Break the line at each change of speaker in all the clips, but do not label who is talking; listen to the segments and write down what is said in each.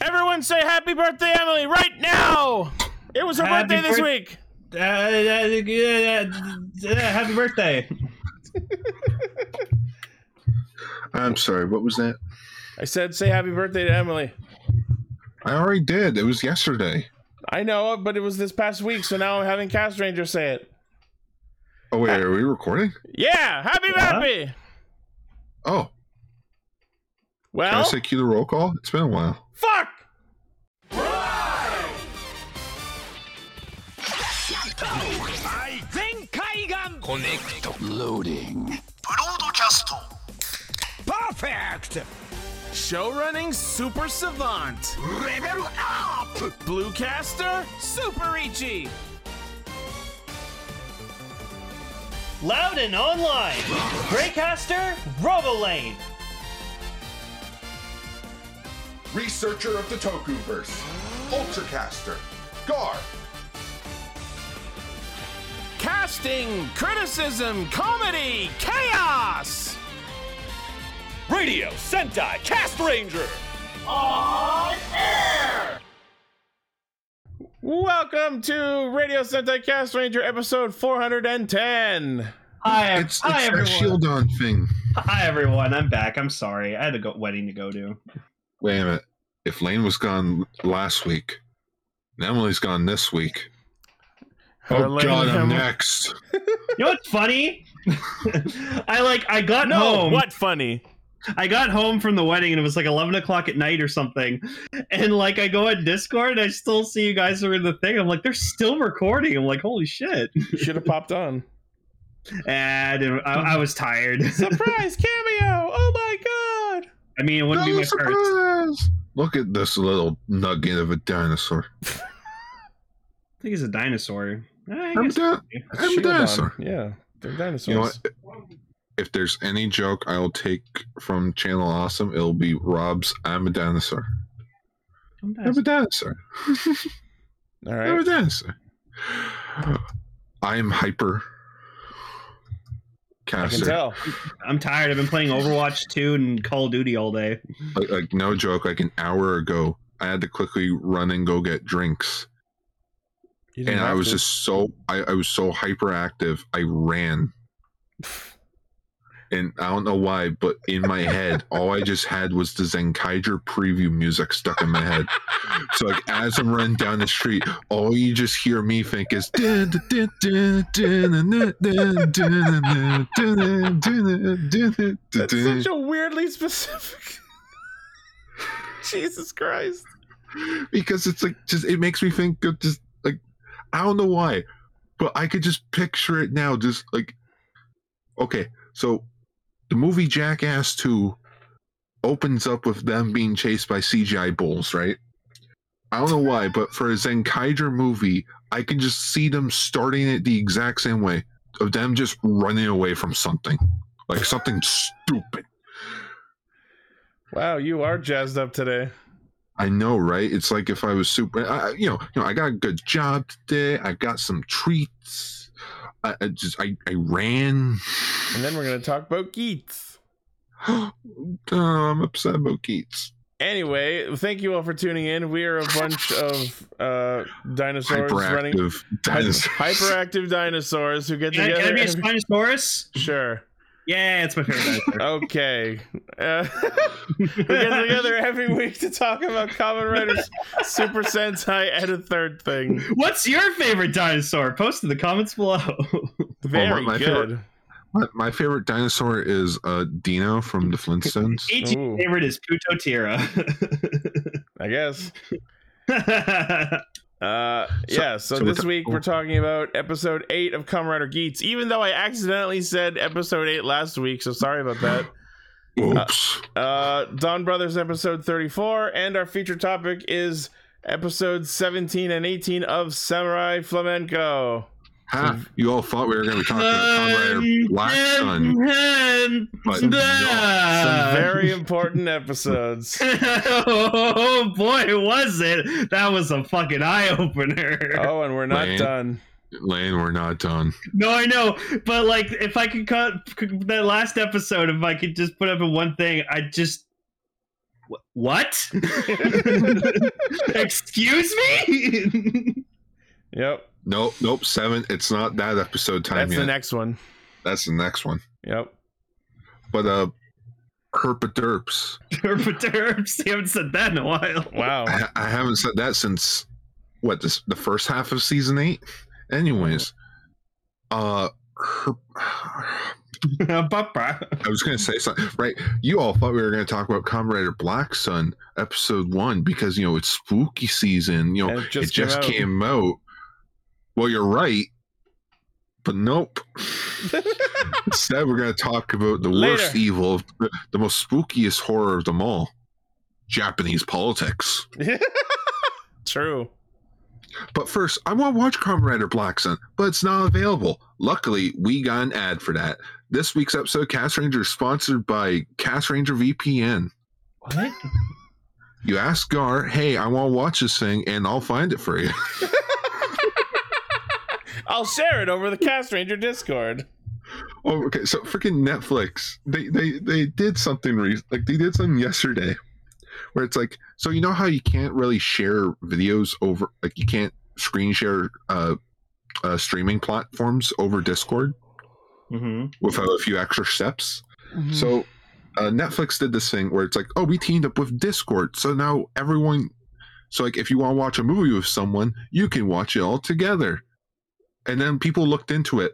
Everyone say happy birthday, Emily, right now! It was her
Happy
birthday this
birth-
week.
Uh, uh, uh, uh, uh, happy birthday.
I'm sorry. What was that?
I said say happy birthday to Emily.
I already did. It was yesterday.
I know, it, but it was this past week, so now I'm having Cast Ranger say it.
Oh wait, are we recording?
Yeah, happy
Yeah.
happy.
Oh, can I
Well,
say cue the roll call? It's been a while.
fuck. Show running super savant. Level up. Bluecaster super Ichi.
Loud and online. Greycaster, Robolane.
Researcher of the Tokuverse, Ultracaster, Gar,
Casting criticism comedy chaos.
Radio Sentai Cast Ranger!
Welcome to Radio Sentai Cast Ranger episode 410.
Hi,
It's,
hi
it's that
everyone.
shield on thing.
Hi everyone. I'm back. I'm sorry. I had a go- wedding to go to.
Wait a minute. If Lane was gone last week, and Emily's gone this week. Oh
Elaine
God, I'm
Hamilton.
next.
You know what's funny? I like I got
No,
um,
home.
Oh, what funny?
I got home from the wedding and it was like 11 o'clock at night or something. And like I go on Discord and I still see you guys are in the thing. I'm like, they're still recording. I'm like, holy shit.
Should have popped on.
And I, I was tired.
Surprise cameo! Oh my god!
I mean, it wouldn't be
Another
my first.
surprise! Look at this little nugget of a dinosaur.
I think he's a dinosaur. I
I'm
guess-
done. I'm a
Shield on.
dinosaur.
Yeah, they're dinosaurs.
You know what? If there's any joke I'll take from Channel Awesome, it'll be Rob's I'm a dinosaur.
I'm a
I'm a
dinosaur.
dinosaur.
All
I'm a
right.
dinosaur. I'm hyper.
I can
Caster.
tell.
I'm tired. I've been playing Overwatch 2 and Call of Duty all day.
Like, like, no joke, like an hour ago, I had to quickly run and go get drinks.
You didn't
And I
have
was
to.
just so I, I was so hyperactive, I ran. And I don't know why, but in my head, all I just had was the Zenkaiger preview music stuck in my head. So like as I'm running down the street, all you just hear me think is dun, dun, dun, dun, dun, dun, dun, dun, dun, dun, dun, dun, dun,
That's
dun.
such a weirdly specific. Jesus Christ.
because it's like just it makes me think of just like I don't know why, but I could just picture it now. Just like okay, so the movie Jackass Two opens up with them being chased by CGI bulls, right? I don't know why, but for a Zenkaiger movie, I can just see them starting it the exact same way of them just running away from something, like something stupid.
Wow, you are jazzed up today.
I know, right? It's like if I was super, I, I- you know, you know, I got a good job today. I got some treats. I, I just, I, I ran.
And then we're going to talk about Geats.
Oh, I'm upset about Keats.
Anyway, thank you all for tuning in. We are a bunch of uh, dinosaurs running.
Hyperactive dinosaurs.
Hyperactive dinosaurs who get
Can I, can I
together.
be a
and-
Spinosaurus?
Sure.
Yeah, it's my favorite dinosaur.
Okay. Uh, we get together every week to talk about Common Riders, Super Sentai, and a third thing.
What's your favorite dinosaur? Post in the comments below.
Very
my
good.
favorite- My, my favorite dinosaur is uh, Dino from the Flintstones.
ET's
Ooh.
favorite is Plutotira.
I guess. Uh,
So-
yeah. So,
so we're
this
ta-
week we're talking about episode eight of Kamen Rider Geats. Even though I accidentally said episode eight last week, so sorry about that.
Oops.
Uh, Don Brothers episode thirty-four, and our feature topic is episodes seventeen and eighteen of Samurai Flamenco.
ha, you all thought we were going to be talking about Kamen
Um,
Rider Black Sun, but no. Uh,
Some very important episodes.
oh boy, was it? That was a fucking eye opener.
Oh, and we're not
Man.
done.
Lane, we're not done.
No, I know, but like, if I could cut that last episode, if I could just put up in one thing, I just "Wh- what? Excuse me?
Yep.
Nope, nope, seven. It's not that episode time
That's
yet.
the next one.
That's the next one.
Yep.
But uh, Herpa Derps.
Derps. You haven't said that in a while.
Wow.
I, ha- I haven't said that since what this, the first half of season eight. Anyways, uh, Herp.
Ba-ba.
I was gonna say something, right? You all thought we were gonna talk about Comrade Black Sun episode one because you know it's spooky season. You know
And it just
it just
came out.
came out. Well, you're right, but nope. Instead, we're going to talk about the worst
Later.
evil, of the, the most spookiest horror of them all Japanese politics.
True.
But first, I want to watch Comrade or Black Sun, but it's not available. Luckily, we got an ad for that. This week's episode, Cast Ranger, is sponsored by Cast Ranger VPN.
What?
You ask Gar, hey, I want to watch this thing, and I'll find it for you.
I'll share it over the Cast Ranger Discord.
Oh, okay. So freaking Netflix, they they they did something re- like they did something yesterday, where it's like, so you know how you can't really share videos over, like you can't screen share uh, uh streaming platforms over Discord Mm-hmm.
Mhm.
without a few extra steps. So uh, Netflix did this thing where it's like, oh, we teamed up with Discord, so now everyone, so like if you want to watch a movie with someone, you can watch it all together. And then people looked into it.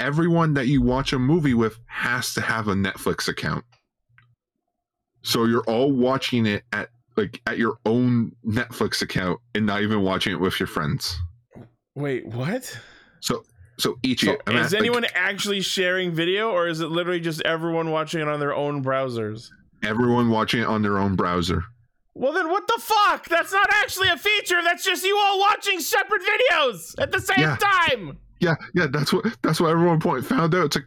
Everyone that you watch a movie with has to have a Netflix account. So you're all watching it at like at your own Netflix account and not even watching it with your friends.
Wait, what?
So each
So
of you- I'm
is
at, like,
anyone actually sharing video, or is it literally just everyone watching it on their own browsers?
everyone watching it on their own browser.
Well, then what the fuck? That's not actually a feature. That's just you all watching separate videos at the same
Yeah.
time.
Yeah, yeah, that's what that's what everyone point found out. It's like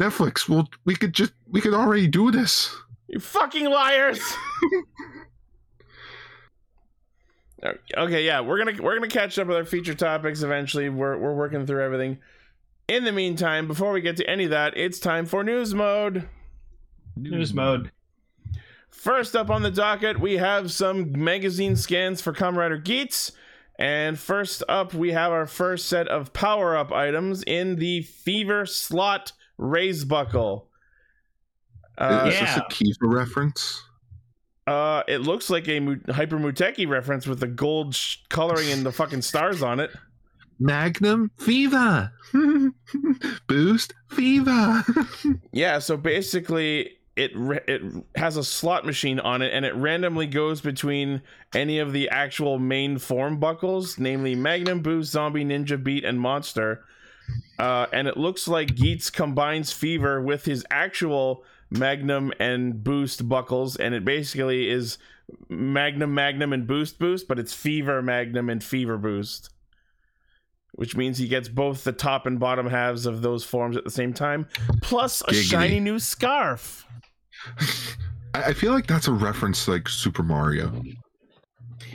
Netflix. Well, we could just we could already do this.
You fucking liars. okay, yeah, we're gonna we're gonna catch up with our feature topics eventually. We're we're working through everything. In the meantime, before we get to any of that, it's time for news mode.
News mode.
First up on the docket, we have some magazine scans for Comrade Geats. And first up, we have our first set of power up items in the Fever Slot Raise Buckle. Uh,
Is this a
Yeah.
Kiva reference?
uh, it looks like a Mu- Hyper Muteki reference with the gold sh- coloring and the fucking stars on it.
Magnum Viva Boost Viva.
Yeah, so basically it ra- it has a slot machine on it and it randomly goes between any of the actual main form buckles, namely Magnum Boost, Zombie Ninja Beat and Monster. Uh, and it looks like Geets combines Fever with his actual Magnum and Boost buckles and it basically is Magnum Magnum and Boost Boost, but it's Fever Magnum and Fever Boost. Which means he gets both the top and bottom halves of those forms at the same time, plus a
Giggity.
shiny new scarf.
I, I feel like that's a reference to like Super Mario. Like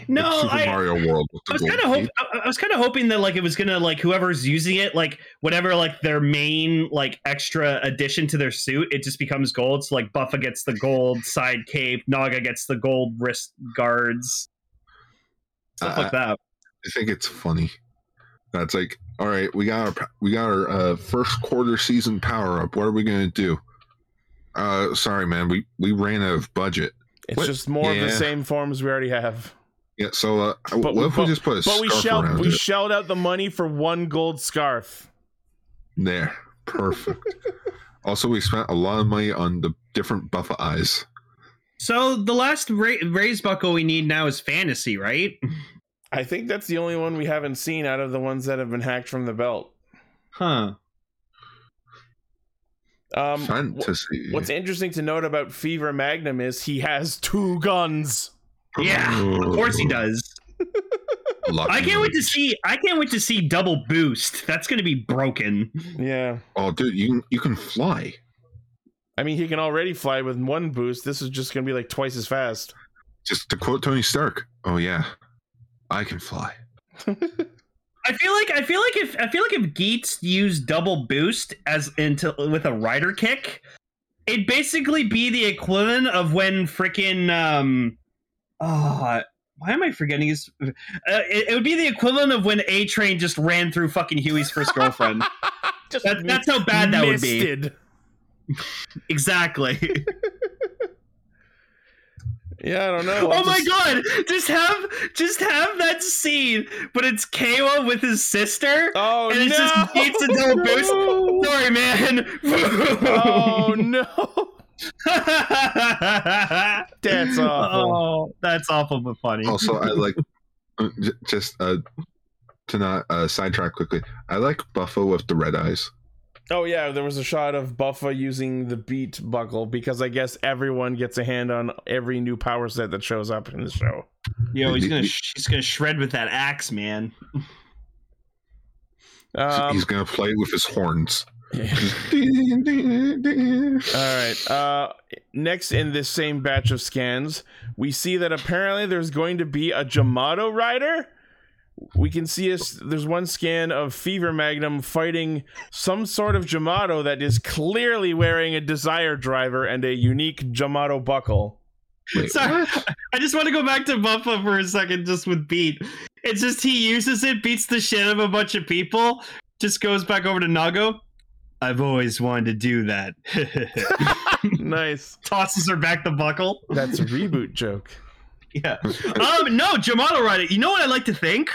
No,
Super
I,
Mario World. With
I was
gold
kind of hope
teeth.
I, I was kind of hoping that like it was gonna like whoever's using it like whatever like their main like extra addition to their suit it just becomes gold so like Buffa gets the gold side cape Naga gets the gold wrist guards stuff
Uh,
like that
I think it's funny. That's like, all right, we got our we got our uh, first quarter season power up. What are we gonna do? Uh, sorry, man, we we ran out of budget.
It's
What?
just more of the
Yeah.
same forms we already have.
Yeah, so uh,
But
what
we-
if we just put a
But
scarf
we shelled
around
we
it?
shelled out the money for one gold scarf.
there, perfect. also, we spent a lot of money on the different buffer eyes.
so the last ra- raise buckle we need now is fantasy right
I think that's the only one we haven't seen out of the ones that have been hacked from the belt.
huh
Um, wh-
Fantasy.
what's interesting to note about Fever Magnum is he has two guns.
yeah of course he does
Lucky.
I can't wait to see I can't wait to see double boost that's gonna be broken
Yeah.
Oh, dude, you can- you can fly.
I mean, he can already fly with one boost. This is just going to be like twice as fast.
Just to quote Tony Stark. Oh yeah, I can fly.
I feel like I feel like if I feel like if Geets used double boost as into with a rider kick, it'd basically be the equivalent of when freaking um uh why am I forgetting his? Uh, it, it would be the equivalent of when A Train just ran through fucking Huey's first girlfriend.
Just
That, that's how bad that would be.
misted.
Exactly.
Yeah, I don't know.
oh my god! Just have just have that scene, but it's Kawa with his sister,
Oh
and it's
no!
just beats a double boost.
No.
Sorry, man.
Oh no! That's awful.
Oh, that's awful but funny.
also i like uh, j- just uh to not uh sidetrack quickly i like buffo with the red eyes
Oh yeah, there was a shot of Buffa using the beat buckle because I guess everyone gets a hand on every new power set that shows up in the show.
Yo, he's gonna sh- he's gonna shred with that axe, man.
Um,
he's gonna play with his horns
All right. Uh, next, in this same batch of scans, we see that apparently there's going to be a Jamato rider. We can see us. There's one scan of Fever Magnum fighting some sort of Jamato that is clearly wearing a Desire driver and a unique Jamato buckle.
Wait,
Sorry, I just want to go back to Buffa for a second, just with Beat. It's just he uses it, beats the shit out of a bunch of people, just goes back over to Nago. I've always wanted to do that.
nice.
Tosses her back the buckle.
That's a reboot joke.
Yeah.
what?
Um, no, Jamato Rider. You know what I like to think?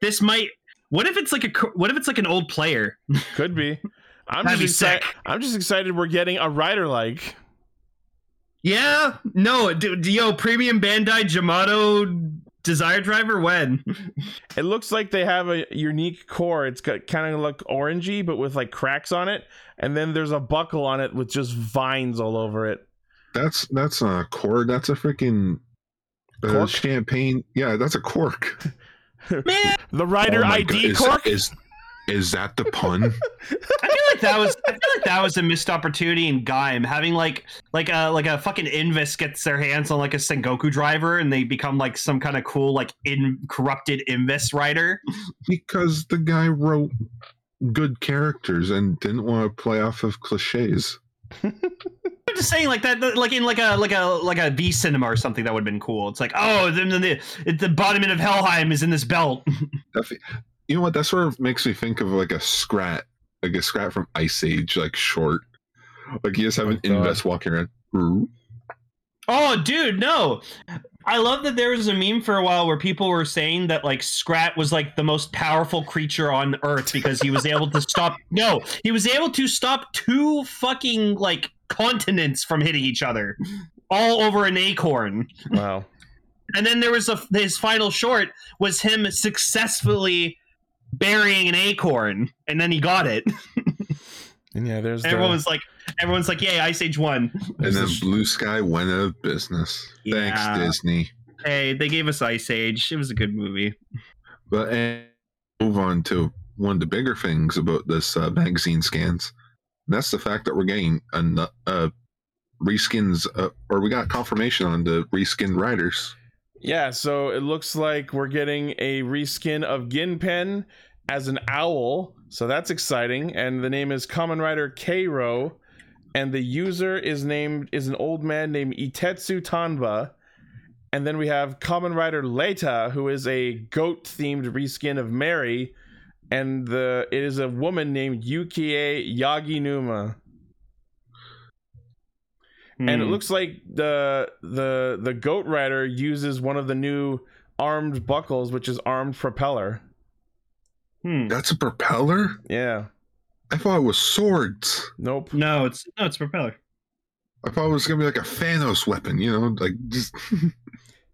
This might. What if it's like a? co- What if it's like an old player?
Could be. I'm
That'd
just
be
excited.
sick.
I'm just excited we're getting a rider like.
Yeah. No. D- d- yo, premium Bandai Jamato Desire Driver. When?
It looks like they have a unique core. It's got kind of like orangey, but with like cracks on it. And then there's a buckle on it with just vines all over it.
that's that's a cork that's a freaking uh,
Cork?
champagne yeah that's a cork
Man,
The rider
Oh my God,
ID
is-
cork.
is is that the pun
I feel like that was I feel like that was a missed opportunity in Gaim having like like a like a fucking Invis gets their hands on like a Sengoku driver and they become like some kind of cool like in corrupted Invis rider.
because the guy wrote good characters and didn't want to play off of cliches
I'm just saying like that that- like in like a like a like a V cinema or something that would have been cool. It's like oh then the the, the bottomman of Helheim is in this belt.
That fe- you know what? That sort of makes me think of like a scrat, like a scrat from Ice Age, like short. Like you just have
Oh,
an
God.
invest walking around. Ooh.
Oh, dude, no. I love that there was a meme for a while where people were saying that like Scrat was like the most powerful creature on Earth because he was able to stop. No, he was able to stop two fucking like continents from hitting each other, all over an acorn.
Wow.
And then there was a his final short was him successfully burying an acorn, and then he got it.
And yeah, there's the,
Everyone was like, everyone's like, "Yay, Ice Age one!"
And
there's
then
the sh-
Blue Sky went out of business.
Yeah.
Thanks, Disney.
Hey, they gave us Ice Age. It was a good movie.
But and move on to one of the bigger things about this uh, magazine scans. And that's the fact that we're getting an, uh, reskins, uh, or we got confirmation on the reskinned riders.
yeah. So it looks like we're getting a reskin of Ginpen as an owl. So that's exciting. And the name is Common Rider Kro, and the user is named is an old man named Itetsu Tanba. And then we have Common Rider Leita, who is a goat themed reskin of Mary, and the it is a woman named Yukie Yaginuma. and it
Hmm.
looks like the the the goat rider uses one of the new armed buckles which is armed propeller
Hmm.
That's a propeller?
yeah
I thought it was swords.
nope
No, it's no, it's propeller.
I thought it was gonna be like a Thanos weapon, you know, like just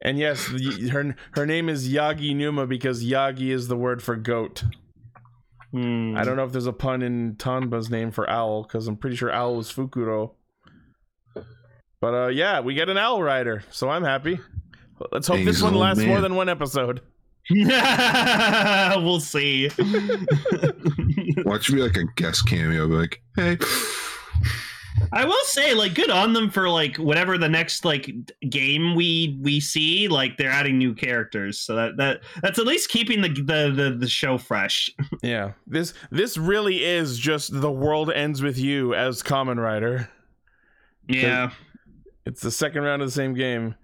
and yes the, her her name is yagi numa because yagi is the word for goat i don't know if there's a pun in tanba's name for owl because i'm pretty sure owl was fukuro but uh yeah we get an owl rider so i'm happy let's hope
He's
this
an
one
old
lasts more
man.
than one episode
know. Hmm. we'll see.
watch it be like a guest cameo, be like, hey,
I will say, like, good on them for like whatever the next like d- game we we see. Like, they're adding new characters, so that that that's at least keeping the the the, the show fresh.
yeah this this really is just the world ends with you as common rider
Yeah.
It's the second round of the same game.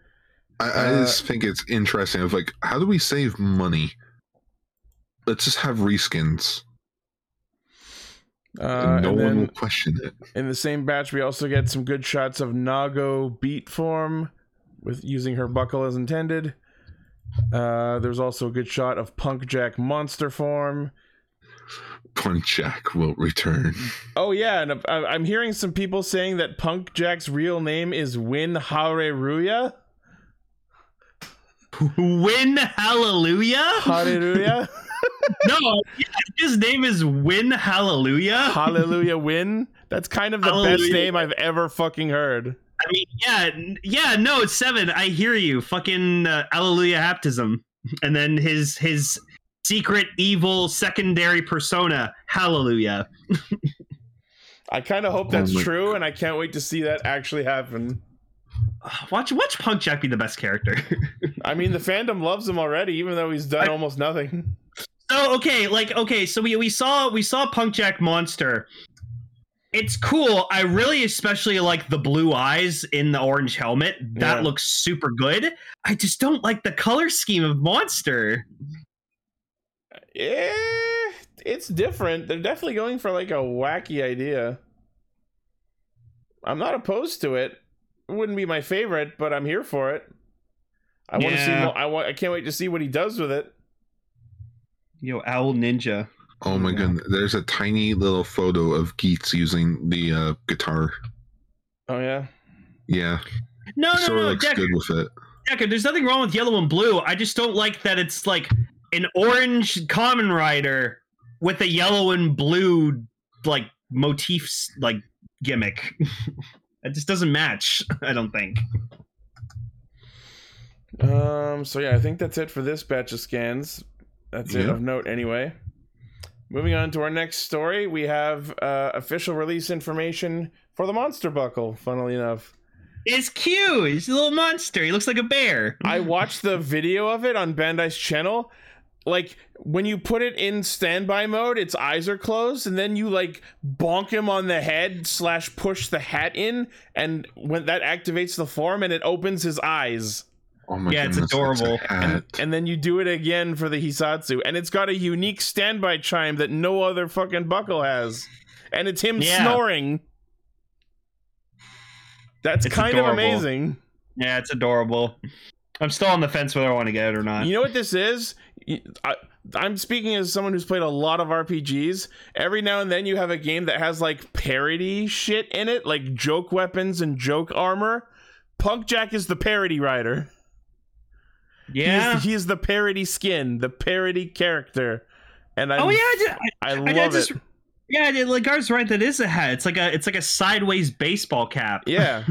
I, I
Uh,
just think it's interesting. Of like, how do we save money? Let's just have reskins.
Uh,
and no
and
one will
then
question it.
in the same batch, we also get some good shots of Nago beat form with using her buckle as intended. Uh, there's also a good shot of Punk Jack monster form.
Punch Jack will return.
Oh yeah, and I- I'm hearing some people saying that Punk Jack's real name is Win Hareruya.
Win Hallelujah?
Hallelujah,
no, yeah, his name is Win Hallelujah.
Hallelujah, Win. That's kind of the best
Hallelujah.
name I've ever fucking heard.
I mean, yeah, n- yeah, no, it's seven. I hear you. Fucking uh, Hallelujah Baptism. And then his his secret evil secondary persona, Hallelujah.
I kind of hope that's
Oh my
true, and I can't wait to see that actually happen.
Watch watch Punk Jack be the best character.
I mean, the fandom loves him already, even though he's done
I-
almost nothing.
So okay, like okay, so we we saw we saw Punk Jack Monster. It's cool. I really especially like the blue eyes in the orange helmet. That
Yeah.
looks super good. I just don't like the color scheme of Monster.
Eh, it's different. They're definitely going for like a wacky idea. I'm not opposed to it. It wouldn't be my favorite, but I'm here for it. I want to see.
Yeah.
More, I want. I can't wait to see what he does with it.
Yo, Owl Ninja.
Oh my
Yeah.
goodness! There's a tiny little photo of Geets using the uh, guitar.
Oh yeah.
Yeah,
No, no,
sort of
no,
looks
Decker,
good with it.
Decker, there's nothing wrong with yellow and blue. I just don't like that it's like an orange common rider with a yellow and blue like motifs like gimmick. it just doesn't match, I don't think.
Um. So yeah, I think that's it for this batch of scans. That's it
Yeah.
of note, anyway. Moving on to our next story, we have uh, official release information for the Monster Buckle. Funnily enough,
It's cute. He's a little monster. He looks like a bear.
I watched the video of it on Bandai's channel. Like when you put it in standby mode, its eyes are closed, and then you like bonk him on the head slash push the hat in, and when that activates the form, and it opens his eyes.
Oh my
Yeah, it's
goodness,
adorable.
a hat.
and then you do it again for the Hisatsu, and it's got a unique standby chime that no other fucking buckle has, and it's him
Yeah.
snoring. That's
It's
kind of
adorable.
amazing.
Yeah, it's adorable. I'm still on the fence whether I want to get it or not.
You know what this is? You- I, I'm speaking as someone who's played a lot of RPGs. Every now and then you have a game that has like parody shit in it, like joke weapons and joke armor. Punk Jack is the parody rider. He is-
yeah.
He is, the parody skin, the parody character. And I,
Oh yeah, I did, I,
I love
I just-
it.
yeah. I did, Lagarde's right. That is a hat. It's like a it's like a sideways baseball cap.
Yeah.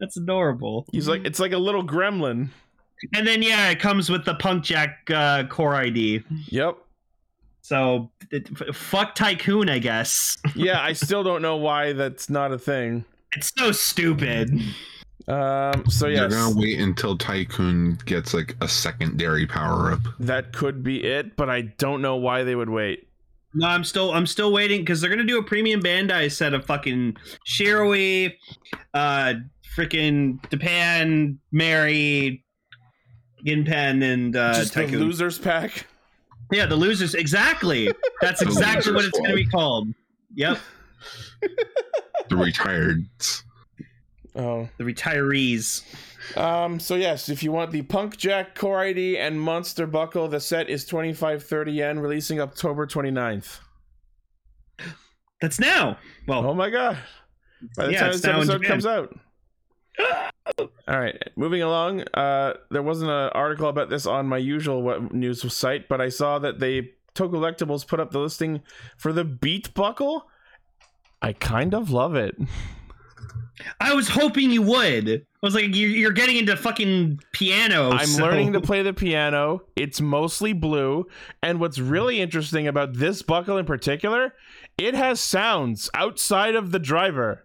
That's adorable.
He's like it's like a little gremlin.
And then yeah, it comes with the Punk Jack uh, core ID.
Yep.
So it, f- fuck Tycoon, I guess.
Yeah, I still don't know why that's not a thing.
It's so stupid.
Um so
They're
yes,
gonna wait until Tycoon gets like a secondary power up.
that could be it, but I don't know why they would wait.
No, I'm still I'm still waiting because they're gonna do a premium Bandai set of fucking Shiroi, uh, freaking Depan, Mary, Ginpen, and uh,
Just the
Tycoon.
losers pack.
yeah, the losers. Exactly. That's
The
exactly what
losers
it's gonna
squad.
be called. Yep,
The retireds.
Oh.
the retirees.
Um so yes, if you want the Punk Jack Core ID and Monster Buckle, the set is 2530 yen releasing October 29th.
That's now. Well,
Oh my god. By the
Yeah,
time
it's
this
now in
episode
Japan.
comes out. All right, moving along. Uh, there wasn't an article about this on my usual web news site, but I saw that they Tocolectables put up the listing for the Beat Buckle. I kind of love it.
I was hoping you would. I was like, you're, you're getting into fucking piano.
I'm
Oh, so-
learning to play the piano. It's mostly blue, and what's really interesting about this buckle in particular, it has sounds outside of the driver.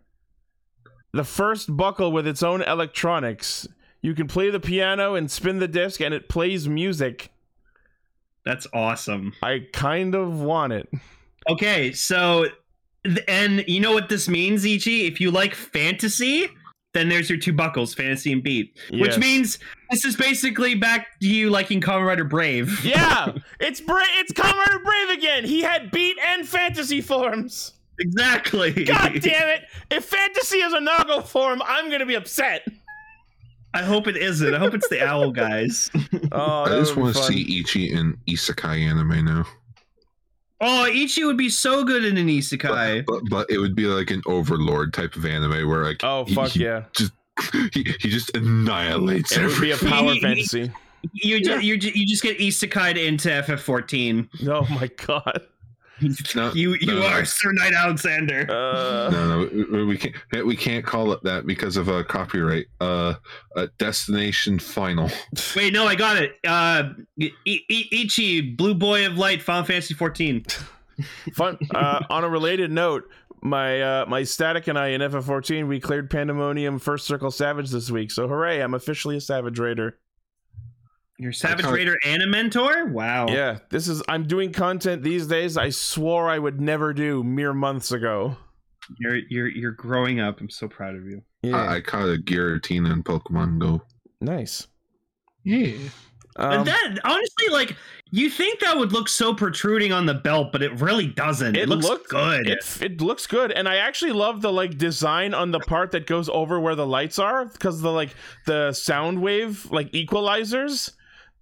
The first buckle with its own electronics. You can play the piano and spin the disc and it plays music.
That's awesome.
I kind of want it.
Okay, so th- and you know what this means, Ichi? If you like fantasy, Then there's your two buckles, fantasy and beat. Which
Yes.
means this is basically back to you liking Kamen Rider Brave.
Yeah, it's Bra- it's Comrade Brave again. He had beat and fantasy forms.
Exactly.
God damn it! If fantasy is a Nago form, I'm gonna be upset.
I hope it isn't. I hope it's the owl guys.
Oh,
I just want to see Ichi in isekai anime now.
Oh, Ichi would be so good in an isekai.
But but it would be like an overlord type of anime where like
Oh
he-
fuck
he,
yeah!
he, he just annihilates
It would
everything.
be a power
He- he-
fantasy.
You just, you ju- you just get isekai into FF14.
Oh my god.
No,
You you
no.
are Sir Knight Alexander.
Uh,
No, no, we- we can't. We can't call it that because of uh, copyright. Uh, uh, destination final.
Wait, no, I got it. Uh, I- I- Ichi, Blue Boy of Light, Final Fantasy 14.
fun. Uh, on a related note, my uh, my static and I in FF14 we cleared Pandemonium First Circle Savage this week, so hooray! I'm officially a Savage Raider.
Your Savage
can't-
Raider and a mentor? Wow.
Yeah, this is I'm doing content these days I swore I would never do mere months ago.
You're you're you're growing up. I'm so proud of you.
Yeah,
I, I caught a Giratina in Pokemon Go.
nice.
Yeah.
Um,
and that honestly, like you think that would look so protruding on the belt, but it really doesn't. It,
It
looks
looked-
good.
it, f- it looks good and i actually love the like design on the part that goes over where the lights are because the like the sound wave like equalizers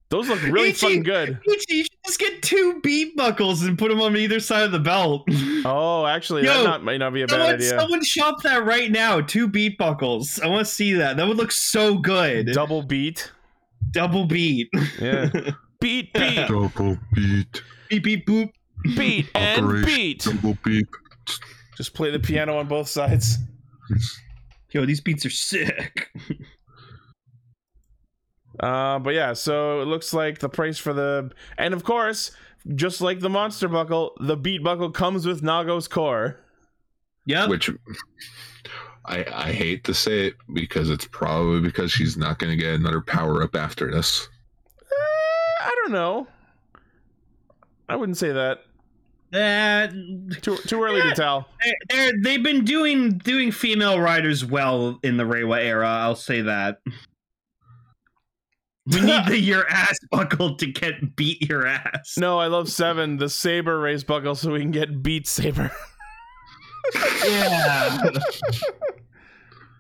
those look really
Ichi-
fucking good
Ichi, you should just get two beat buckles and put them on either side of the belt.
oh actually
Yo,
that not, might not be a bad
Someone,
idea
someone shop that right now. Two beat buckles. I want to see that. That would look so good.
double beat
Double beat.
yeah beat beat
Double beat.
beep beep boop.
beat and
Operation.
beat
Double beep.
just play the piano on both sides
Yo, these beats are sick.
Uh, but yeah, so it looks like the price for the and of course, just like the monster buckle, the beat buckle comes with Nago's core.
Yep.
Which I I hate to say it because it's probably because she's not going to get another power up after this.
Eh, I don't know. I wouldn't say that.
that
Too too early to tell.
they're, Uh, they're, they've been doing doing female riders well in the Reiwa era. I'll say that. We need the your ass buckle to get beat your ass.
No, I love seven, the saber race buckle, so we can get beat saber.
Yeah.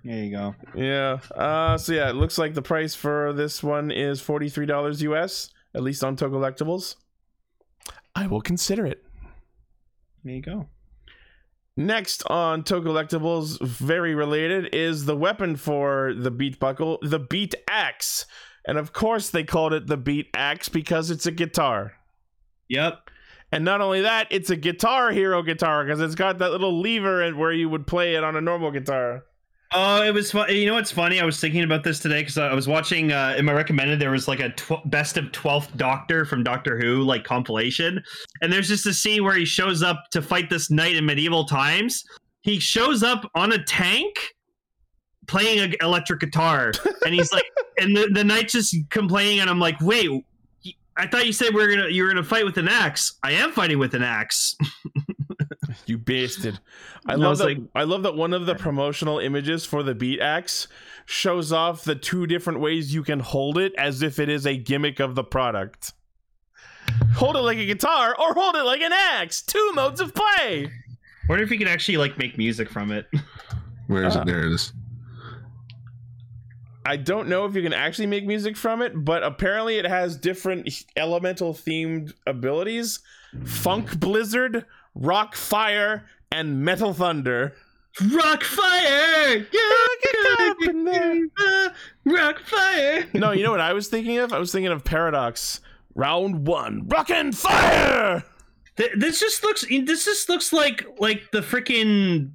there you go.
yeah. Uh, so yeah, it looks like the price for this one is forty three dollars US, at least on Togolectables. I will consider it.
There you go.
Next on Togolectables, very related, is the weapon for the beat buckle, the beat axe. And of course, they called it the beat axe because it's a guitar.
Yep.
And not only that, it's a Guitar Hero guitar because it's got that little lever and where you would play it on a normal guitar.
Oh, it was fun. You know what's funny? I was thinking about this today because I I was watching uh, in my recommended there was like a tw- best of twelfth Doctor from Doctor Who like compilation, and there's just a scene where he shows up to fight this knight in medieval times. He shows up on a tank playing an electric guitar, and he's like, and the, the knight's just complaining, and I'm like, wait. I thought you said we were gonna you were gonna fight with an axe. I am fighting with an axe.
You bastard! I
And I
love
was
that.
like-
I love that one of the promotional images for the beat axe shows off the two different ways you can hold it as if it is a gimmick of the product. Hold it like a guitar or hold it like an axe. Two modes of play.
wonder if you could actually like make music from it.
Where is
Uh.
it? There it is.
I don't know if you can actually make music from it, but apparently it has different h- elemental themed abilities Funk Blizzard, Rock Fire, and Metal Thunder.
Rock fire! Ah, Rock fire!
No, you know what I was thinking of? I was thinking of Paradox. Round one, rock and fire!
Th- This just looks. This just looks like like the freaking.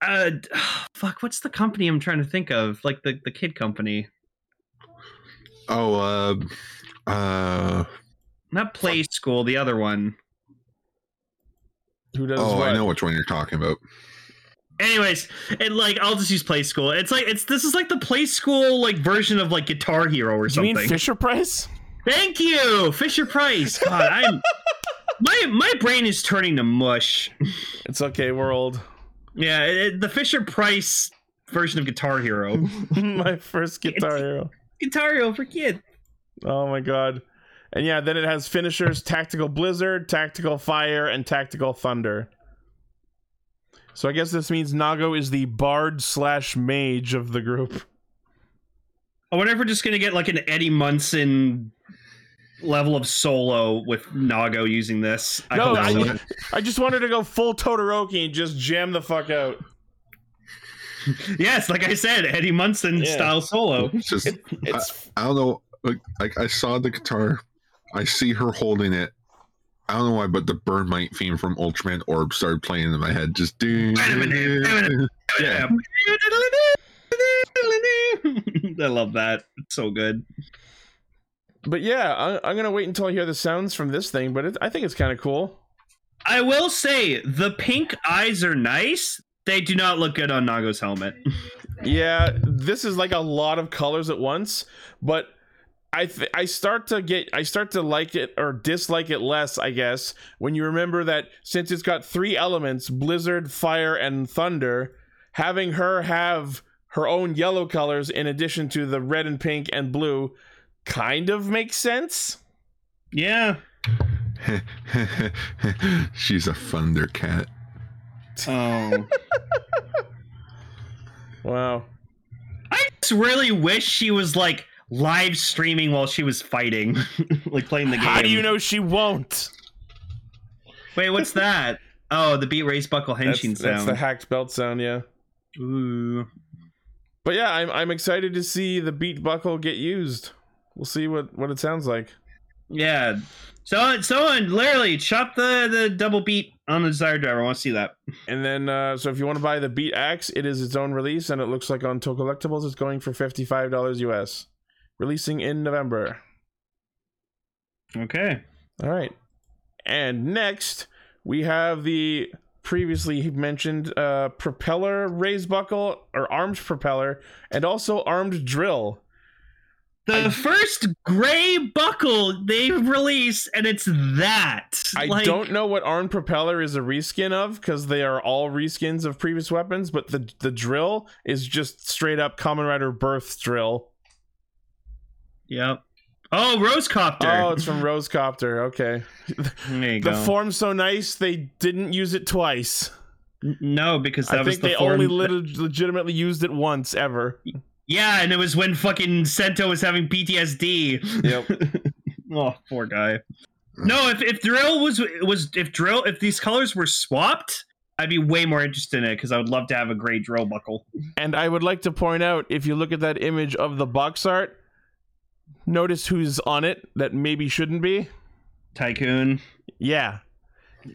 Uh, fuck. What's the company I'm trying to think of? Like the the kid company,
Oh, uh, uh.
not Play School. The other one.
Who does
Oh,
what?
I know which one you're talking about.
Anyways, and like I'll just use Play School. It's like it's this is like the Play School like version of like Guitar Hero or
Do you
something.
mean Fisher Price?
Thank you, Fisher Price. God, I'm. My my brain is turning to mush.
It's okay, we're old.
Yeah, it, it- the Fisher Price version of Guitar Hero.
my first guitar hero.
Guitar Hero for kids.
Oh my god. And yeah, then it has finishers Tactical Blizzard, Tactical Fire, and Tactical Thunder. So I guess this means Nago is the bard slash mage of the group.
I wonder if we're just gonna get like an Eddie Munson level of solo with Nago using this. I
no,
hope so.
I, I just wanted to go full Todoroki and just jam the fuck out.
yes, like I said, Eddie Munson
Yeah.
style solo.
It's just
It's
I don't know. Like, like I saw the guitar, I see her holding it. I don't know why, but the Burn Might theme from Ultraman Orb started playing in my head. Just do. Yeah.
I love that. It's so good.
but yeah, I, I'm gonna wait until I hear the sounds from this thing. But it, I think it's kind of cool.
I will say the pink eyes are nice. They do not look good on Nago's helmet.
Yeah, this is like a lot of colors at once, but I th- I start to get I start to like it or dislike it less, I guess, when you remember that since it's got three elements, blizzard, fire, and thunder, having her have her own yellow colors in addition to the red and pink and blue kind of makes sense.
Yeah.
She's a Thundercat.
Oh.
Wow.
I just really wish she was like live streaming while she was fighting, like playing the game.
How do you know she won't?
Wait, what's that? Oh, the beat race buckle
That's,
henshin
that's
sound.
the hacked belt sound, yeah.
Ooh.
But yeah, I'm I'm excited to see the beat buckle get used. We'll see what what it sounds like.
Yeah. Someone, someone, literally, chop the the double beat on the desire driver. I want to see that.
And then, uh, so if you want to buy the Beat Axe, it is its own release, and it looks like on Tool Collectibles, it's going for fifty-five dollars US, releasing in November.
Okay.
All right. And next, we have the previously mentioned uh, propeller raise buckle or armed propeller, and also armed drill.
The first gray buckle they release, and it's that.
I
Like,
don't know what armed propeller is a reskin of because they are all reskins of previous weapons, but the the drill is just straight up Common Rider Birth drill.
Yep. Oh, Rose Copter.
Oh, it's from Rosecopter. Okay.
there you
Oh, The
go.
form's so nice they didn't use it twice.
N- no, because that
I
was
think
the
they
form.
only lit- legitimately used it once ever.
yeah, and it was when fucking Sento was having PTSD.
Yep.
oh, poor guy. No, if if drill was was if drill if these colors were swapped, I'd be way more interested in it because I would love to have a gray drill buckle.
and I would like to point out if you look at that image of the box art, notice who's on it that maybe shouldn't be.
Tycoon.
Yeah.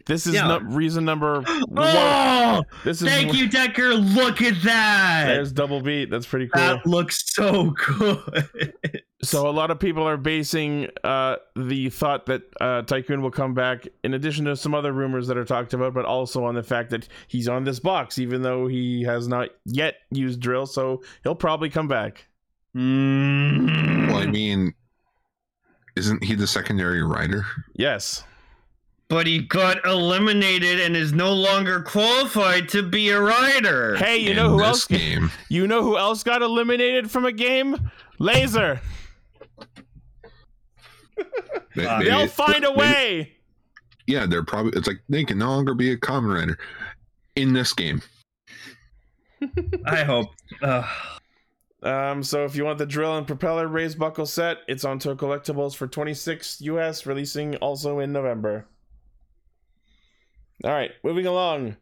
This is
Yeah.
no- reason number one.
Oh,
This is
thank you, Decker. Look at that.
There's double beat. That's pretty cool.
That looks so good.
So a lot of people are basing uh, the thought that uh, Tycoon will come back, in addition to some other rumors that are talked about, but also on the fact that he's on this box, even though he has not yet used drill. So he'll probably come back.
Mm.
Hmm.
Well, I mean, isn't he the secondary rider?
Yes.
But he got eliminated and is no longer qualified to be a rider.
Hey, you
in
know who
this
else?
Game.
You know who else got eliminated from a game? Laser.
They,
Uh,
they-
They'll find a
they-
way.
yeah, they're probably. It's like they can no longer be a common rider in this game.
I hope. Ugh.
Um, so if you want the drill and propeller raised buckle set, it's on Toy Collectibles for 26 US, releasing also in November. All right, moving along.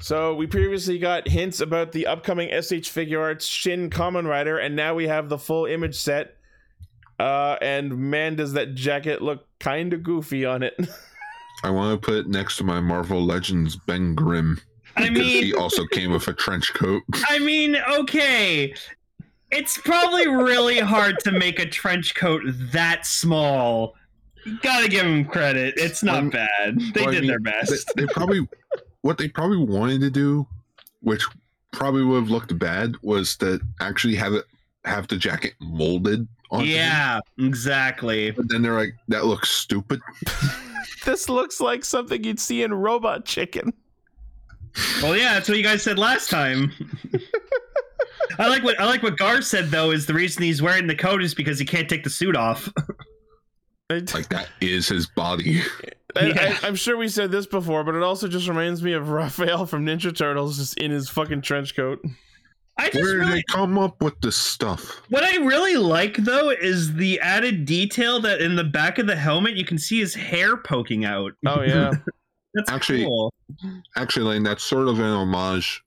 So we previously got hints about the upcoming SH Figure Arts Shin Common Rider, and now we have the full image set. Uh, and man, does that jacket look kind of goofy on it.
I want to put it next to my Marvel Legends Ben Grimm
I
because
mean,
he also came with a trench coat.
I mean, okay. It's probably really hard to make a trench coat that small. You gotta give him credit. It's not
Um,
bad. They
well, I
did
mean,
their
they,
best.
they probably what they probably wanted to do, which probably would have looked bad, was to actually have it have the jacket molded on.
yeah, exactly.
But then they're like, that looks stupid.
this looks like something you'd see in Robot Chicken.
Well, yeah, that's what you guys said last time. I like what I like what Gar said though is the reason he's wearing the coat is because he can't take the suit off.
It-
Like that is his body.
I,
Yeah.
I, I'm sure we said this before, but it also just reminds me of Raphael from Ninja Turtles, just in his fucking trench coat.
I just
Where
really
they come up with this stuff?
What I really like though is the added detail that in the back of the helmet you can see his hair poking out.
Oh yeah,
That's
Actually-
cool.
Actually, Lane, that's sort of an homage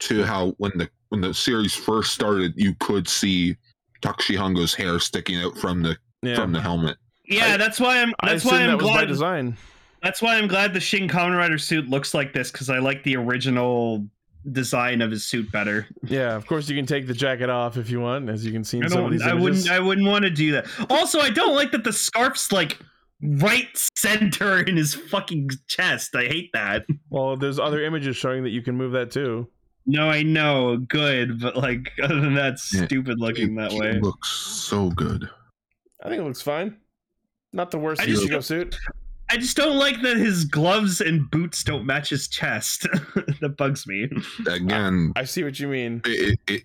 to how when the when the series first started, you could see Takshihongo's hair sticking out from the
yeah.
from the helmet.
Yeah,
I-
that's why I'm
I
that's
assume
why I'm
that was by
glad
design.
that's why I'm glad the Shin Kamen Rider suit looks like this because I like the original design of his suit better.
Yeah, of course you can take the jacket off if you want, as you can see
I
in some of
don't
these
I
images.
wouldn't I wouldn't want to do that. Also, I don't like that the scarf's like right center in his fucking chest. I hate that.
Well, there's other images showing that you can move that too.
No, I know, good, but like other than that,
Yeah.
stupid looking that
It
way.
looks so good.
I think it looks fine. Not the worst
I just-
Ichigo suit.
I just don't like that his gloves and boots don't match his chest. that bugs me.
Again,
I see what you mean.
it, it, it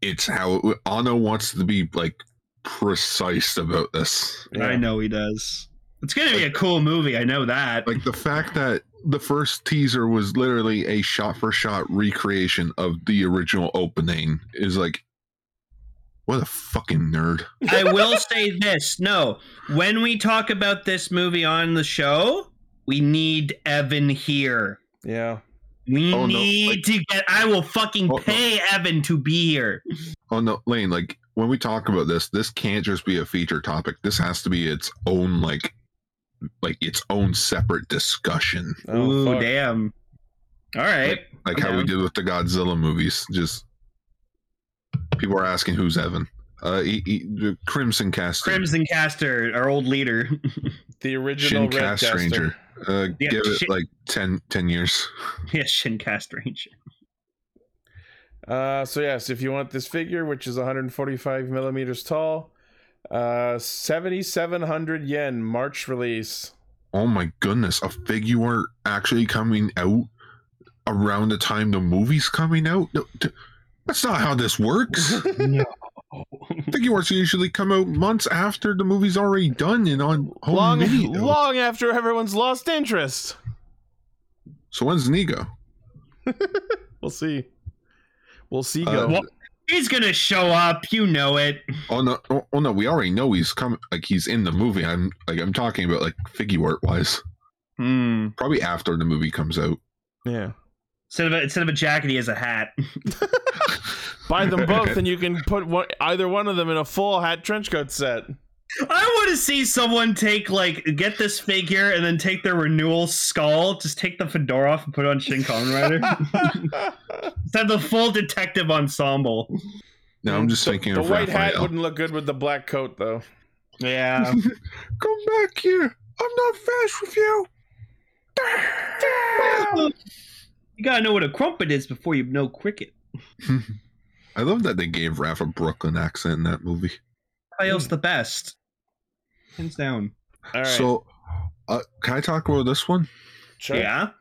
it's how it, Ano wants to be like precise about this.
I
Yeah.
know he does. It's gonna be a cool movie. I know that.
Like the fact that the first teaser was literally a shot for shot recreation of the original opening is like what a fucking nerd.
I will say this. No, when we talk about this movie on the show, we need Evan here.
Yeah.
We
Oh, no,
need to get. I will fucking
Oh, no.
pay Evan to be here.
Oh no, Lane, like when we talk about this, this can't just be a feature topic. This has to be its own like like its own separate discussion.
Oh,
Ooh,
fuck.
damn. All right.
Like how we
Okay.
did with the Godzilla movies. Just people are asking who's Evan. Uh he, he, the Crimson Cast.
Crimson Caster, our old leader.
The original
Shin
Red
Cast
Caster.
Ranger. Uh
Yeah,
give it
Shin-
like 10, 10 years.
yeah, Shin Cast Ranger.
Uh, so yes, if you want this figure, which is 145 millimeters tall, uh, 7,700 yen March release.
Oh my goodness, a figure actually coming out around the time the movie's coming out? No, t- that's not how this works.
No.
figures usually come out months after the movie's already done and on home
long,
video.
long after everyone's lost interest.
So when's Nego?
We'll see. We'll see.
Uh,
Go.
well- He's gonna show up. You know it.
Oh no! Oh, oh, no! We already know he's coming. Like he's in the movie. I'm like I'm talking about like figure art wise.
Hmm.
Probably after the movie comes out.
yeah.
Instead of a, instead of a jacket, he has a hat.
Buy them both, and you can put one, either one of them in a full hat trench coat set.
I want to see someone take like get this figure and then take their renewal skull, just take the fedora off and put on Shin Kamen Rider. Just have the full detective ensemble.
Now I'm just
The-
thinking
Mm, the
of
white hat
Raphael.
wouldn't look good with the black coat, though.
Yeah.
Come back here! I'm not finished with you.
You gotta know what a crumpet is before you know cricket.
I love that they gave Raph a Brooklyn accent in that movie.
Raphael's the best, hands down.
All right.
So, uh, can I talk about this one?
sure.
Yeah.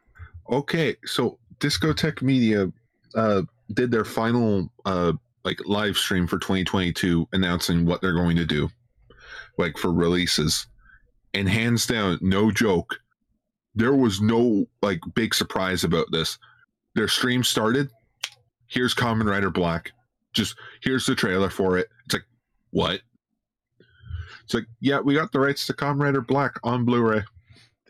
Okay, so Discotech Media uh, did their final uh, like live stream for 2022, announcing what they're going to do, like for releases. And hands down, no joke, there was no like big surprise about this. Their stream started. Here's Common Rider Black. Just here's the trailer for it. It's like, what? It's like, yeah, we got the rights to Common Rider Black on Blu-ray.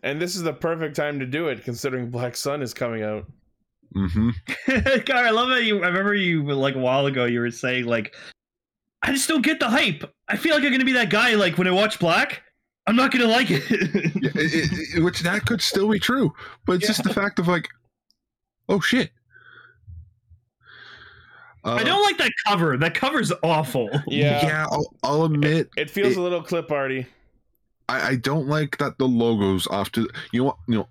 And this is the perfect time to do it, considering Black Sun is coming out.
Mm-hmm.
God, I love that you. I remember you like a while ago. You were saying like, I just don't get the hype. I feel like I'm gonna be that guy. Like when I watch Black, I'm not gonna like it.
yeah, it, it- it- which that could still be true, but it's just the fact of like, oh shit. Uh,
I don't like that cover. That cover's awful.
Yeah.
I'll, I'll admit,
It feels
It-
a little clip arty.
I, I don't like that the logos off to you know what you know.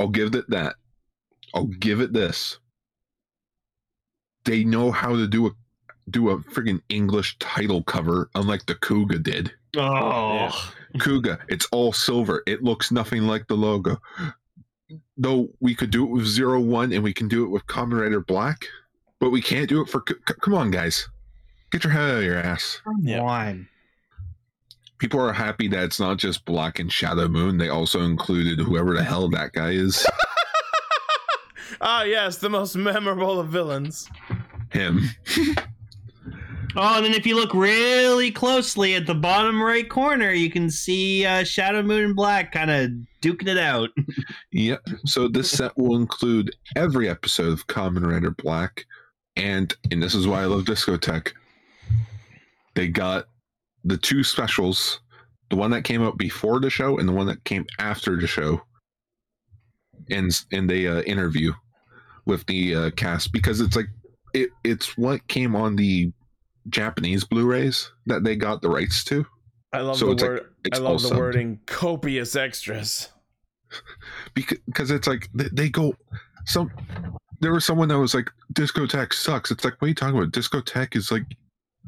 I'll give it that. I'll give it this. They know how to do a do a friggin' English title cover, unlike the Kuga did.
Oh,
Kuga, it's all silver. It looks nothing like the logo. Though we could do it with Zero One and we can do it with Kamen Rider Black. but we can't do it for. c- c- come on, guys, get your head out of your ass.
Yeah.
Wine.
People are happy that it's not just Black and Shadow Moon. They also included whoever the hell that guy is.
Ah, yes, the most memorable of villains.
Him.
Oh, and then if you look really closely at the bottom right corner, you can see uh, Shadow Moon and Black kind of duking it out.
Yep. So this set will include every episode of Common Rider Black, and and this is why I love Discotech. They got the two specials, the one that came out before the show and the one that came after the show, and s- and they uh, interview with the uh, cast because it's like it it's what came on the Japanese Blu-rays that they got the rights to.
I love
So
the
it's like-
word.
it's
I
all
love the
subbed.
wording. Copious extras.
because it's like they, they go some there was someone that was like discotheque sucks it's like what are you talking about discotheque is like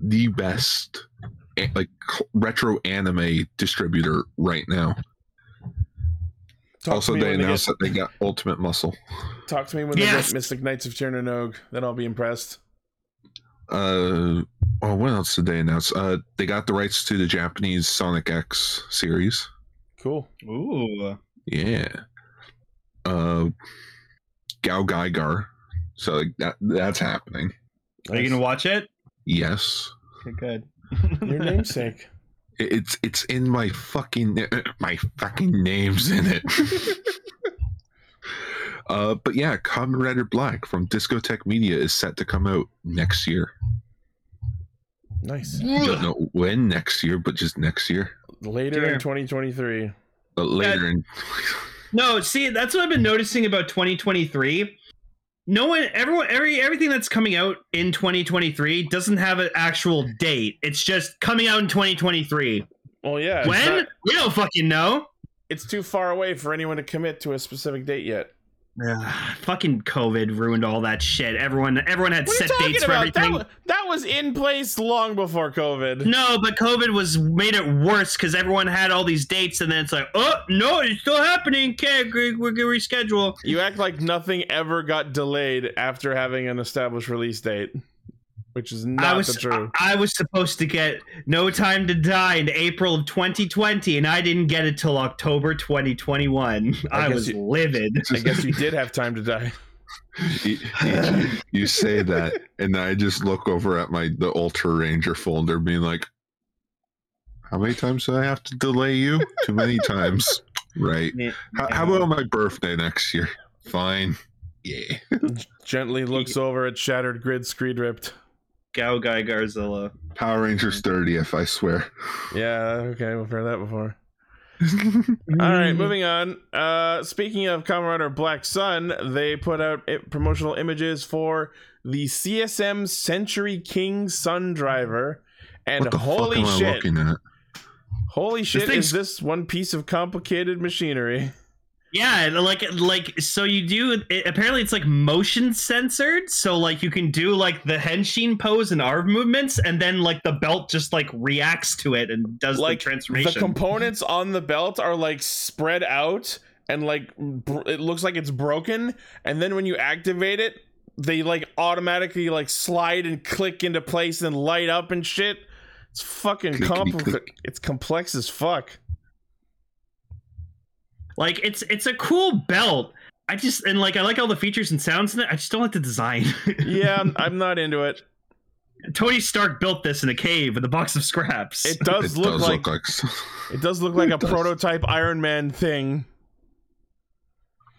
the best eh, like cl- retro anime distributor right now
Talk
also
to me
they
when they
announced
get,
that they got ultimate muscle
talk to me when they
Yes.
get Mystic Knights of Chernonog. Then I'll be impressed.
uh oh what else did they announce uh they got the rights to the japanese sonic x series
Cool.
Ooh.
yeah uh gao gaigar so like that that's happening
Are you going to watch it?
yes
Good.
Your namesake.
It- It's it's in my fucking my fucking name's in it. uh, but yeah, Kamen Rider Black from Discotech Media is set to come out next year.
Nice.
Don't know when next year, but just next year,
Later
Dear.
in 2023.
but later. in
No, see, that's what I've been noticing about 2023. No one, everyone, every everything that's coming out in 2023 doesn't have an actual date. It's just coming out in 2023.
Well, yeah. it's
when
not-
we don't fucking know.
it's too far away for anyone to commit to a specific date yet.
fucking COVID ruined all that shit. Everyone, everyone had set dates for
That,
everything.
wa- that was in place long before COVID.
No, but COVID was made it worse because everyone had all these dates, and then it's like, oh no, it's still happening. Can't we're gonna reschedule.
You act like nothing ever got delayed after having an established release date, which is
I
not
was
the truth.
I, I was supposed to get No Time to Die in April of 2020, and I didn't get it till October 2021.
I
I,
guess
was
you-
livid.
I guess you did have time to die.
you, you- you say that, and I just look over at my the Ultra Ranger folder, being like, "How many times do I have to delay you? Too many times, right? How, how about my birthday next year? Fine, yeah."
Gently looks over at shattered grid screed ripped.
Gao Guy Garzilla?
Power Rangers 30th, I swear.
Yeah, okay, we've heard that before.
Mm-hmm.
All right, moving on. Uh, speaking of Kamen Rider Black Sun, they put out i- promotional images for the CSM Century King Sun Driver, and holy shit,
at?
holy shit,
thing's-
is this one piece of complicated machinery?
Yeah, like like so you do. It, apparently, it's like motion censored, so like you can do like the henshin pose and arm movements, and then like the belt just like reacts to it and does
Like,
the
the
transformation.
The components on the belt are like spread out, and like br- it looks like it's broken, and then when you activate it, they like automatically like slide and click into place and light up and shit. It's fucking
Clickety
compli-
click.
It's complex as fuck.
like it's it's a cool belt. I just and like I like all the features and sounds in it. I just don't like the design.
Yeah, I'm, I'm not into it.
Tony Stark built this in a cave with a box of scraps.
It does
It
look
does
like
look like. s-
it does look like
It
a
does.
prototype Iron Man thing.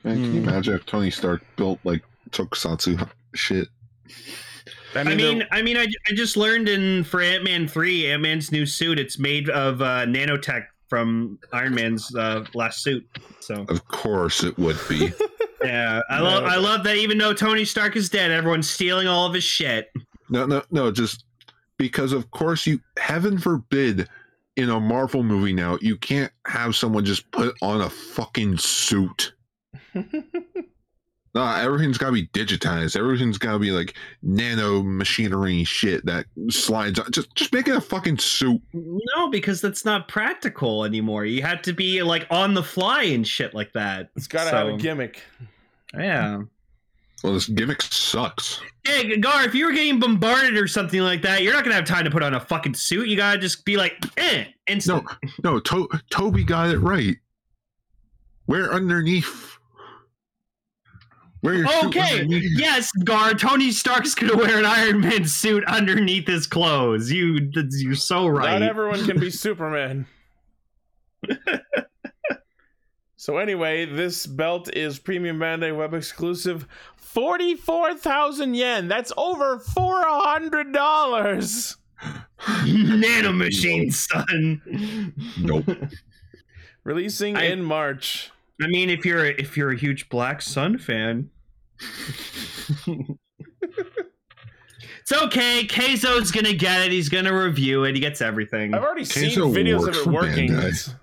Man, can
Hmm.
you imagine if Tony Stark built like tokusatsu h- shit?
I
I
mean,
mean,
they're-
I mean, I, I just learned in for Ant Man three, Ant Man's new suit. It's made of uh, nanotech from Iron Man's uh, last suit. So
Of course it would be.
yeah, I love I love that. Even though Tony Stark is dead, everyone's stealing all of his shit.
no, no, no, just because of course you, heaven forbid, in a Marvel movie now, you can't have someone just put on a fucking suit. Nah, everything's gotta be digitized. Everything's gotta be like nano machinery shit that slides on. Just, just make it a fucking suit.
No, because that's not practical anymore. You had to be like on the fly and shit like that.
it's got to have a
So,
gimmick.
Yeah.
Well, this gimmick sucks.
Yeah, Gar, if you were getting bombarded or something like that, you're not gonna have time to put on a fucking suit. You gotta just be like, eh,
No,
instant.
no, to- Toby got it right. Wear underneath. Wear your suit
okay,
underneath.
yes, Gar, Tony Stark's gonna wear an Iron Man suit underneath his clothes. You, that's- you're so right.
Not everyone can be Superman. so anyway, this belt is premium Bandai web exclusive. Forty-four thousand yen. That's over four hundred dollars.
Nanomachine, son.
Nope.
Releasing
I-
in March.
I mean, if you're a, if you're a huge Black Sun fan, it's okay. Keizo's gonna get it. He's gonna review it. He gets everything.
I've already seen
Keizo
videos of
works
it
for
working.
Bandai.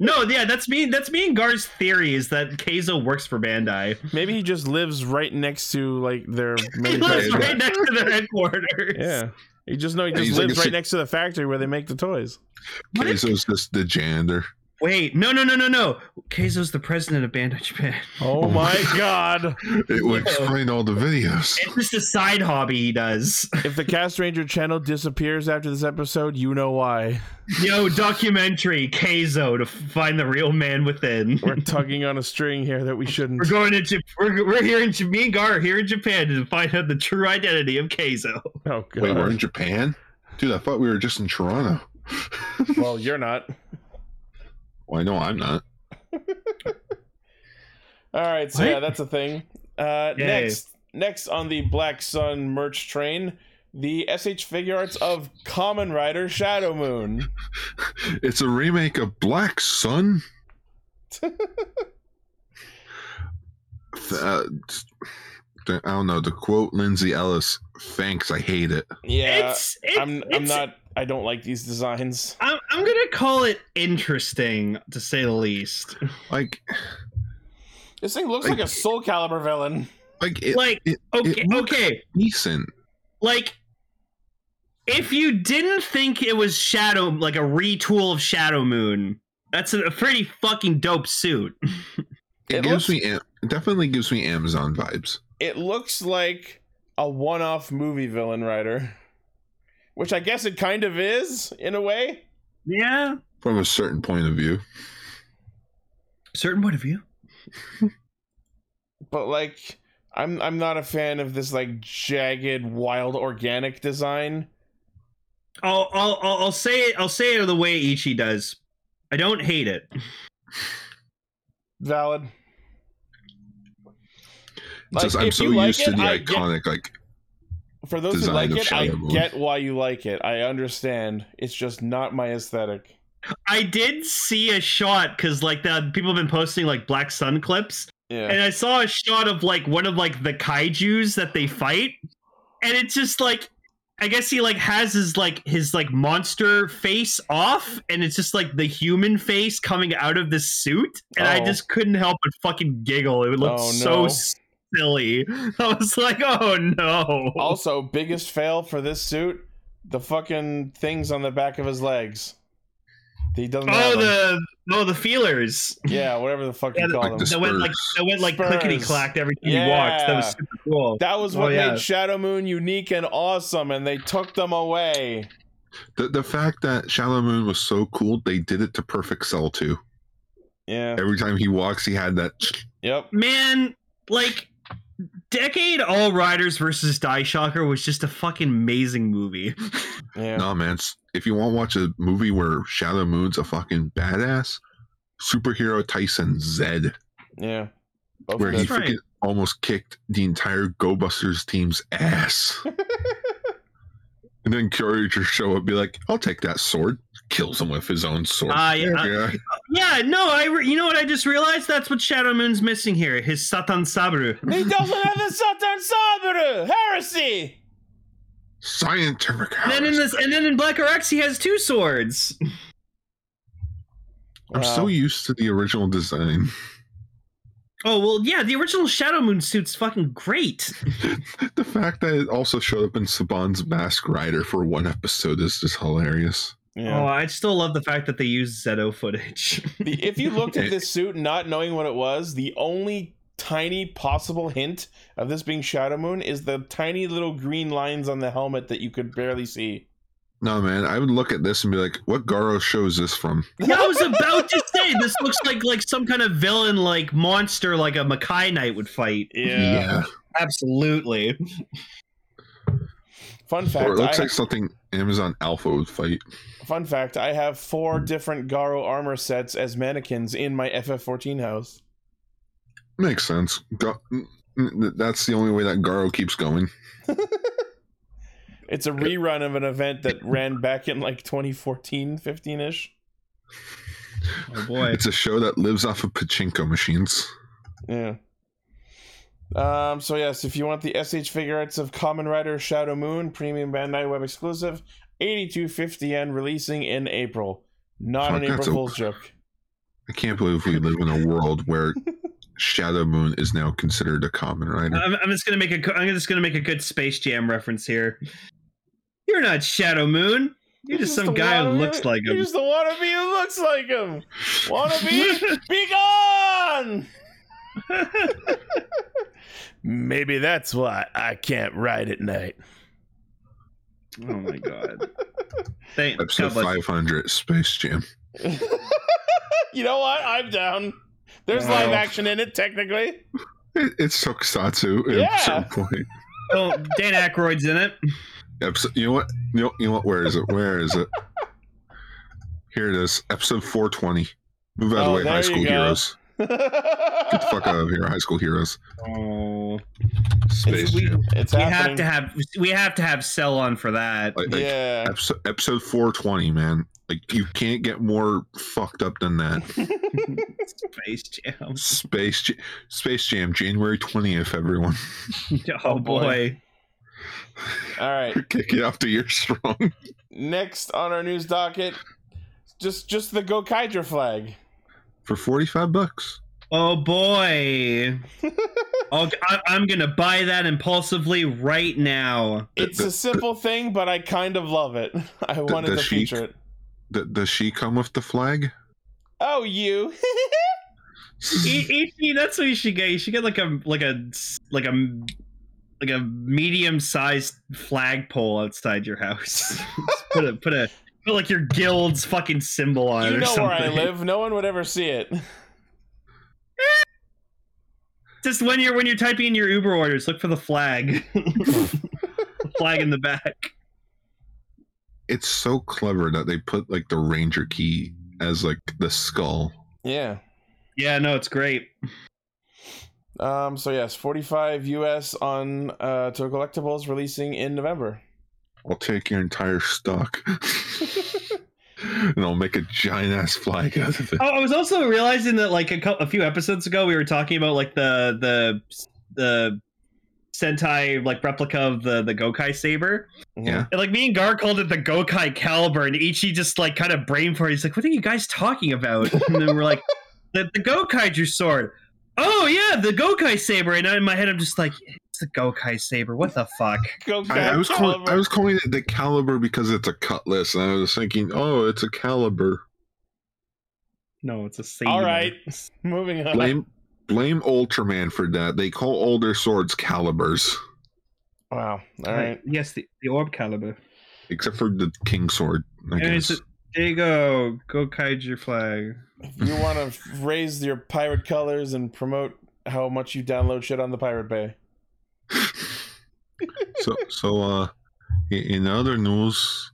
No, yeah, that's me. That's me and Gar's theory is that Keizo works for Bandai.
Maybe he just lives right next to like their
He lives
manufacturer.
right next to their headquarters.
Yeah. You just know he just
he's like
lives
a
right
si-
next to the factory where they make the toys.
What if-
Keizo's just the jander.
Wait, no, no, no, no, no. Keizo's the president of Bandai Japan.
Oh my god.
It would explain all the videos.
It's just a side hobby he does.
If the Cast Ranger channel disappears after this episode, you know why.
Yo, documentary Keizo to find the real man within.
We're tugging on a string here that we shouldn't.
We're going to Jap- we're, we're here in Ja- me and Gar are here in Japan to find out the true identity of Keizo.
Oh god.
Wait, we're in Japan? Dude, I thought we were just in Toronto.
well, you're not.
Well, Oh, I know I'm not.
All right, so
What?
yeah, that's a thing. Uh,
Yay.
next, next on the Black Sun merch train, the SH figure arts of Common Rider Shadow Moon.
It's a remake of Black Sun. Uh, I don't know. To quote Lindsay Ellis, thanks, I hate it.
Yeah,
it's, it's
I'm. I'm
it's-
not. I don't like these designs.
I'm, I'm gonna call it interesting to say the least.
Like,
This thing looks like a Soul Calibur villain.
like it,
like
it-
okay,
looks-
okay,
decent.
like if you didn't think it was Shadow, like a retool of Shadow Moon, that's a, pretty fucking dope suit.
It,
It looks-
gives me Am- it definitely gives me Amazon vibes.
It looks like a one-off movie villain rider, which I guess it kind of is in a way.
Yeah,
from a certain point of view.
certain point of view.
but like I'm I'm not a fan of this like jagged wild organic design.
I'll I'll I'll I'll say it. I'll say it the way Ichi does. I don't hate it.
Valid.
It's just,
Like,
I'm
if
so
you like
used to
it,
the
I get-
iconic, like,
For those who
Design
like
of
it, I
Shadow Moon.
get why you like it. I understand. It's just not my aesthetic.
I did see a shot because like the people have been posting like Black Sun clips, and
Yeah.
I saw a shot of like one of like the kaiju's that they fight, and it's just like I guess he like has his like his like monster face off, and it's just like the human face coming out of this suit, and I
Oh.
just couldn't help but fucking giggle. It looked
Oh,
so
no.
silly. I was like, oh no.
Also, biggest fail for this suit, the fucking things on the back of his legs. He doesn't have
Oh
them.
the oh the feelers.
Yeah, whatever the fuck
Yeah,
you
the-
call
like
them.
the
That went like
Spurs.
that went like
Spurs.
clickety clacked every time he walked. That
Yeah.
was super cool.
that was
Oh,
what
yeah.
made Shadow Moon unique and awesome, and they took them away.
the, the fact that Shadow Moon was so cool, they did it to Perfect Cell too.
Yeah.
Every time he walks, he had that.
Yep.
Man, like Decade All Riders versus Die Shocker was just a fucking amazing movie.
Yeah.
Nah, man. s- If you want to watch a movie where Shadow Moon's a fucking badass, superhero Tyson Zed,
Yeah. Both
where he
good.
That's right.
freaking almost kicked the entire Go Busters team's ass. and then Courage will show up and be like, I'll take that sword. Kills him with his own sword.
Ah, yeah.
yeah.
Yeah, no, I re- you know what I just realized that's what Shadow Moon's missing here. His Satan Sabru.
He doesn't have the Satan Saburu! Heresy!
Scientific.
And then in this and then in Black Rex he has two swords.
I'm so used to the original design.
Oh well yeah, the original Shadow Moon suit's fucking great.
the fact that it also showed up in Saban's Mask Rider for one episode is just hilarious.
Oh,
Yeah.
I still love the fact that they use Zeto footage.
The- if you looked at this suit not knowing what it was, the only tiny possible hint of this being Shadow Moon is the tiny little green lines on the helmet that you could barely see.
No, man, I would look at this and be like, what Garo shows this from?
Yeah, I was about to say this looks like like some kind of villain, like monster, like a Makai Knight would fight. Absolutely.
Fun
Yeah.
fact:
Or it looks
I-
like something Amazon Alpha would fight.
Fun fact: I have four different Garo armor sets as mannequins in my FF14 house.
Makes sense. Go- n- n- that's the only way that Garo keeps going.
It's a rerun of an event that ran back in like 2014, 15 ish.
Oh boy.
It's a show that lives off of pachinko machines.
Yeah. Um, so yes, if you want the SH figurettes of Common Rider Shadow Moon, premium Bandai web exclusive, 8250 and releasing in April. Not
Fuck,
an April
that's a-
Fool's joke.
I can't believe we live in a world where Shadow Moon is now considered a common
Uh,
writer.
I'm, I'm just gonna make a. co- I'm just gonna make a good Space Jam reference here. You're not Shadow Moon. You're just some
the
guy who
wannabe-
looks like
You're
him.
just the wannabe who looks like him. Wannabe, be gone! Maybe that's why I can't ride at night.
oh my god. Thank
Episode
God bless-
500 Space Jam.
You know what? I'm down. There's
Wow.
live action in it, technically.
It, it's tokusatsu at
Yeah.
some point.
Oh, Dan Aykroyd's in it.
Episode, you know what? You know, you know what? Where is it? Where is it? Here it is. Episode 420. Move out of
Oh,
the way,
there
high
you
school
go.
heroes. Get the fuck out of here, high school heroes.
Oh,
Space
we,
Jam.
It's
we
happening.
have to have we have to have Cell on for that.
Like, like,
yeah.
episode, episode 420, man. Like, you can't get more fucked up than that.
Space Jam.
Space Jam, Space Jam, January 20th, everyone.
Oh
boy.
boy.
All right.
Kick it off the year strong.
Next on our news docket, just just the Gokaiger flag.
For 45 bucks.
Oh boy. I'll, I, I'm gonna buy that impulsively right now.
It's
the-
a simple thing, but I kind of love it. I wanted
the
to
chic-
feature it.
D- does she come with the flag?
Oh, you.
I- Ichi, E, that's what you should get. You should get like a like a like a like a medium sized flagpole outside your house. Just put a put a put like your guild's fucking symbol on it
you
or
know
something.
where I live. No one would ever see it.
Just when you're when you're typing in your Uber orders, look for the flag. flag in the back.
It's so clever that they put like the Ranger key as like the skull.
Yeah.
Yeah, no, it's great.
Um. So yes, forty-five US on uh, to collectibles releasing in November.
I'll take your entire stock. and I'll make a giant ass flag out of it.
Oh, I was also realizing that like a couple, a few episodes ago, we were talking about like the the the Sentai like replica of the the Gokai saber,
Yeah.
and like me and Gar called it the Gokai caliber, and Ichi just like kind of brain fart. He's like, "What are you guys talking about?" And then we're like, "The the Gokai drew sword." Oh yeah, the Gokai saber. And in my head, I'm just like, "It's the Gokai saber. What the fuck?"
Gokai
I, I was calling
caliber.
I was calling it the caliber because it's a cutlass, and I was thinking, oh, it's a caliber.
No, it's a saber.
All right. Moving on.
Blame blame Ultraman for that. They call older swords calibers.
Wow. All right.
Yes, the, the orb caliber.
Except for the King Sword, I
And
guess.
it's a- There you go, Gokaiju flag.
If you want to raise your pirate colors and promote how much you download shit on the Pirate Bay.
so so uh i- in other news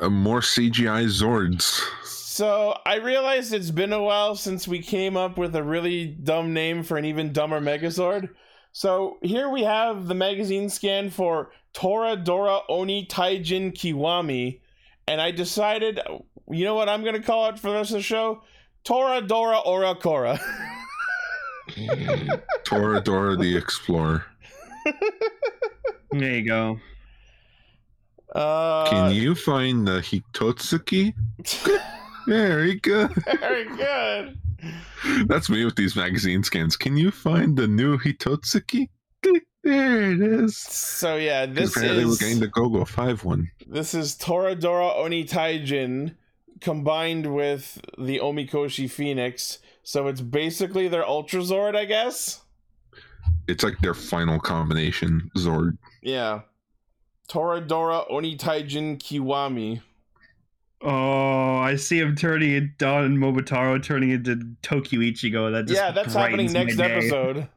uh, more cgi zords
So I realized it's been a while since we came up with a really dumb name for an even dumber Megazord. So here we have the magazine scan for Toradora Oni Taijin Kiwami, and I decided, you know what I'm gonna call it for the rest of the show? Toradora Orakora.
toradora the explorer
There you go.
Uh,
can you find the hitotsuki very good
Very good.
that's me with these magazine scans can you find the new hitotsuki Click, there it is
So yeah,
'Cause
this
apparently we're
is
getting the gogo 5 one
This is Toradora Oni Taijin combined with the Omikoshi Phoenix. So it's basically their Ultra Zord, I guess.
It's like their final combination Zord.
Yeah. Toradora Onitaijin Kiwami.
Oh, I see him turning it Don Momotaro turning into Tokyo Ichigo. That just
yeah, that's happening
brightens my
next
day.
episode.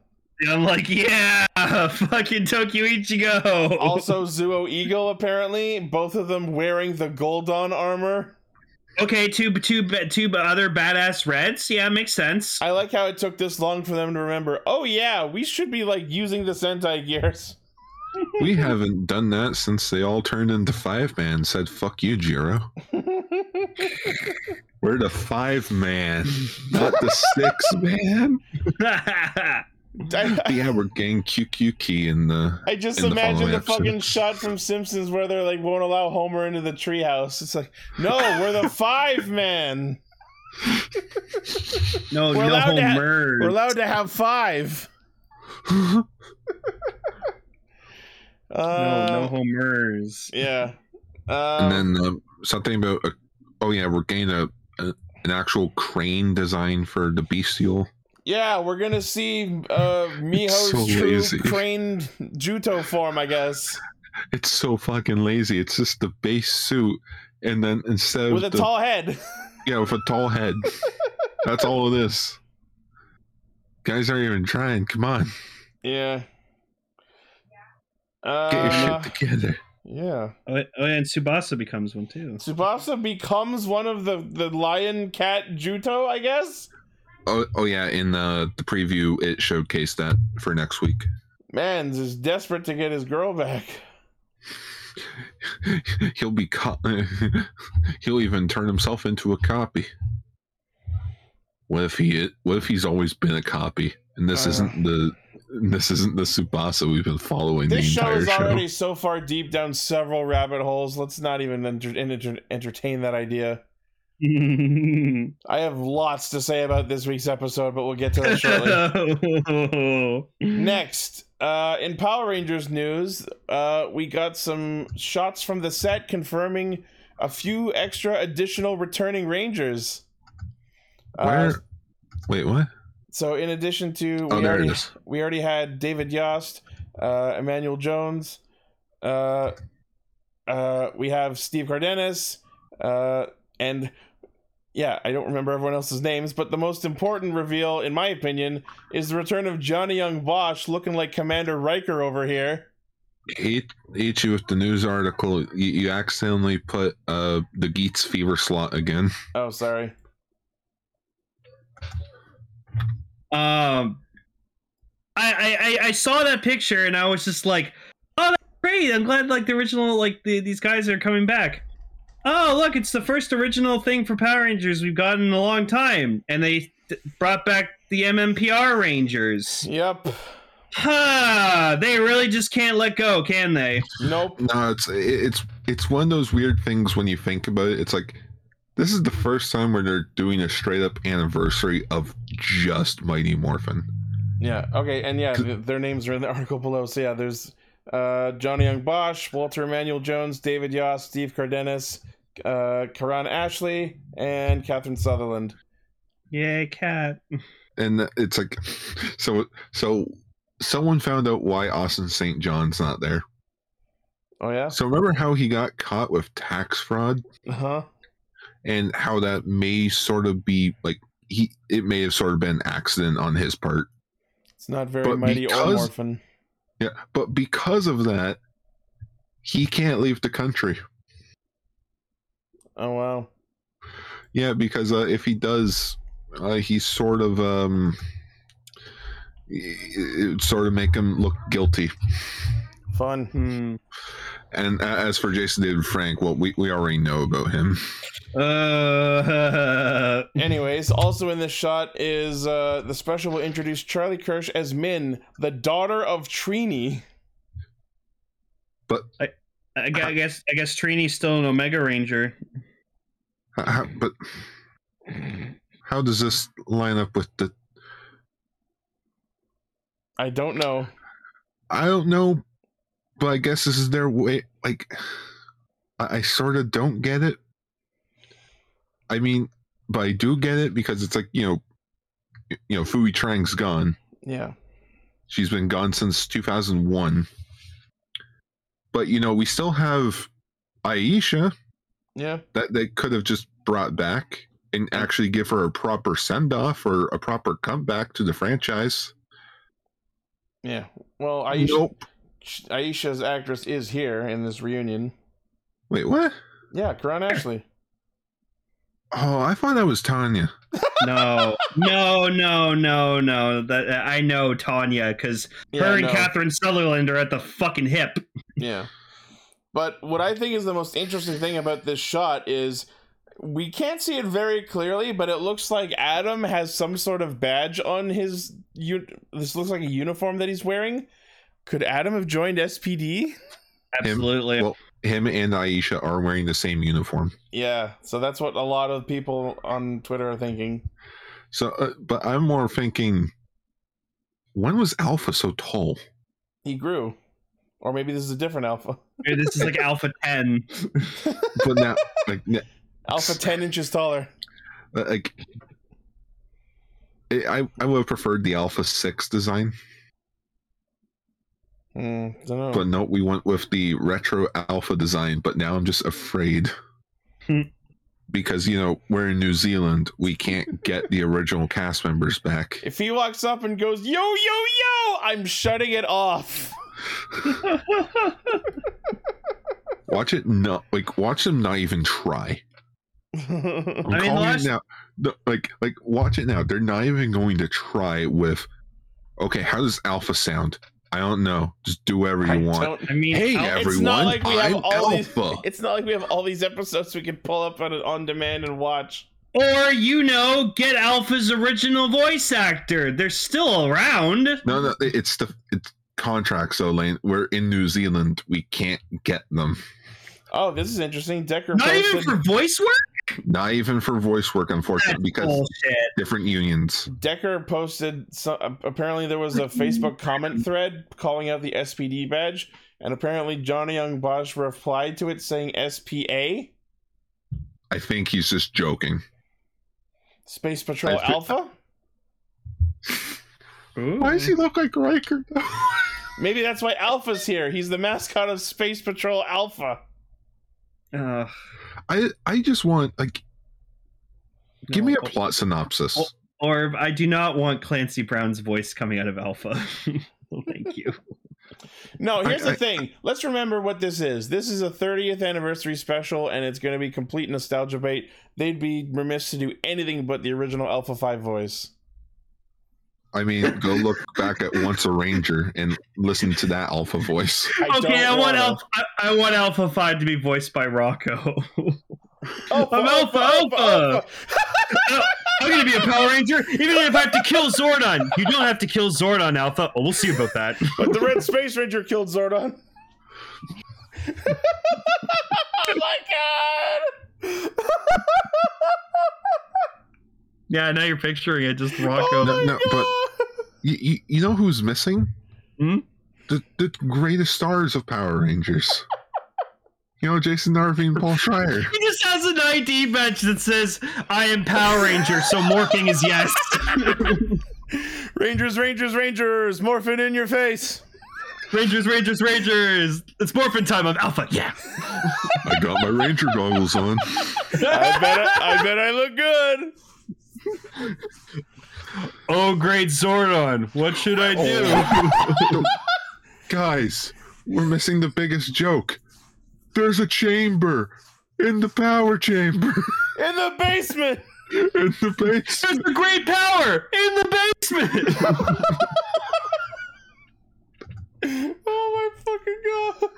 And I'm like, yeah, fucking Tokyo Ichigo.
Also, Zuo Eagle, apparently. Both of them wearing the Goldon armor.
okay, two two two other badass reds. Yeah, makes sense.
I like how it took this long for them to remember. Oh yeah, we should be like using the Sentai gears.
We haven't done that since they all turned into five man. and Said fuck you, Jiro. We're the five man, not the six man.
I,
Yeah, we're gang QQQ in the.
I just
In the
imagine
following
the,
episode.
fucking shot from Simpsons where they're like won't allow Homer into the treehouse. It's like, no, we're the five man.
no,
We're
no
allowed to ha-
Homer.
We're allowed to have five. Uh,
no, no Homers.
Yeah.
and
Uh,
then um, something about a, oh yeah, we're getting a, a an actual crane design for the bestial.
yeah, we're gonna see uh, Miho's
so
true
lazy.
crane juto form, I guess,
It's so fucking lazy. It's just the base suit, and then instead of
with a
the,
tall head.
yeah, with a tall head. That's all of this. Guys aren't even trying. Come on,
Yeah.
get your
Uh,
shit together.
yeah.
Oh, yeah, oh, yeah, and Subasa becomes one too.
Tsubasa becomes one of the, the lion cat Juto, I guess?
Oh, oh yeah, in the the preview, it showcased that for next week.
Mans is desperate to get his girl back.
He'll be co- he'll even turn himself into a copy. What if he what if he's always been a copy and this
Uh.
isn't the this isn't the Subasa we've been following
This
the
show
entire
is
show.
already so far deep down several rabbit holes. Let's not even enter- enter- entertain that idea. I have lots to say about this week's episode, but we'll get to that shortly. Next, uh, in Power Rangers news, uh, we got some shots from the set confirming a few extra additional returning Rangers. Uh,
Where? Wait, what?
so, in addition to we
Oh, there
already
it is.
we already had David Yost, uh, Emmanuel Jones, uh, uh, we have Steve Cardenas, uh, and yeah, I don't remember everyone else's names, but the most important reveal, in my opinion, is the return of Johnny Young Bosch looking like Commander Riker over here.
Eat, eat you with the news article. You, you accidentally put uh the Geets fever slot again.
Oh, sorry.
um, I, I I saw that picture and I was just like, oh, that's great! I'm glad like the original like the, these guys are coming back. Oh, look, it's the first original thing for Power Rangers we've gotten in a long time, and they th- brought back the MMPR Rangers.
Yep.
Ha! They really just can't let go, can they?
Nope.
No, it's it- it's it's one of those weird things when you think about it. It's like this is the first time where they're doing a straight up anniversary of just Mighty Morphin.
Yeah. Okay. And yeah, th- their names are in the article below. So yeah, there's uh, Johnny Young Bosch, Walter Emmanuel Jones, David Yost, Steve Cardenas, uh, Karan Ashley, and Catherine Sutherland.
Yeah, cat.
And it's like so so someone found out why Austin St. John's not there.
Oh yeah.
So remember how he got caught with tax fraud
Uh huh.
and how that may sort of be like he it may have sort of been an accident on his part.
It's not very
But
mighty or
because-
morphin.
Yeah, but because of that he can't leave the country.
Oh wow.
Yeah, because uh, if he does, uh, he's sort of um, it would sort of make him look guilty.
Fun.
Hmm.
And a- as for Jason David Frank, well, we we already know about him.
Uh,
Anyways, also in this shot is uh, the special will introduce Charlie Kirsch as Min, the daughter of Trini.
I gu- I guess I guess Trini's still an Omega Ranger.
H- how- but how does this line up with the?
I don't know.
I don't know, but I guess this is their way. Like, I, I sort of don't get it. I mean, but I do get it because it's like you know, you know, Fui Trang's gone.
Yeah.
She's been gone since 2001. But, you know, we still have Aisha
Yeah.
that they could have just brought back and actually give her a proper send off or a proper comeback to the franchise.
Yeah. Well, Aisha,
Nope.
Aisha's actress is here in this reunion.
Wait, what?
Yeah, Karan Ashley.
Oh, I thought that was Tanya.
No, no, no, no, no. That I know Tanya because
Yeah,
her and
no.
Catherine Sutherland are at the fucking hip.
Yeah. But what I think is the most interesting thing about this shot is we can't see it very clearly, but it looks like Adam has some sort of badge on his. U- this looks like a uniform that he's wearing. Could Adam have joined SPD?
Absolutely.
well- Him and Aisha are wearing the same uniform.
Yeah, so that's what a lot of people on Twitter are thinking.
So, uh, but I'm more thinking, when was Alpha so tall?
He grew. Or maybe this is a different alpha.
Dude, this is like Alpha 10.
But now, like, n- uh,
Alpha 10 inches taller.
like, I I- I would have preferred the Alpha Six design,
Hmm, dunno.
but no, we went with the retro Alpha design. But now I'm just afraid
Hmm.
because you know we're in New Zealand, we can't get the original cast members back.
If he walks up and goes, yo, yo, yo, I'm shutting it off.
Watch it not like watch them not even try.
yeah.
I'm
I mean,
calling
last-
it now. No, like, like, watch it now. They're not even going to try with. Okay, how does alpha sound? I don't know. Just do whatever
I
you want.
don't-
I mean,
Hey,
Al-
it's
everyone,
not like we have
I'm
all these-
alpha.
It's not like we have all these episodes we can pull up on on demand and watch.
or you know, get Alpha's original voice actor. They're still around.
No, no, it- it's the it's contracts. So, Lane, we're in New Zealand. We can't get them.
Oh, this is interesting. Decker
Not
posted.
even for voice work.
Not even for voice work, unfortunately, because
Bullshit.
different unions.
Decker posted. So, apparently, there was a Facebook comment thread calling out the SPD badge, and apparently, Johnny Young Bosch replied to it saying SPA
I think he's just joking.
Space Patrol
I thi-
Alpha.
Why does he look like Riker? though?
Maybe that's why Alpha's here. He's the mascot of Space Patrol Alpha.
Ugh.
I I just want like give me a
No.
plot synopsis.
Oh.
Well- Orb, I do not want Clancy Brown's voice coming out of Alpha. Thank you.
No, here's
I-
the thing. Let's remember what this is. This is a 30th anniversary special, and it's going to be complete nostalgia bait. They'd be remiss to do anything but the original Alpha 5 voice.
I mean, go look back at Once a Ranger and listen to that alpha voice.
I don't
okay, I want
wanna.
Alpha. I, I want Alpha Five to be voiced by Rocco.
Alpha,
I'm Alpha, Alpha. I'm gonna be a Power Ranger, even if I have to kill Zordon. You don't have to kill Zordon, Alpha. Oh, we'll see about that.
But the Red Space Ranger killed Zordon. oh my god!
Yeah, now you're picturing it, just
Oh
Rocco.
my
no, but-
God.
You, you, you know who's missing?
Hmm?
The, the greatest stars of Power Rangers. you know, Jason Narvey and Paul Schreier.
He just has an ID badge that says "I am Power Ranger," so morphing is yes.
Rangers, Rangers, Rangers! Morphin in your face!
Rangers, Rangers, Rangers. It's morphin time. I'm Alpha. Yeah.
I got my Ranger goggles on.
I bet I, I bet I look good!
Oh, great Zordon. What should I do?
Guys, we're missing the biggest joke. There's a chamber in the power chamber
In the basement!
in the base.
There's a great power in the basement.
Oh my fucking god!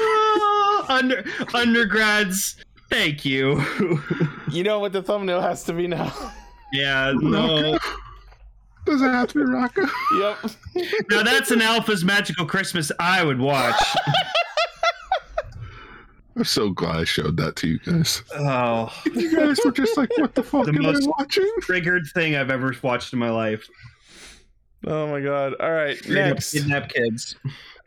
Ah, Under undergrads, thank you.
You know what the thumbnail has to be now.
yeah, no.
Does it have to be Rocco?
yep.
Now that's an Alpha's Magical Christmas I would watch.
I'm so glad I showed that to you guys.
Oh,
You guys were just like, what the fuck
The
am
most-
I watching?
triggered thing I've ever watched in my life.
Oh my god. All right. Next
Kidnap kids.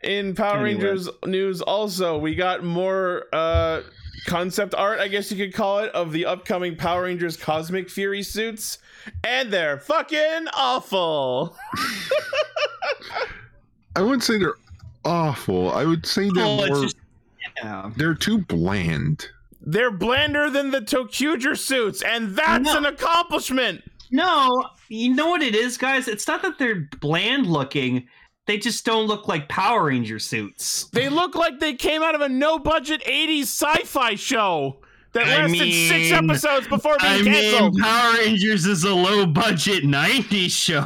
in Power
Anyway.
Rangers news also, we got more uh concept art, I guess you could call it, of the upcoming Power Rangers Cosmic Fury suits, and they're fucking awful.
I wouldn't say they're awful. I would say they're
Oh, it's
more,
just- yeah.
they're too bland.
They're blander than the Tokuger suits, and that's
No.
an accomplishment.
No, you know what it is, guys? It's not that they're bland looking. They just don't look like Power Ranger suits.
They look like they came out of a no-budget '80s sci-fi show that
I
lasted six
mean-
episodes before being canceled.
Power Rangers is a low budget 90s show.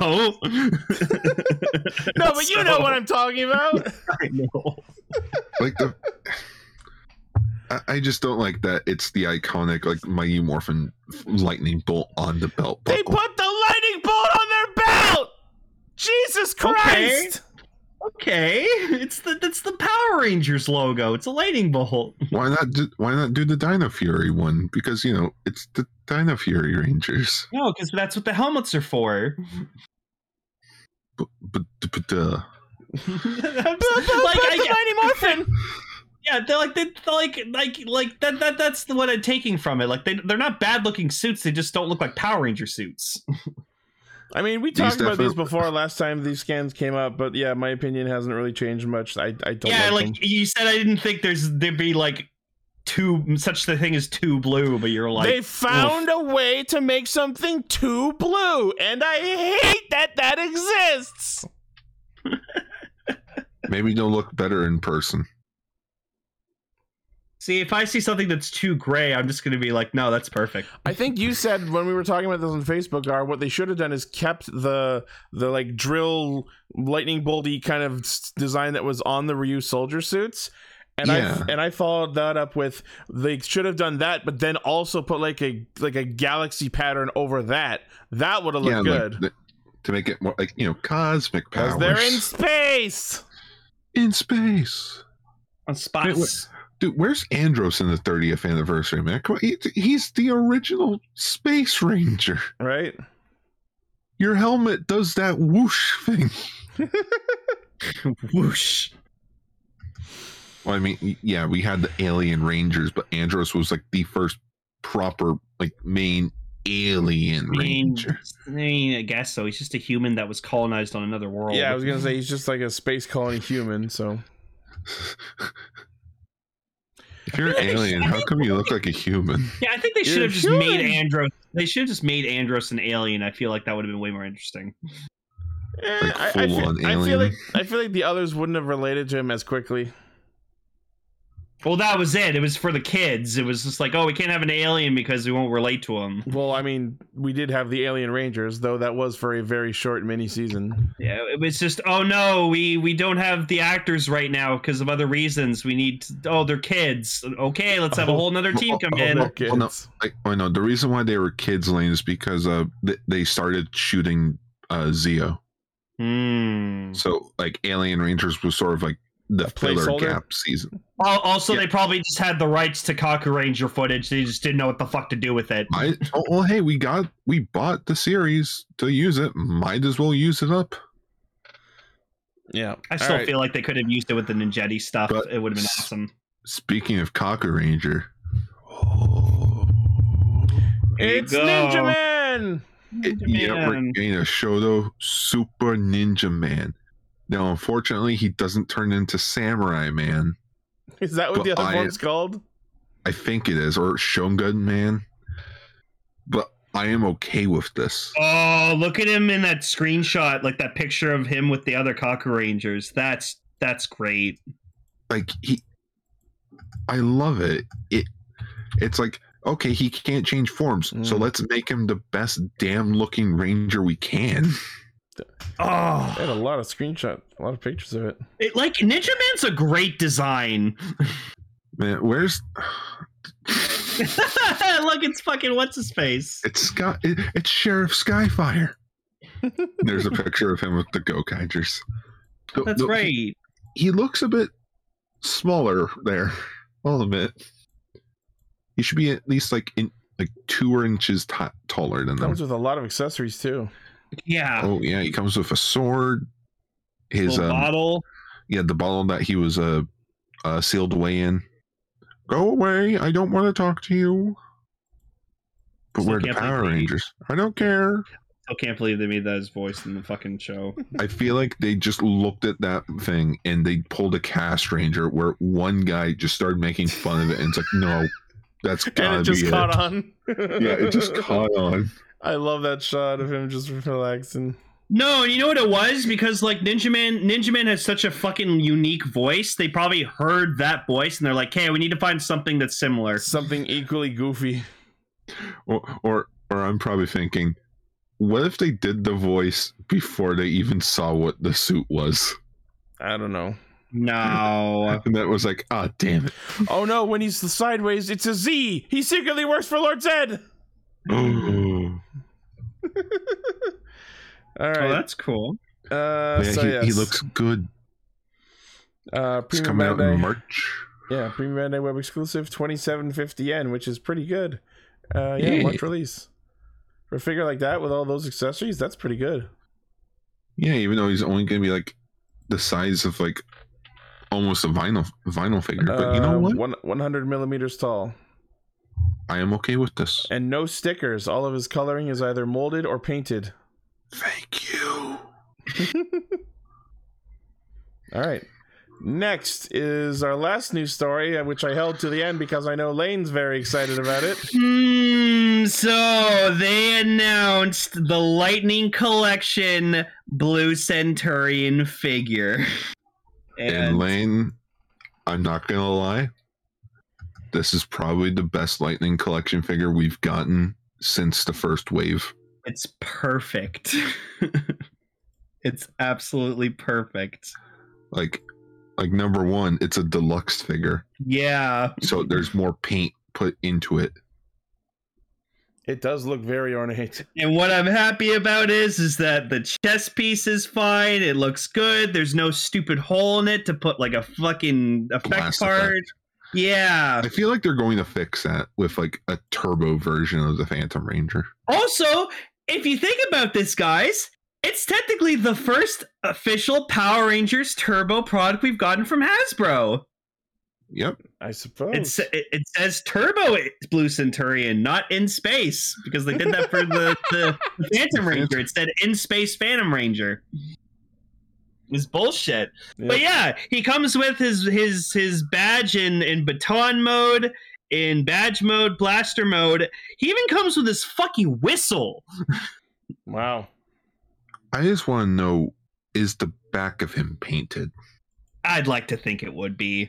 no, but you know
so-
what I'm talking about.
I know.
Like the, I, I just don't like that. It's the iconic like Mighty Morphin lightning bolt on the belt
They
buckle.
put the lightning bolt on their belt. Jesus Christ!
Okay, it's the it's the Power Rangers logo. It's a lightning bolt.
why not? Do, why not do the Dino Fury one? Because you know it's the Dino Fury Rangers.
No, because that's what the helmets are for.
But but, but uh,
like
But- but- but the Mighty Morphin.
Yeah, they're like they they're like like like that that that's what I'm taking from it. Like they they're not bad looking suits. They just don't look like Power Ranger suits.
I mean, we
These
talked about these
definitely-
before last time these scans came up, but yeah, my opinion hasn't really changed much. I, I don't
yeah,
like,
like
them.
you said, I didn't think there's there'd be like two such the thing as two blue, but you're like
they found a way to make something too blue, and I hate that that exists.
maybe they'll look better in person.
see if I see something that's too gray, I'm just gonna be like, no, that's perfect.
I think you said when we were talking about this on Facebook, are what they should have done is kept the the like drill lightning bolty kind of s- design that was on the Ryu soldier suits. And
Yeah.
I and I followed that up with they should have done that, but then also put like a like a galaxy pattern over that. That would have
yeah,
looked
like,
good.
th- to make it more like you know cosmic powers.
Because they're in space.
in space.
On
Wait,
spots.
Dude, where's Andros in the 30th anniversary, man? Come on, he- he's the original Space Ranger.
Right?
Your helmet does that whoosh thing.
Whoosh.
Well, I mean, y- yeah, we had the alien rangers, but Andros was like the first proper, like main alien
I mean,
ranger.
I mean, I guess so. He's just a human that was colonized on another world.
Yeah, I was gonna say he's just like a space colony human, so
If you're an alien, how come you look like a human?
Yeah, I think they should
You're
have just
human.
made Andros. They should have just made Andros an alien. I feel like that would have been way more interesting.
Eh,
Like,
I, I,
full-on
feel, I feel
alien.
like I feel like the others wouldn't have related to him as quickly.
Well, that was it. It was for the kids. It was just like, oh, we can't have an alien because we won't relate to him.
Well, I mean, we did have the Alien Rangers, though that was for a very short mini season.
Yeah, it was just, oh no, we we don't have the actors right now because of other reasons. We need, to, oh, they're kids. Okay, let's have a whole another team come in.
Oh, no.
Okay.
well, no. Like, I know the reason why they were kids lane is because uh th- they started shooting uh Zeo.
Hmm.
So like Alien Rangers was sort of like the filler
placeholder?
gap season.
Al- Oh, Also,
Yeah.
they probably just had the rights to Kaku Ranger footage. They just didn't know what the fuck to do with it.
I oh, well, hey, we got we bought the series to use it. Might as well use it up.
Yeah,
I still
All right.
feel like they could have used it with the Ninjetti stuff.
But-
it would have been awesome.
Speaking of Cocker Ranger,
There you
it's
go.
Ninja Man.
it- yeah, we're
Man.
getting a Shoto Super Ninja Man. Now, unfortunately, he doesn't turn into Samurai Man.
Is that what
But
the other
I-
one's called?
I think it is, or Shogun Man. But I am okay with this.
Oh, look at him in that screenshot, like that picture of him with the other Kaku Rangers. That's that's great.
like he i love it it it's like okay he can't change forms so
Mm.
let's make him the best damn looking ranger we can
I had a
Oh,
lot of screenshot, a lot of pictures of it.
it, like Ninja Man's a great design.
man where's
look, it's fucking what's his face.
it's scott it, it's sheriff skyfire there's a picture of him with the go kaigers
That's right.
he looks a bit smaller there i'll admit he should be at least like in like two inches t- taller than them
Comes with a lot of accessories too.
Yeah,
Oh yeah, he comes with a sword. His
little
um,
bottle.
yeah, the bottle that he was uh, uh sealed away in. Go away. I don't want to talk to you. But
Still
we're the
can't play
Power
Blade.
Rangers. I don't care.
Still can't believe they made that his voice in the fucking show.
I feel like they just looked at that thing and they pulled a cast ranger where one guy just started making fun of it and it's like, no, that's
And
gotta
it just
be
caught
it.
on.
Yeah, it just caught on.
I love that shot of him just relaxing.
No, and you know what it was? Because like Ninja Man Ninja Man has such a fucking unique voice, they probably heard that voice and they're like, hey, we need to find something that's similar.
Something equally goofy.
Or, or, or I'm probably thinking, what if they did the voice before they even saw what the suit was?
I don't know.
No.
And that was like, ah, damn
Oh no, when he's sideways, it's a Z. He secretly works for Lord Zed. Uh,
it.
All
Oh,
right.
that's cool.
Uh,
yeah,
so
he,
yes.
he looks good.
Uh,
It's
Premium
coming out
Bandai.
in March.
Yeah, Premium Bandai Web exclusive, twenty seven fifty yen, which is pretty good. Uh, yeah,
Yeah.
March release. For a figure like that with all those accessories, that's pretty good.
Yeah, even though he's only gonna be like the size of like almost a vinyl vinyl figure. But you know
Uh,
what?
One one hundred millimeters tall,
I am okay with this.
and no stickers. All of his coloring is either molded or painted.
Thank you.
All right. Next is our last news story, uh, which I held to the end because I know Lane's very excited about it.
Hmm, so they announced the Lightning Collection Blue Centurion figure.
And Lane, I'm not gonna lie. This is probably the best lightning collection figure we've gotten since the first wave.
It's perfect. it's absolutely perfect.
Like like number one, it's a deluxe figure.
Yeah.
So there's more paint put into it.
It does look very ornate.
And what I'm happy about is is that the chess piece is fine. It looks good. There's no stupid hole in it to put like a fucking effect
Blast
card.
effect.
Yeah.
I feel like they're going to fix that with like a turbo version of the Phantom Ranger.
Also, if you think about this, guys, it's technically the first official Power Rangers Turbo product we've gotten from Hasbro.
Yep.
I suppose.
It's, it, it says Turbo Blue Centurion, not in space, because they did that for the, the, the Phantom Ranger. It said in space Phantom Ranger. It's bullshit. But yeah, he comes with his his his badge in in baton mode, in badge mode, blaster mode. He even comes with his fucking whistle.
Wow.
I just want to know is the back of him painted?
I'd like to think it would be.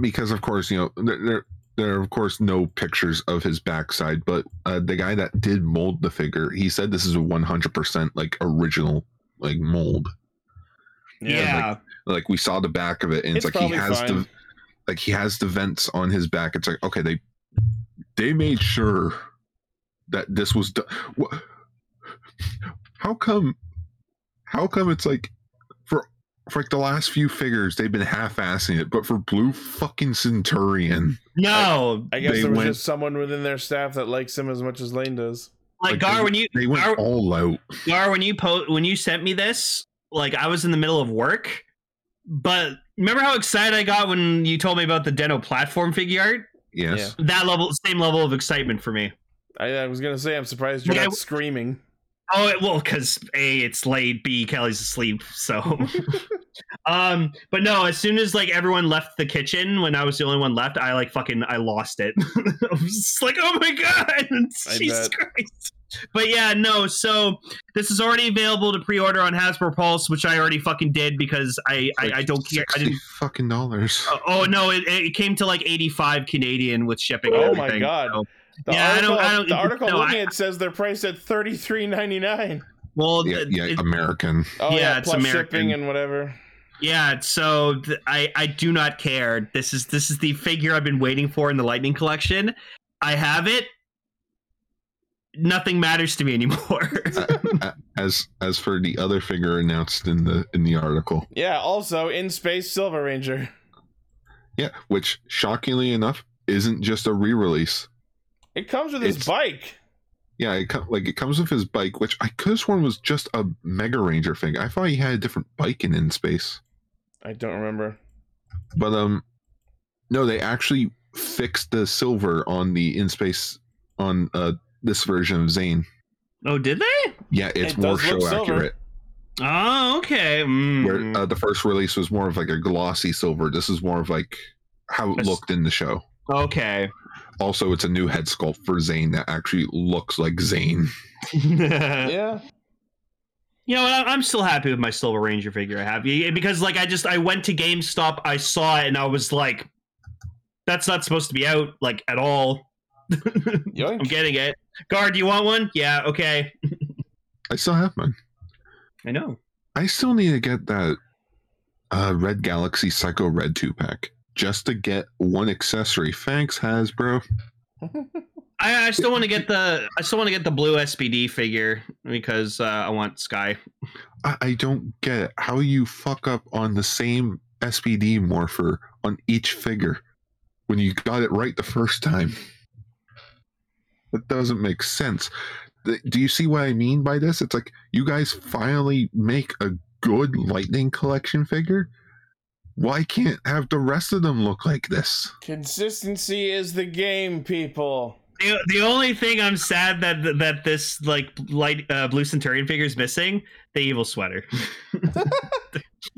Because of course, you know, there there, there are of course no pictures of his backside, but uh, the guy that did mold the figure, he said this is a 100% like original like mold.
Yeah.
Like we saw the back of it and it's,
It's
like he
probably
has
fine.
the like he has the vents on his back. It's like okay, they they made sure that this was done. How come? How come it's like for for like the last few figures they've been half-assing it, but for Blue fucking Centurion,
no,
I guess
They
there was
went-
just someone within their staff that likes him as much as Lane does.
like
like,
Gar, when you
they went
Gar-
all out.
Gar, when you po- when you sent me this, like I was in the middle of work, but remember how excited I got when you told me about the Deno platform figure art?
Yes,
That level, same level of excitement for me.
I, I was gonna say I'm surprised you're
Yeah,
not
I-
screaming.
Oh it- well, because a it's late, b Kelly's asleep, so. um, but no, as soon as like everyone left the kitchen, when I was the only one left, I like fucking I lost it. I was just like, oh my god,
I
Jesus Christ. But yeah, no. So this is already available to pre-order on Hasbro Pulse, which I already fucking did because I I, I don't care. I
60
didn't.
fucking dollars.
Oh no, it, it came to like eighty-five Canadian with shipping. and
Oh my
everything,
God.
so-
The
Yeah, I
article,
don't- I don't-
the article
no,
looking at says they're priced at thirty three ninety nine.
well,
yeah,
th-
yeah,
it-
American.
Oh yeah,
Yeah, it's
plus
American.
shipping and whatever.
Yeah, so th- I I do not care. This is this is the figure I've been waiting for in the Lightning collection. I have it. Nothing matters to me anymore.
As as for the other figure announced in the in the article,
Yeah. Also, in space Silver Ranger.
yeah, which shockingly enough isn't just a re-release.
It comes with his
It's-
bike.
Yeah, it com- like it comes with his bike, which I could have sworn was just a Mega Ranger thing. I thought he had a different bike in In Space,
I don't remember.
but um, no, they actually fixed the silver on the in space on uh this version of Zane.
Oh, did they?
Yeah, it's
It
more
does
show
look silver.
accurate.
Oh, okay. Mm.
Where uh, the first release was more of like a glossy silver. This is more of like how it
That's-
looked in the show.
okay.
Also, it's a new head sculpt for Zane that actually looks like Zane.
you
Yeah.
know, what, I- I'm still happy with my Silver Ranger figure I have Yeah, because, like, I just I went to GameStop, I saw it, and I was like, "That's not supposed to be out like at all." I'm
Yoink.
getting it. Guard, do you want one? Yeah. Okay.
I still have mine.
I know.
I still need to get that uh, Red Galaxy Psycho Red 2 pack just to get one accessory. Thanks, Hasbro.
I, I still want to get the I still want to get the blue SPD figure because uh, I want Sky.
I, I don't get it. how you fuck up on the same SPD morpher on each figure when you got it right the first time. That doesn't make sense. Th- Do you see what I mean by this? It's like you guys finally make a good Lightning collection figure. Why can't have the rest of them look like this?
Consistency is the game, people.
The, the only thing I'm sad that that this like light uh, blue centurion figure is missing the evil sweater.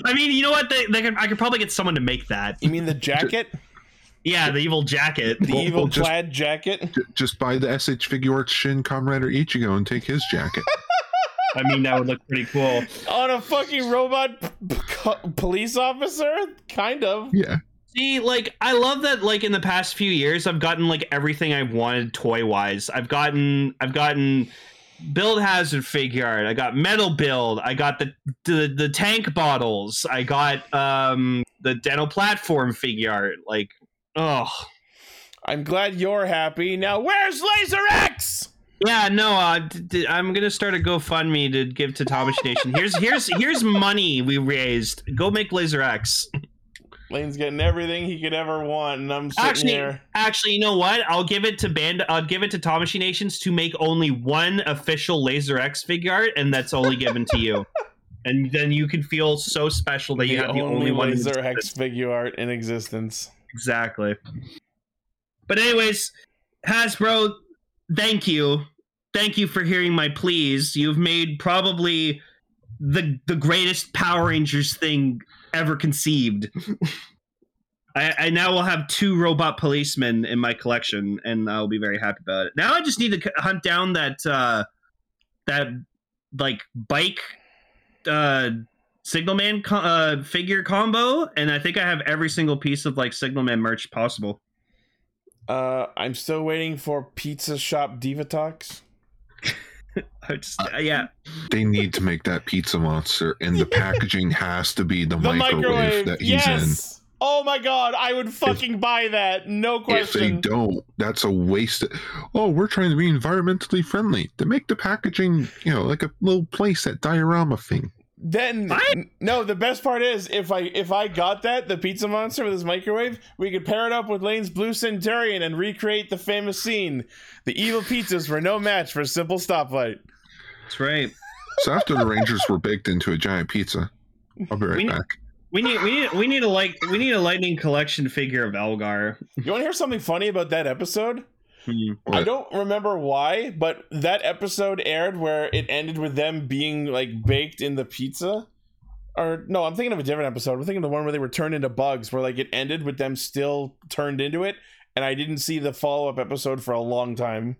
I mean, you know what? They, they could, I could probably get someone to make that.
You mean the jacket?
Yeah, the evil jacket.
The
Well,
evil
well, just-
plaid jacket?
J- just buy the SH Figuarts Shin Comrade or Ichigo and take his jacket.
I mean, that would look pretty cool.
On a fucking robot p- p- co- police officer? Kind of.
yeah.
See, like I love that. Like in the past few years, I've gotten like everything I wanted toy wise. I've gotten, I've gotten build hazard figure art. I got metal build. I got the the, the tank bottles. I got um the dental platform figure art. Like, oh
I'm glad you're happy. Now, where's Laser X?
yeah, no. Uh, d- d- I'm gonna start a GoFundMe to give to Thomas Nation. Here's here's here's money we raised. Go make Laser X.
Lane's getting everything he could ever want, and I'm sitting
Actually,
here.
actually, you know what? I'll give it to Band. I'll give it to Tomashi Nations to make only one official Laser X figure art, and that's only given to you. And then you can feel so special that you have the only, one. in
Laser X
existence.
figure art in existence.
Exactly. But anyways, Hasbro, thank you, thank you for hearing my pleas. You've made probably the the greatest Power Rangers thing ever conceived. I, I now will have two robot policemen in my collection, and I'll be very happy about it. Now I just need to c- hunt down that uh, that like bike uh, Signalman co- uh, figure combo, and I think I have every single piece of like Signalman merch possible.
Uh, I'm still waiting for Pizza Shop Diva Talks.
I just,
Uh,
yeah,
They need to make that pizza monster, and the packaging has to be the,
The
microwave,
microwave.
that he's in.
Yes. Oh my god, I would fucking buy that. No
If they
question.
don't, that's a waste. Oh, we're trying to be environmentally friendly to make the packaging, you know, like a little place that diorama thing.
Then
What?
no, the best part is if I if I got that, the pizza monster with his microwave, we could pair it up with Lane's Blue Centurion and recreate the famous scene. The evil pizzas were no match for a simple stoplight.
that's right.
So after the Rangers were baked into a giant pizza, I'll be right
We-
back.
We need we need we need a like we need a lightning collection figure of Elgar.
You wanna hear something funny about that episode?
Hmm.
I
What?
don't remember why, but that episode aired where it ended with them being like baked in the pizza. Or no, I'm thinking of a different episode. I'm thinking of the one where they were turned into bugs, where like it ended with them still turned into it, and I didn't see the follow up episode for a long time.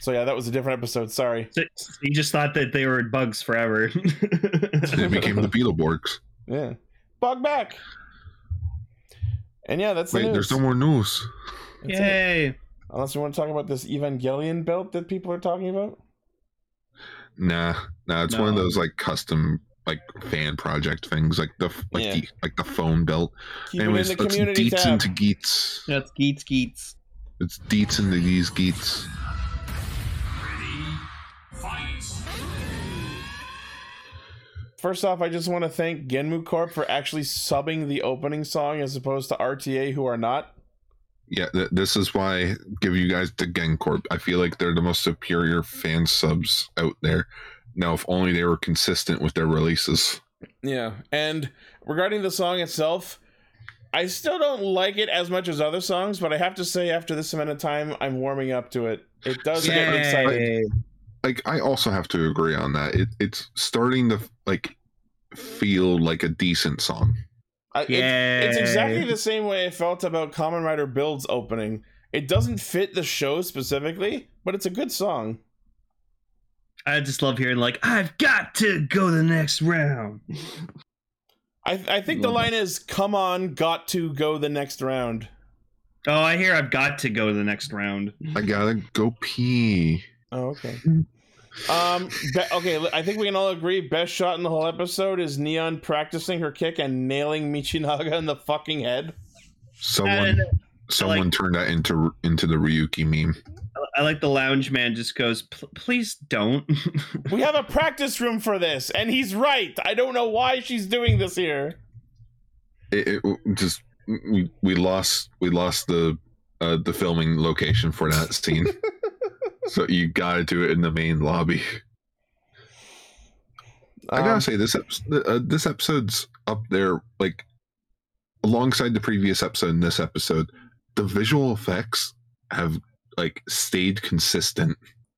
so yeah, that was a different episode. Sorry.
So you just thought that they were bugs forever.
It became the Beetleborgs.
Yeah, bug back. And yeah, that's the
Wait,
news.
there's no more news.
That's it.
Yay!
Unless we want to talk about this Evangelion belt that people are talking about.
Nah, nah, it's one of
No.
those like custom like fan project things, like the f- like
Yeah.
the like the phone belt.
Keep
Anyways,
it
it's
in the community
deets
tab.
into geets.
That's geets geets.
It's deets into these geets.
First off, I just want to thank Genmu Corp for actually subbing the opening song as opposed to RTA, who are not.
Yeah, th- this is why I give you guys the Gencorp. I feel like they're the most superior fan subs out there. Now, if only they were consistent with their releases.
Yeah. And regarding the song itself, I still don't like it as much as other songs, but I have to say, after this amount of time, I'm warming up to it. It does get me excited.
Yay.
like I also have to agree on that. It, it's starting to like feel like a decent song.
I- it- it's
Yay.
exactly the same way I felt about Common Rider Build's opening. It doesn't fit the show specifically, but it's a good song.
I just love hearing like I've got to go the next round.
I, I think the line is "Come on, got to go the next round."
Oh, I hear I've got to go the next round.
I gotta go pee.
Oh, okay. Um. Be- okay, I think we can all agree. Best shot in the whole episode is Neon practicing her kick and nailing Michinaga in the fucking head.
Someone
And
someone
like-
turned that into into the Ryuki meme.
I like the lounge man just goes, "Pl- please don't.
We have a practice room for this, and he's right. I don't know why she's doing this here.
It, it just we, we lost we lost the uh, the filming location for that scene. so you gotta do it in the main lobby. I gotta
Um,
say this episode, uh, this episode's up there like alongside the previous episode and this episode. The visual effects have like stayed consistent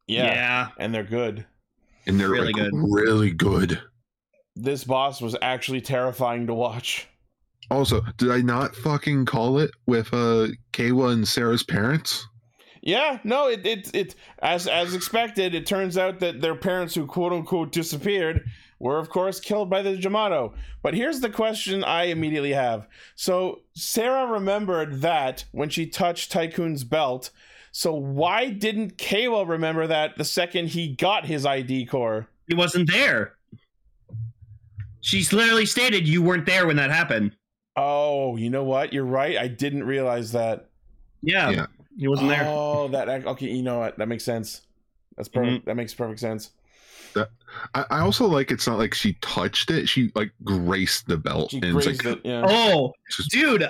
yeah, and they're good.
and they're
Really
like,
good.
really good.
This boss was actually terrifying to watch.
Also, did I not fucking call it with uh Kayla and Sarah's parents?
Yeah, no, it it it as as expected. It turns out that their parents, who quote unquote disappeared, were of course killed by the Jamato. But here's the question I immediately have: So Sarah remembered that when she touched Tycoon's belt. So why didn't Kawa remember that the second he got his ID core?
He wasn't there. She's literally stated you weren't there when that happened.
Oh, you know what? You're right. I didn't realize that.
Yeah.
Yeah.
He wasn't there.
Oh, that act- okay. You know what? That makes sense. That's perfect.
Mm-hmm.
That makes perfect sense.
I, I also like it's not like she touched it; she like graced the belt,
She
and it's
grazed
like
it. Yeah.
Oh,
Just-
dude.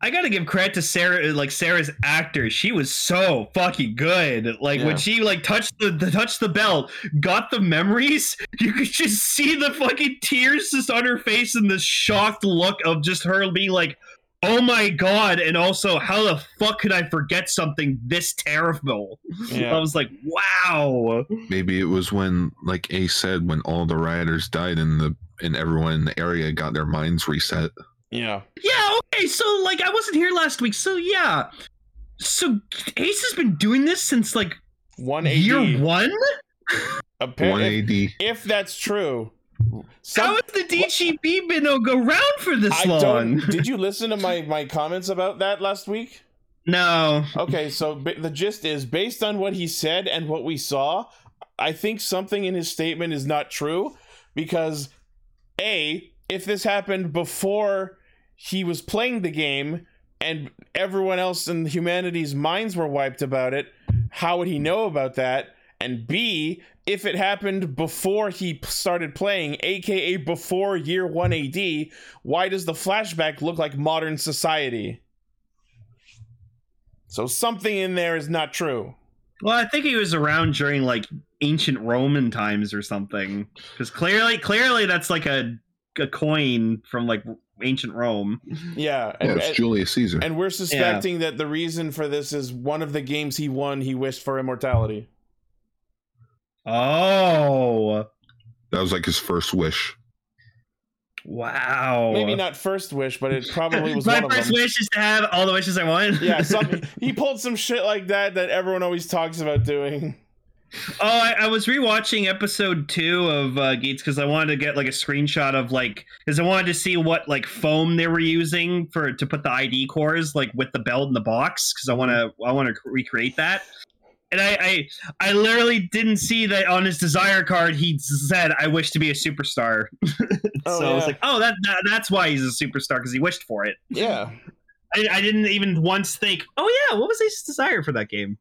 I gotta give credit to Sarah, like Sarah's actor. She was so fucking good. Like
Yeah.
when she like touched the, the touched the belt, got the memories. You could just see the fucking tears just on her face and the shocked look of just her being like, "Oh my god!" And also, how the fuck could I forget something this terrible?
Yeah.
I was like, "Wow."
maybe it was when, like Ace said, when all the rioters died and the and everyone in the area got their minds reset.
Yeah.
Yeah, okay, so like I wasn't here last week, so yeah. So Ace has been doing this since like
One
year
AD.
one?
One
Apparently,
eighty.
if that's true, some-
How has the DGB been a go round for this
I
long?
don't. Did you listen to my my comments about that last week?
No.
Okay, so b- the gist is based on what he said and what we saw, I think something in his statement is not true because A, if this happened before he was playing the game and everyone else in humanity's minds were wiped about it, how would he know about that? And B, if it happened before he p- started playing, aka before year 1 AD, why does the flashback look like modern society? So something in there is not true.
Well, I think he was around during like ancient Roman times or something. Because clearly clearly that's like a a coin from like ancient Rome.
Yeah.
Yeah,
And,
it's
and-
Julius Caesar.
and we're suspecting that the reason for this is one of the games he won, he wished for immortality.
Oh.
that was like his first wish.
Wow.
Maybe not first wish, but it probably was
Oh, uh. My
one of
first
them.
wish is to have all the wishes I want.
yeah, some, he pulled some shit like that that everyone always talks about doing.
Oh, I, I was rewatching episode two of uh, Gates because I wanted to get like a screenshot of like because I wanted to see what like foam they were using for to put the ID cores like with the belt in the box because I want to I want to recreate that. And I, I I literally didn't see that on his desire card he said I wish to be a superstar.
Oh,
so I was
yeah.
like, oh that, that that's why he's a superstar because he wished for it.
Yeah.
I, I didn't even once think, oh yeah, what was his desire for that game?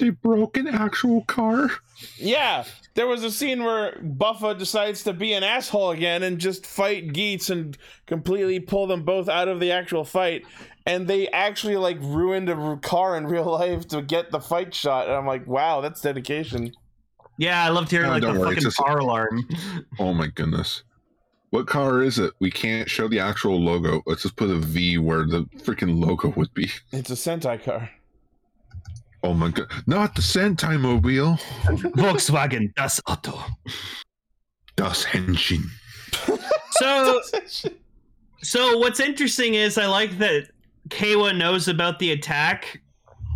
They broke an actual car.
Yeah. There was a scene where Buffa decides to be an asshole again and just fight Geats and completely pull them both out of the actual fight. And they actually like ruined a r- car in real life to get the fight shot. And I'm like, wow, that's dedication.
Yeah, I loved hearing
Oh,
like the
don't worry, it's
fucking
just-
car alarm.
Oh my goodness. What car is it? We can't show the actual logo. Let's just put a V where the freaking logo would be.
It's a Sentai car.
Oh my god. Not the Sentai Mobile.
Volkswagen Das Auto.
Das Henshin.
So So what's interesting is I like that Kawa knows about the attack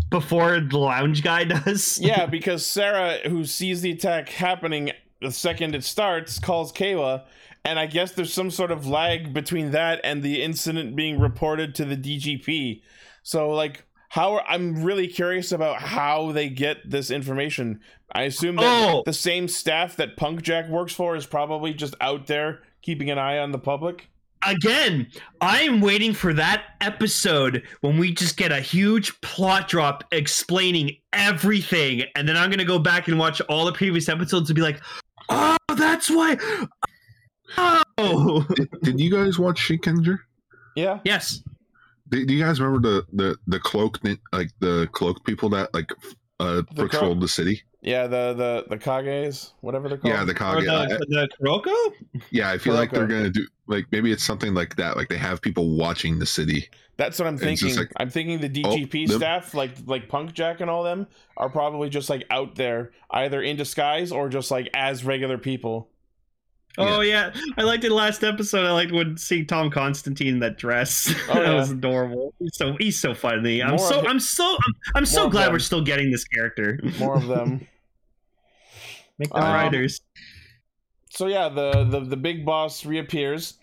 before the lounge guy does.
yeah, because Sarah, who sees the attack happening the second it starts, calls Kayla, and I guess there's some sort of lag between that and the incident being reported to the DGP. So, like, how I'm really curious about how they get this information. I assume that
Oh.
the same staff that Punk Jack works for is probably just out there keeping an eye on the public.
Again, I am waiting for that episode when we just get a huge plot drop explaining everything, and then I'm gonna go back and watch all the previous episodes and be like, "Oh, that's why." Oh,
Did, did you guys watch Shikenger?
Yeah.
yes.
Do, do you guys remember the the the cloak like the cloaked people that like uh
The
patrol
cloak-
the city?
Yeah, the the the Kages, whatever they're called.
Yeah, the
Or
Kage. I-
the, the Kuroko?
yeah, I feel like they're
Kuroko.
gonna do like maybe it's something like that. Like they have people watching the city.
That's what I'm
It's just
thinking.
like-
I'm thinking the
Oh,
DGP
them-
staff, like like Punk Jack and all them, are probably just like out there, either in disguise or just like as regular people.
Oh yeah, I liked it last episode. I liked when seeing Tom Constantine in that dress.
Oh,
that
yeah.
was adorable. He's so he's so funny. I'm
More
so
of it-
I'm so I'm, I'm so
more of
glad
them.
we're still getting this character.
More of them.
Make the
Um,
writers.
so yeah, the, the the big boss reappears,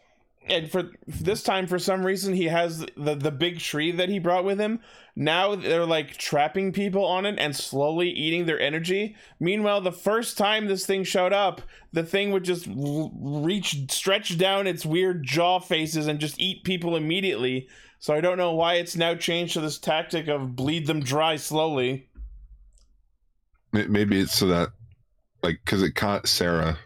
and for this time, for some reason, he has the the big tree that he brought with him. Now they're like trapping people on it and slowly eating their energy. Meanwhile, the first time this thing showed up, the thing would just l- reach, stretch down its weird jaw faces and just eat people immediately. So I don't know why it's now changed to this tactic of bleed them dry slowly.
May- Maybe it's so that like because it caught Sarah,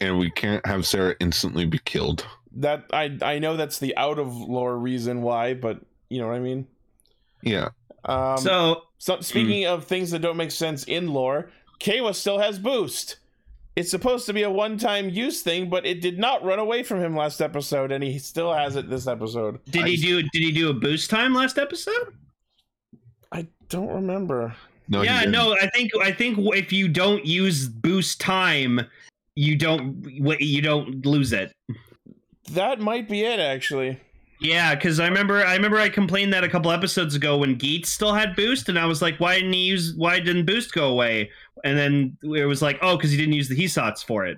and we can't have Sarah instantly be killed.
That I I know that's the out of lore reason why, but you know what I mean.
Yeah,
Um,
so
So, speaking of things that don't make sense in lore, Kawa still has boost. It's supposed to be a one-time use thing, but it did not run away from him last episode, and he still has it this episode.
did he do did he do a boost time last episode?
I don't remember.
no, he
yeah,
didn't.
no. I think I think if you don't use boost time, you don't you don't lose it.
That might be it, actually.
Yeah, because I remember I remember I complained that a couple episodes ago when Geet still had boost, and I was like, why didn't he use why didn't boost go away? And then it was like, oh, because he didn't use the Hisots for it.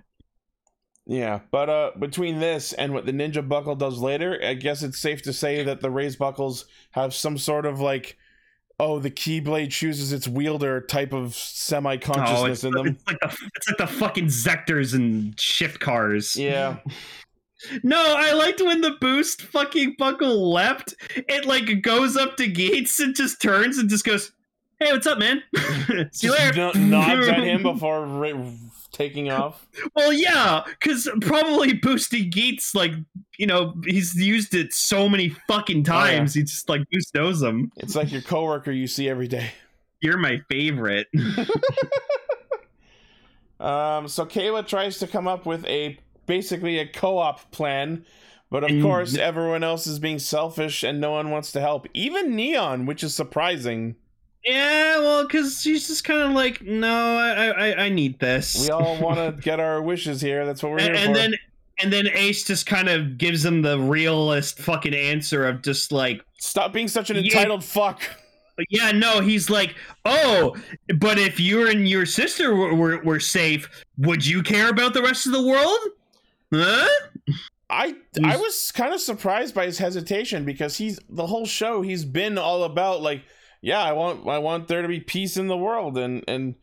Yeah, but uh, between this and what the ninja buckle does later, I guess it's safe to say that the raised buckles have some sort of like, oh, the keyblade chooses its wielder type of
Oh,
semi-consciousness
it's,
in them.
it's like the it's like the fucking Zectors and shift cars.
Yeah,
No, I liked when the boost fucking buckle left. It like goes up to Gates and just turns and just goes, "Hey, what's up, man? See you
Just
later."
kno- nods at him before ra- taking off.
Well, yeah, because probably boosting Geets, like, you know, he's used it so many fucking
Oh,
times. He just, like, Boost knows him.
It's like your coworker you see every day.
You're my favorite.
Um, so Kayla tries to come up with a basically a co-op plan, but of
And-
course everyone else is being selfish and no one wants to help. Even Neon, which is surprising.
yeah, well, because she's just kind of like, no, I, I, I need this.
We all want to get our wishes here. That's what we're here
and,
for.
and then and then Ace just kind of gives him the realist fucking answer of just like,
Stop being such an
Yeah.
entitled fuck.
But yeah, no, he's like, oh, but if you and your sister were, were, were safe, would you care about the rest of the world? Huh?
I I was kind of surprised by his hesitation because he's the whole show he's been all about like yeah I want I want there to be peace in the world and and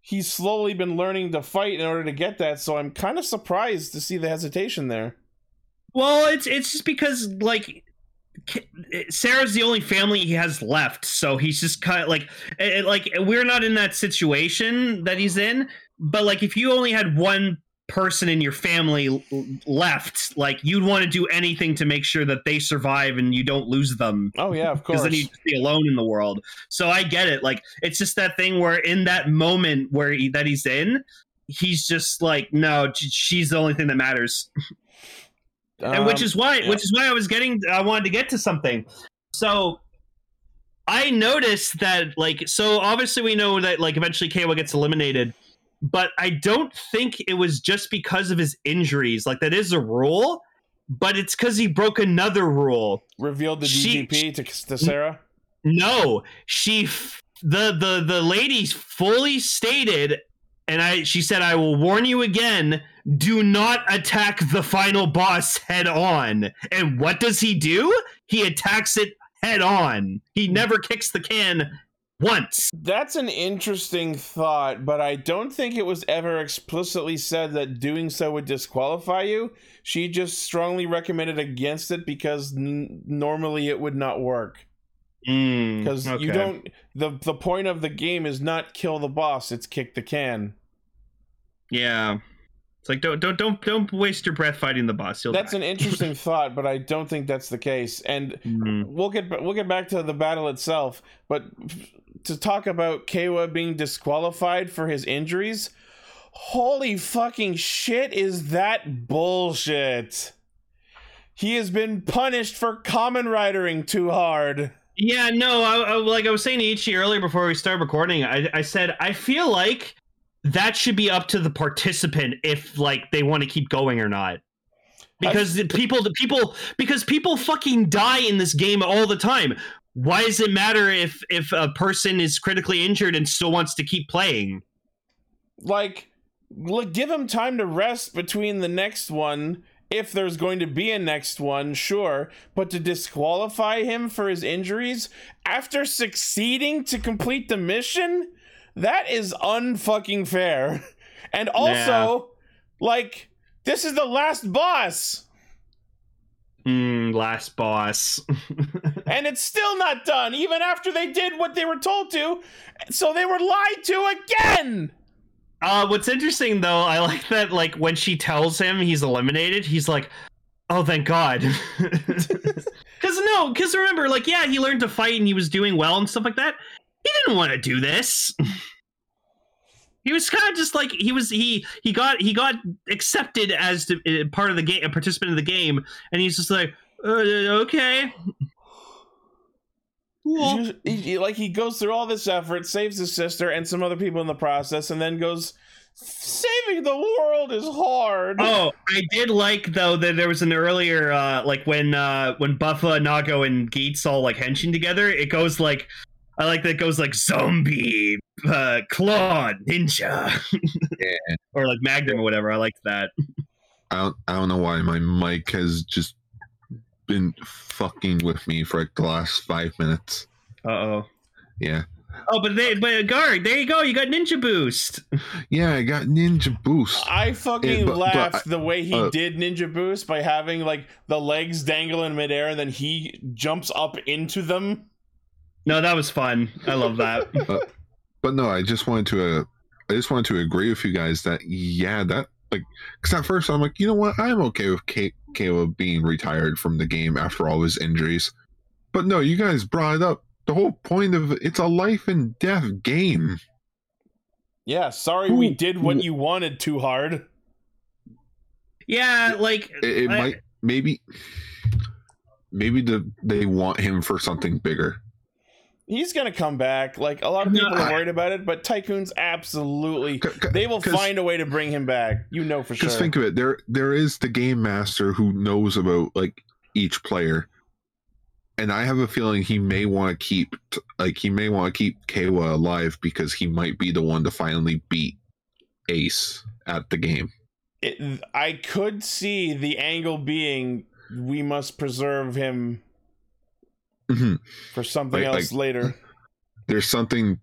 he's slowly been learning to fight in order to get that so I'm kind of surprised to see the hesitation there.
Well, it's it's just because like K- Sarah's the only family he has left, so he's just kind of like it, like we're not in that situation that he's in. But like, if you only had one person in your family l- left, like you'd want to do anything to make sure that they survive and you don't lose them.
Oh yeah, of
because
course.
then you'd just be alone in the world. So I get it. Like it's just that thing where in that moment where he, that he's in, he's just like, no, j- she's the only thing that matters. and which
Um,
is why
yeah.
which is why I was getting I wanted to get to something. So I noticed that like so obviously we know that like eventually Kayla gets eliminated, but I don't think it was just because of his injuries. Like that is a rule, but it's because he broke another rule.
revealed the
She-
DGP to, to Sarah.
No, she f- the the the lady fully stated, and I she said, "I will warn you again. Do not attack the final boss head on." And what does he do? He attacks it head on.
Hmm.
He never kicks the can once.
That's an interesting thought, but I don't think it was ever explicitly said that doing so would disqualify you. She just strongly recommended against it because n- normally it would not work.
Mm,
Because you don't. The, the point of the game is not kill the boss, it's kick the can.
Yeah. It's like don't don't don't don't waste your breath fighting the boss. You'll
That's an interesting thought, but I don't think that's the case. And we'll get we'll get back to the battle itself, but to talk about Kewa being disqualified for his injuries, holy fucking shit is that bullshit. He has been punished for common ridering too hard.
Yeah, no, I, I like I was saying to Ichi earlier before we started recording, I, I said I feel like that should be up to the participant if like they want to keep going or not. Because the people the people because people fucking die in this game all the time. Why does it matter if if a person is critically injured and still wants to keep playing?
Like l- give him time to rest between the next one if there's going to be a next one, sure, but to disqualify him for his injuries after succeeding to complete the mission? That is unfucking fair. And also,
Yeah.
like, this is the last boss,
Mm, last boss.
and it's still not done, even after they did what they were told to. So they were lied to again.
Uh, what's interesting though, I like that. Like when she tells him he's eliminated, he's like, "Oh, thank God." Because no, because remember, like yeah, he learned to fight and he was doing well and stuff like that. He didn't want to do this. he was kind of just like he was. He he got he got accepted as to, uh, part of the game, a participant of the game, and he's just like, uh, "Okay." Cool.
Us- he- he- like he goes through all this effort, saves his sister and some other people in the process, and then goes, "Saving the world is hard."
Oh, I did like though that there was an earlier uh like when uh when Buffa, Nago, and Gates all like henching together, it goes like I like that it goes like zombie, uh claw, ninja.
Yeah.
Or like Magnum or whatever. I liked that.
I don't, I don't know why my mic has just been fucking with me for like the last five minutes.
Uh oh.
Yeah.
Oh, but they but guard, there you go, you got ninja boost.
Yeah, I got Ninja Boost.
I fucking
Yeah, but- but
laughed the way he
uh,
did Ninja Boost by having like the legs dangle in midair, and then he jumps up into them.
No, that was fun. I love that.
But no, I just wanted to, uh, I just wanted to agree with you guys that yeah, that like, because at first I'm like, you know what, I'm okay with K- Caleb being retired from the game after all his injuries. But no, you guys brought it up. The whole point of it's a life and death game.
Yeah, sorry, we
Ooh,
did what
ooh.
you wanted too hard.
yeah, like
It, it
I-
might maybe, maybe the, they want him for something bigger.
He's gonna come back. Like a lot of
No,
people are
I-
worried about it, but Tycoon's absolutely.
C- c-
They will
'cause-
find a way to bring him back. You know for sure.
Because think of it, there there is the game master who knows about like each player, and I have a feeling he may want to keep t- like he may want to keep Kawa alive because he might be the one to finally beat Ace at the game.
it, I could see the angle being we must preserve him
Mhm.
for something
Like-
else later.
There's something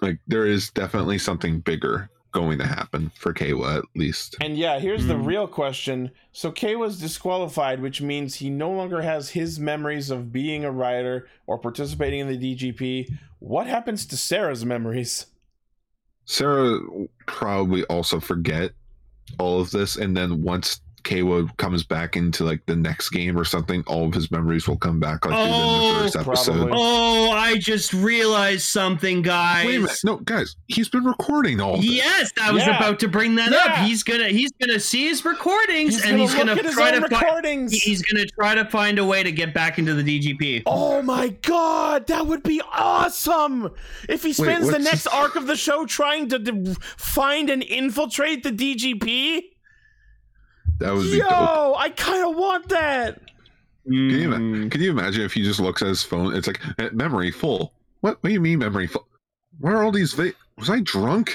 like there is definitely something bigger going to happen for Kawa at least.
And yeah, here's the
Hmm.
real question. So K was disqualified, which means he no longer has his memories of being a rider or participating in the DGP. What happens to Sarah's memories?
Sarah will probably also forget all of this, and then once Kawa comes back into like the next game or something, all of his memories will come back like
Oh,
within the first episode.
probably.
Oh, I just realized something, guys.
Wait a minute, no, guys, he's been recording all. Of this.
Yes, I was
Yeah.
about to bring that up.
Yeah.
He's gonna he's gonna see his recordings
He's
and
gonna
he's
look
gonna
at his
try
own
to find,
recordings.
he's gonna try to find a way to get back into the DGP.
Oh my god, that would be awesome! If he spends the
what's
next
this?
arc of the show trying to, to find and infiltrate the DGP,
That would be dope.
yo, I kind of want that.
Can you,
Mm.
ima- can you imagine if he just looks at his phone? It's like eh, memory full. What? What do you mean memory full? Where are all these? Va- was I drunk?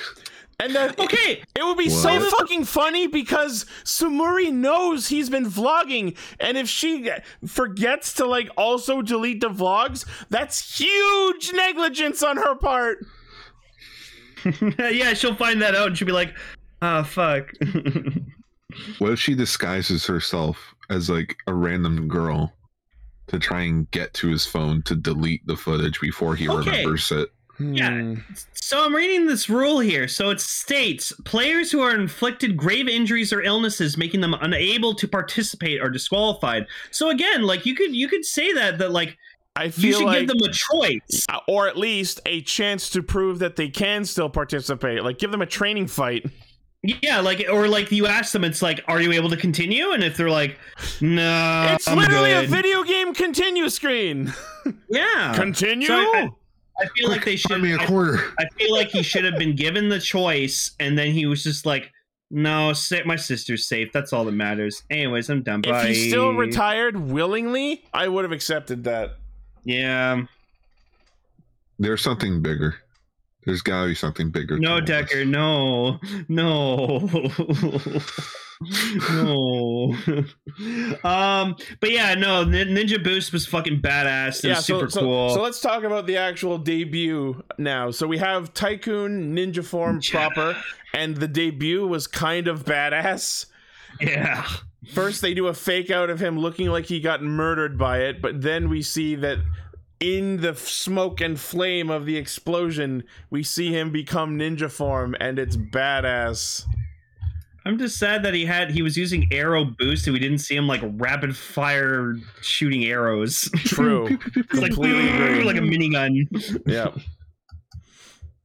And then
Okay,
It would be so
What?
fucking funny because Sumuri knows he's been vlogging, and if she forgets to like also delete the vlogs, that's huge negligence on her part.
yeah, she'll find that out and she'll be like, "Ah, fuck."
What if she disguises herself as like a random girl to try and get to his phone to delete the footage before he
Okay.
remembers it?
Yeah. So I'm reading this rule here. So it states players who are inflicted grave injuries or illnesses, making them unable to participate, are disqualified. So again, like you could you could say that that like
I
you
feel
should
like,
give them a choice.
or at least a chance to prove that they can still participate. Like, give them a training fight.
Yeah, like or like you ask them, it's like, are you able to continue? And if they're like, no,
it's
Uh, I'm
literally a
good." Uh,
video game continue screen.
Yeah,
continue.
So I- I feel like they should.
Find me a
I-
quarter.
I feel like he should have been given the choice, and then he was just like, "No, sa- my sister's safe. That's all that matters." Anyways, I'm done.
if
Bye.
he still retired willingly, I would have accepted that.
yeah.
There's something bigger. There's gotta be something bigger. to
No,
all this.
Decker. No, no, no. um, but yeah, no. Nin- Ninja Boost was fucking badass. It was super
so,
cool.
So, so let's talk about the actual debut now. So we have Tycoon Ninja Form
Yeah.
proper, and the debut was kind of badass.
yeah.
First, they do a fake out of him looking like he got murdered by it, but then we see that in the f- smoke and flame of the explosion, we see him become Ninja Form, and it's badass.
I'm just sad that he had he was using arrow boost and we didn't see him like rapid fire shooting arrows.
True.
It's like,
Completely agree.
like a minigun.
yeah.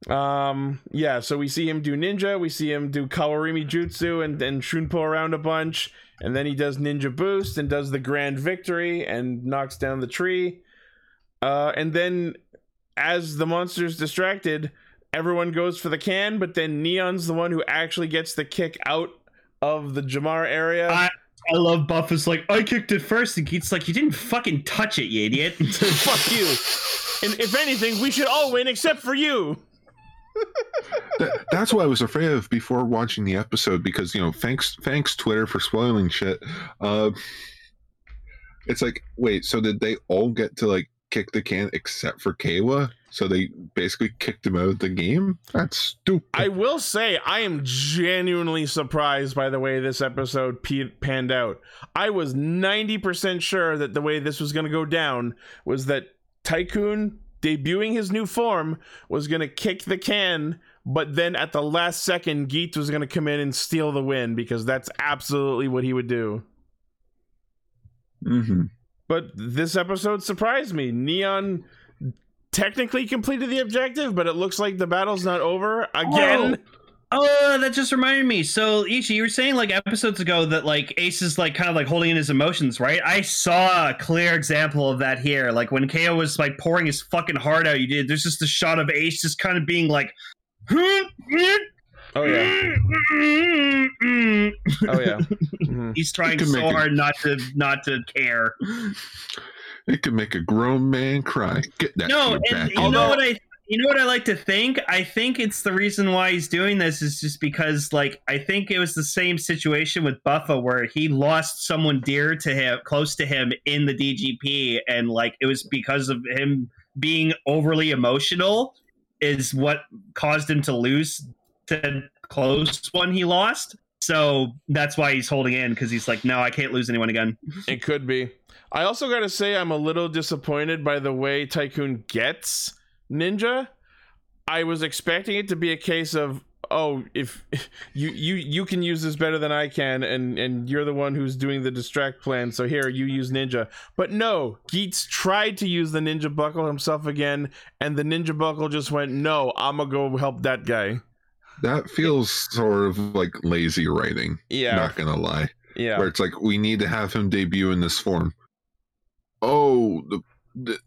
Um. Yeah. So we see him do ninja. We see him do Kawarimi Jutsu and and Shunpo around a bunch, and then he does ninja boost and does the grand victory and knocks down the tree. Uh, and then as the monster's distracted, everyone goes for the can, but then Neon's the one who actually gets the kick out of the Jamar area.
I- I love Buff is like, I kicked it first, and Keith's like, you didn't fucking touch it, you idiot.
Fuck you. And if anything, we should all win except for you.
That- that's what I was afraid of before watching the episode because you know, thanks, thanks Twitter for spoiling shit. Uh, it's like, wait, so did they all get to like kick the can except for Kawa? So they basically kicked him out of the game. That's stupid.
I will say I am genuinely surprised by the way this episode pe- panned out. I was 90% sure that the way this was going to go down was that Tycoon debuting his new form was going to kick the can, but then at the last second Geet was going to come in and steal the win because that's absolutely what he would do.
mm-hmm.
But this episode surprised me. Neon technically completed the objective, but it looks like the battle's not over again.
oh, that just reminded me. So, Ichi, you were saying like episodes ago that like Ace is like kind of like holding in his emotions, right? I saw a clear example of that here. Like when KO was like pouring his fucking heart out, you did. There's just a shot of Ace just kind of being like,
Oh Oh yeah. Mhm.
He's trying
You can
so
make it.
hard not to not to care.
It could make a grown man cry. Get that
no,
shit
and
back.
you
in.
know what I you know what I like to think? I think it's the reason why he's doing this is just because like I think it was the same situation with Buffa where he lost someone dear to him close to him in the DGP and like it was because of him being overly emotional is what caused him to lose the close one he lost. So that's why he's holding in because he's like, no, I can't lose anyone again.
It could be. I also got to say, I'm a little disappointed by the way Tycoon gets Ninja. I was expecting it to be a case of oh if you you you can use this better than i can and and you're the one who's doing the distract plan so here you use ninja but no geets tried to use the ninja buckle himself again and the ninja buckle just went no i'm gonna go help that guy
That feels sort of like lazy writing.
yeah
Not gonna lie.
yeah
Where it's like we need to have him debut in this form. Oh, the the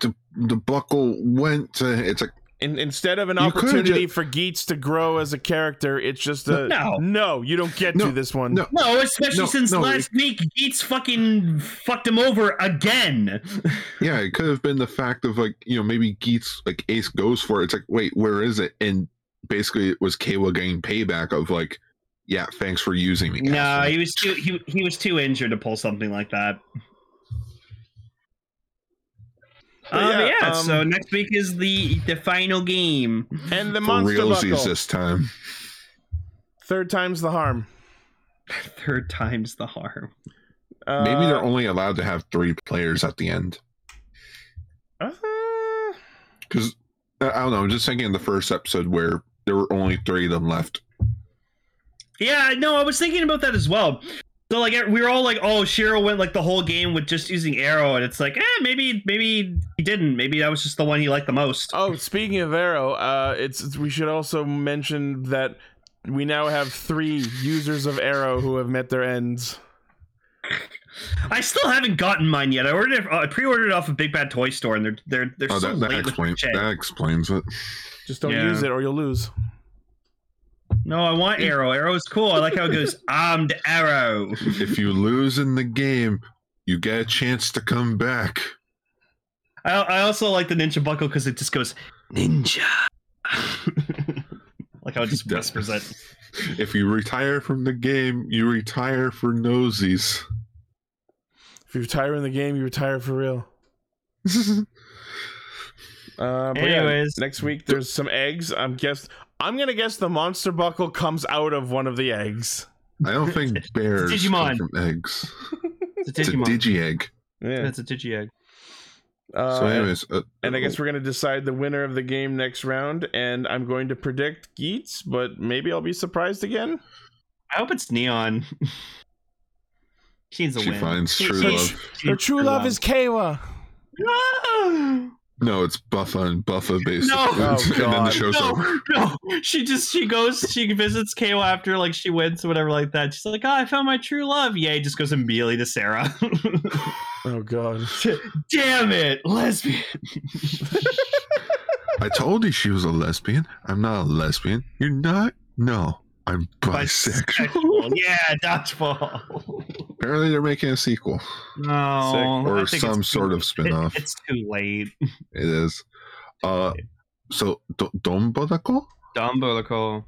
the, the buckle went to. It's like
In, instead of an
You could've
opportunity for geets to grow as a character it's just a
No.
you don't get
No,
to this one
no.
No, especially
No,
since
no,
last week Geets fucking fucked him over again.
yeah, it could have been the fact of like you know maybe Geets like Ace goes for it. It's like wait, where is it? And basically, it was Kawa getting payback of like, yeah, thanks for using me.
No,
asshole.
he was too he, he was too injured to pull something like that.
But
Um,
yeah,
yeah,
um,
so next week is the the final game.
and the
for
monster
realsies
buckle
this time.
third time's the harm
Third time's the harm.
uh,
Maybe they're only allowed to have three players at the end.
uh,
Because uh, I I don't know. I'm just thinking of the first episode where there were only three of them left.
Yeah, no, I was thinking about that as well. So like we were all like, oh, Shiro went like the whole game with just using arrow, and it's like, eh, maybe maybe he didn't. Maybe that was just the one he liked the most.
Oh, speaking of Arrow, uh, it's, it's- we should also mention that we now have three users of Arrow who have met their ends.
I still haven't gotten mine yet. I ordered it, uh, I pre-ordered it off of Big Bad Toy Store, and they're they're they're
Oh,
so
that, that
late with the
explains
shit.
that explains it.
Just don't
Yeah.
use it or you'll lose.
No, I want arrow. Arrow is cool. I like how it goes. Armed arrow.
If you lose in the game, you get a chance to come back.
I, I also like the ninja buckle because it just goes ninja. like how it just whispers it.
If you retire from the game, you retire for nosies.
If you retire in the game, you retire for real. Uh, but yeah,
Anyways.
next week there's some eggs. I'm guess I'm gonna guess the monster buckle comes out of one of the eggs.
I don't think bears come
Digimon.
from eggs.
It's a
It's a
Digimon.
digi egg.
Yeah.
It's a digi egg.
Uh,
So, anyways, uh,
and I guess we're gonna decide the winner of the game next round. And I'm going to predict Geets, but maybe I'll be surprised again.
I hope it's neon. she needs a
oh, she
win.
finds
She-
true
she-
love.
she-
Their true love is Kawa.
No!
No, it's Buffa and Buffa basically.
Oh,
and then the
God.
show's over.
no, no. She just she goes, she visits Kayla after like she wins or whatever like that. She's like, oh, I found my true love. Yay! Just goes immediately to Sarah.
Oh god.
Damn it, lesbian.
I told you she was a lesbian. I'm not a lesbian. You're not? No, I'm bisexual.
Bisexual. yeah, dodgeball.
Apparently, they're making a sequel
No, I
or
think
some
it's-
sort of spin off.
It, it's too late.
it is. Uh, so, Do- Dombodako?
Dumbolico.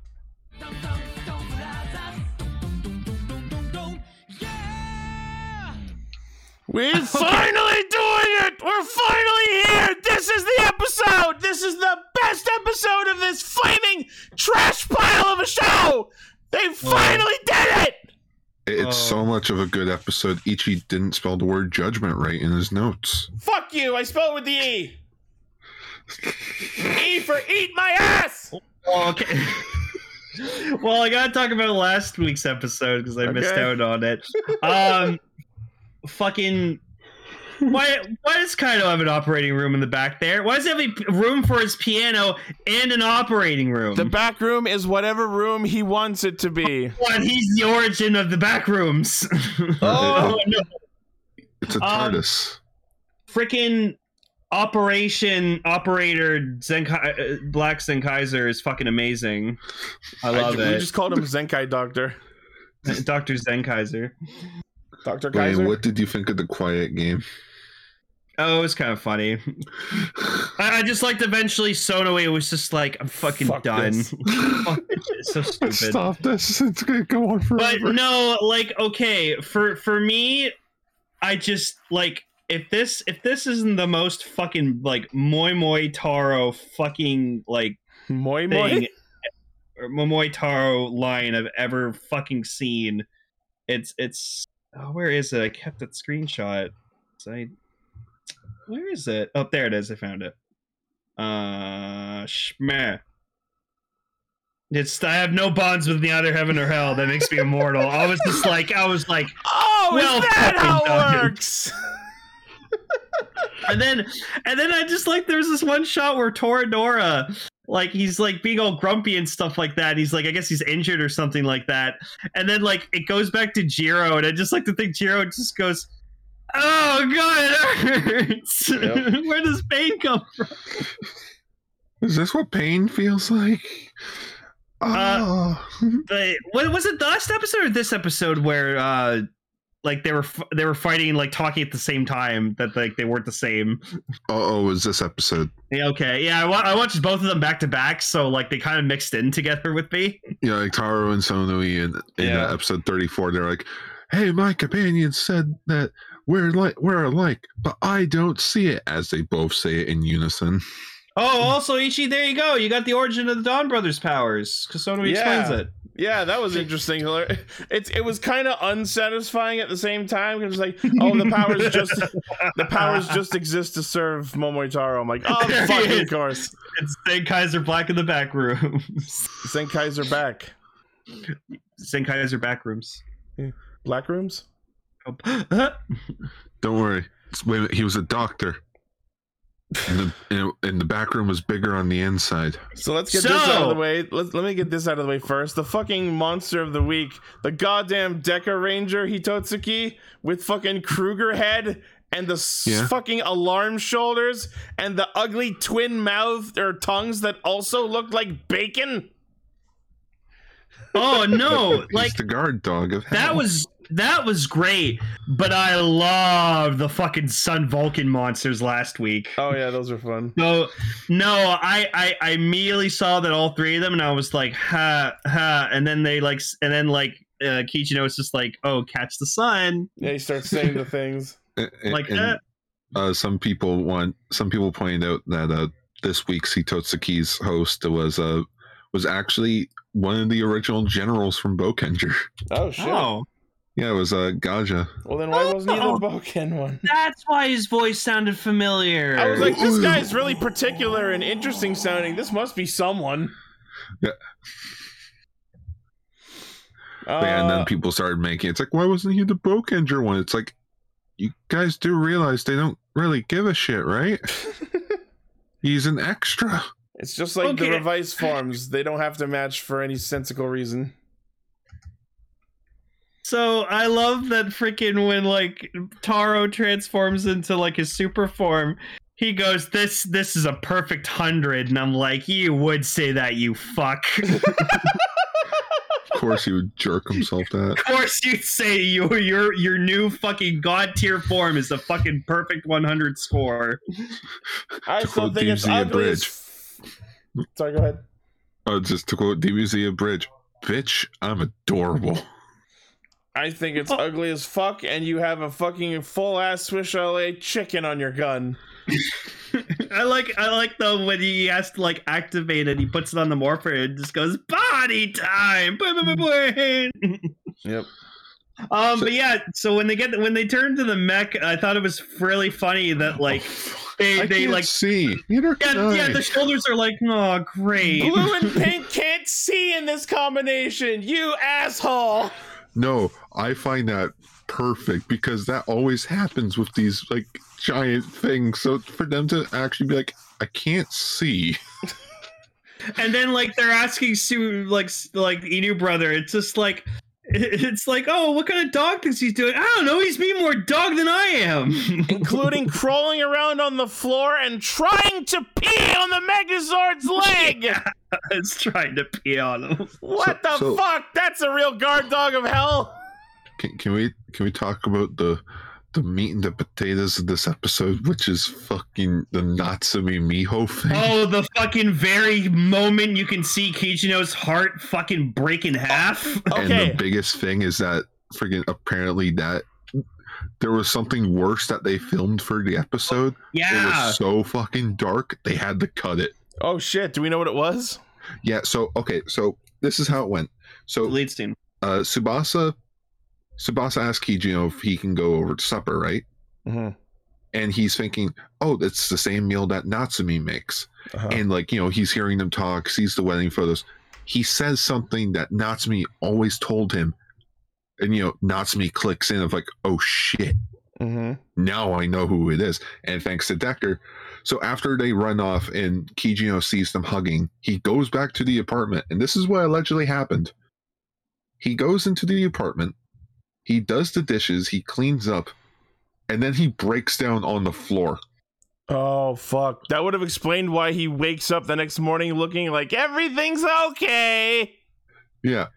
We're finally doing it! We're finally here! This is the episode! This is the best episode of this flaming trash pile of a show! They
Oh.
finally did it!
It- It's
Oh.
so much of a good episode. Ichi didn't spell the word judgment right in his notes.
Fuck you! I spelled with the E! e for eat my ass!
okay. well, I gotta talk about last week's episode because I missed
Okay.
out on it. Um, fucking. Why? Why does Kaido have an operating room in the back there? Why does he have a p- room for his piano and an operating room?
The back room is whatever room he wants it to be.
What? He's the origin of the back rooms.
Oh.
no.
It's a
Um,
TARDIS.
freaking operation operator Zenkai, uh, Black Zenkaiser is fucking amazing. I love
we
it.
just called him Zenkai Doctor.
Dr. Zenkaiser.
Dr.
Wayne,
Kaiser?
what did you think of the quiet game?
Oh, it was kind of funny. I, I just liked eventually Sonoe was just like, I'm fucking
Fuck
done.
this.
Fuck this shit. It's so stupid.
Stop this. It's going to go on
but
forever.
no like okay for for me i just like if this if this isn't the most fucking like moi moi taro fucking like
Moi
thing
Moi?
or moi moi taro line i've ever fucking seen it's it's oh, where is it i kept that screenshot So i where is it oh there it is i found it uh shmeh It's I have no bonds with neither heaven or hell. That makes me immortal. I was just like I was like,
Oh,
Well
is that how
fucking
it
done.
works?
and then and then I just like there's this one shot where Toradora like he's like being all grumpy and stuff like that. He's like I guess he's injured or something like that. And then like it goes back to Jiro and I just like to think Jiro just goes, "Oh god, it hurts.
Yep.
Where does pain come
Is this what pain feels like?
Uh,
Ah.
the what was it the last episode or this episode where uh like they were f- they were fighting like talking at the same time that like they weren't the same
oh, is this episode?
yeah okay yeah I, wa- I watched both of them back to back so like they kind of mixed in together with me
Yeah, like Taro and Sonui in, in
Yeah.
uh, episode 34, they're like, hey, my companion said that we're like we're alike, but I don't see it as they both say it in unison.
oh also ichi there you go you got the origin of the dawn brothers powers kasono
Yeah.
explains it
Yeah, that was interesting. Hilar- It's it was kind of unsatisfying at the same time. It was like, oh, the powers just the powers just exist to serve Momoitaro. I'm like, oh,
There he
fucking
is.
course.
it's Zen Kaiser black in the back room
Senkai's are back.
Zen Kaiser back rooms
Black rooms.
oh.
Don't worry. It's- Wait, a minute, he was a doctor. And the, and- and the back room was bigger on the inside.
So let's get this out of
So-
the way. Let, let me get this out of the way first. The fucking monster of the week, the goddamn Deca Ranger Hitotsuki with fucking Kruger head and the s
Yeah.
fucking alarm shoulders and the ugly twin mouth or tongues that also look like bacon.
oh no
He's
like
the guard dog of
That
hell.
was that was great, but I love the fucking Sun Vulcan monsters last week.
Oh yeah, those were fun.
So no, I, I I immediately saw that all three of them, and I was like, ha ha, and then they like, s- and then like uh, Kichino was just like, oh, catch the sun,
Yeah, he starts saying the things.
A- a-
like
and,
that.
Uh, some people want some people pointed out that uh, this week's Hitotsuki's host was uh, was actually one of the original generals from Bokenger.
Oh shit.
Oh,
Yeah, it was uh, Gaja.
Well then, why wasn't he the
Oh.
Boken one?
that's why his voice sounded familiar.
I was like, this guy's really particular and interesting sounding. This must be someone.
Yeah.
Uh,
But yeah,
Uh,
and then people started making it's like, why wasn't he the Bokenger one? It's like, you guys do realize they don't really give a shit, right? He's an extra.
It's just like the
Okay.
revised forms. They don't have to match for any sensical reason.
So I love that freaking when like Taro transforms into like his super form, he goes, "This this is a perfect hundred. and I'm like, "You would say that, you fuck. of
Of course, he would jerk himself that.
course you'd say your your your new fucking god tier form is a fucking perfect 100 score."
I
To
still
quote
think it's
DMZ and
ugly. as
Bridge.
f- Sorry, go ahead.
Oh, just to quote DBZ Bridge, bitch, I'm adorable.
I think it's
Oh.
ugly as fuck, and you have a fucking full ass Swiss LA chicken on your gun.
I like I like though when he has to like activate it, he puts it on the morpher and just goes, "Body time."
Yep.
Um,
So-
but yeah, so when they get when they turn to the mech, I thought it was really funny that like they
Oh, I
they
can't
like
see. Neither
yeah,
can I.
yeah the shoulders are like oh great
Blue and pink can't see in this combination. You asshole.
No, I find that perfect because that always happens with these like giant things. So for them to actually be like, I can't see.
and then like they're asking Sue like s- like Inu brother it's just like it- it's like oh what kind of dog thinks he's doing I don't know he's being more dog than I am
Including crawling around on the floor and trying to pee on the Megazord's leg.
it's trying to pee on him
What the
so-
fuck? That's a real guard dog of hell.
Can, can we can we talk about the the meat and the potatoes of this episode, which is fucking the Natsumi Miho thing?
oh the fucking very moment you can see Kichino's heart fucking break in half.
Okay.
And the biggest thing is that friggin' apparently that there was something worse that they filmed for the episode. It
Yeah.
was so fucking dark they had to cut it.
Oh shit, do we know what it was?
Yeah, so okay, so this is how it went. So
Lead scene.
uh Subasa Subasa asks Kijino if he can go over to supper, right? Mm-hmm.
Mhm.
And he's thinking, oh, it's the same meal that Natsumi makes.
Uh-huh.
And like, you know, he's hearing them talk, sees the wedding photos. he says something that Natsumi always told him, and you know Natsumi clicks in of like, oh shit,
hmm
Mm-hmm. now I know who it is. And thanks to Decker. So after they run off and Kijino sees them hugging, he goes back to the apartment. And this is what allegedly happened. He goes into the apartment, he does the dishes, he cleans up, and then he breaks down on the floor.
Oh fuck! That would have explained why he wakes up the next morning looking like everything's okay.
Yeah.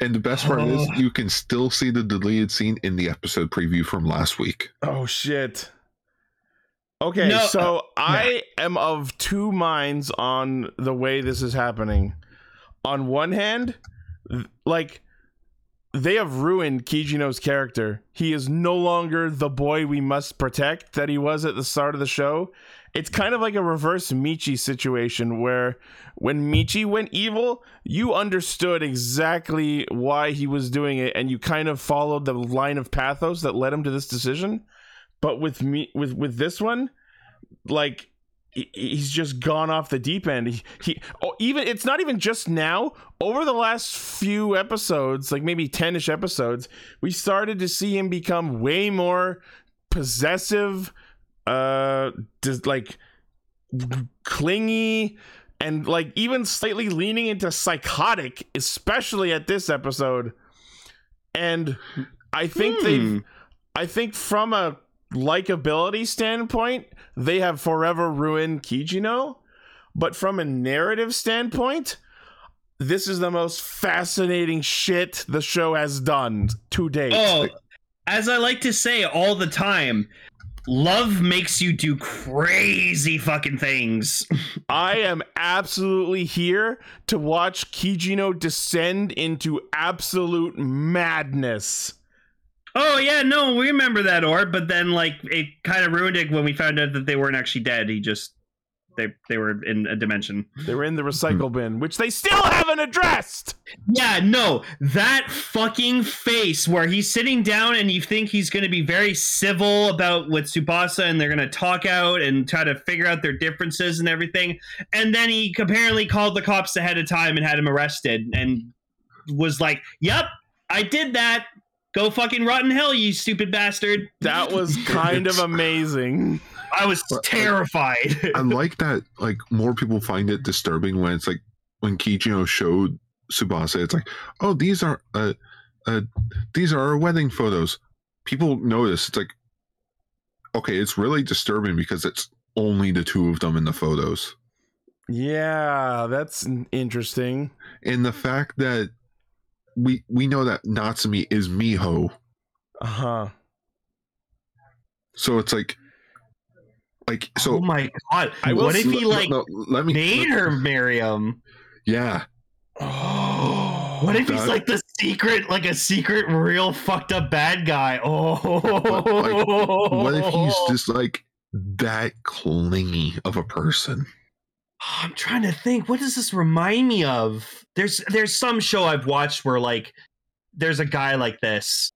And the best part is
Oh.
you can still see the deleted scene in the episode preview from last week.
Oh shit. Okay,
No,
so I am of two minds on the way this is happening. On one hand, th- like they have ruined Kijino's character. He is no longer the boy we must protect that he was at the start of the show. It's kind of like a reverse Michi situation where when Michi went evil, you understood exactly why he was doing it and you kind of followed the line of pathos that led him to this decision. But with me with with this one, like he- he's just gone off the deep end. He, he oh, even it's not even just now. Over the last few episodes, like maybe 10ish episodes, we started to see him become way more possessive, uh dis- like clingy and like even slightly leaning into psychotic, especially at this episode. And I think they've I think from a likability standpoint, they have forever ruined Kijino. But from a narrative standpoint, this is the most fascinating shit the show has done to date.
Oh, as I like to say all the time, love makes you do crazy fucking things.
I am absolutely here to watch Kijino descend into absolute madness.
Oh yeah, no, we remember that orb, but then like it kind of ruined it when we found out that they weren't actually dead. He just they they were in a dimension.
They were in the recycle bin, which they still haven't addressed.
Yeah, no, that fucking face where he's sitting down and you think he's going to be very civil about with Tsubasa and they're going to talk out and try to figure out their differences and everything. And then he apparently called the cops ahead of time and had him arrested and was like, yep, I did that. Go fucking rotten hell, you stupid bastard.
That was kind of amazing.
I was terrified.
I like that like more people find it disturbing when it's like when Kijino showed Subasa, it's like, oh, these are uh, uh these are our wedding photos. People notice it's like okay, it's really disturbing because it's only the two of them in the photos.
Yeah, that's n- interesting.
And the fact that we we know that Natsumi is Miho,
Uh huh.
so it's like like so
oh my god.
I will
What if he
No,
like
no, let me
made her marry him?
Yeah.
Oh,
What if he's
That-
like the secret, like a secret, real fucked up bad guy? Oh,
like, What if he's just like that clingy of a person?
I'm trying to think. What does this remind me of? There's there's some show I've watched where like there's a guy like this.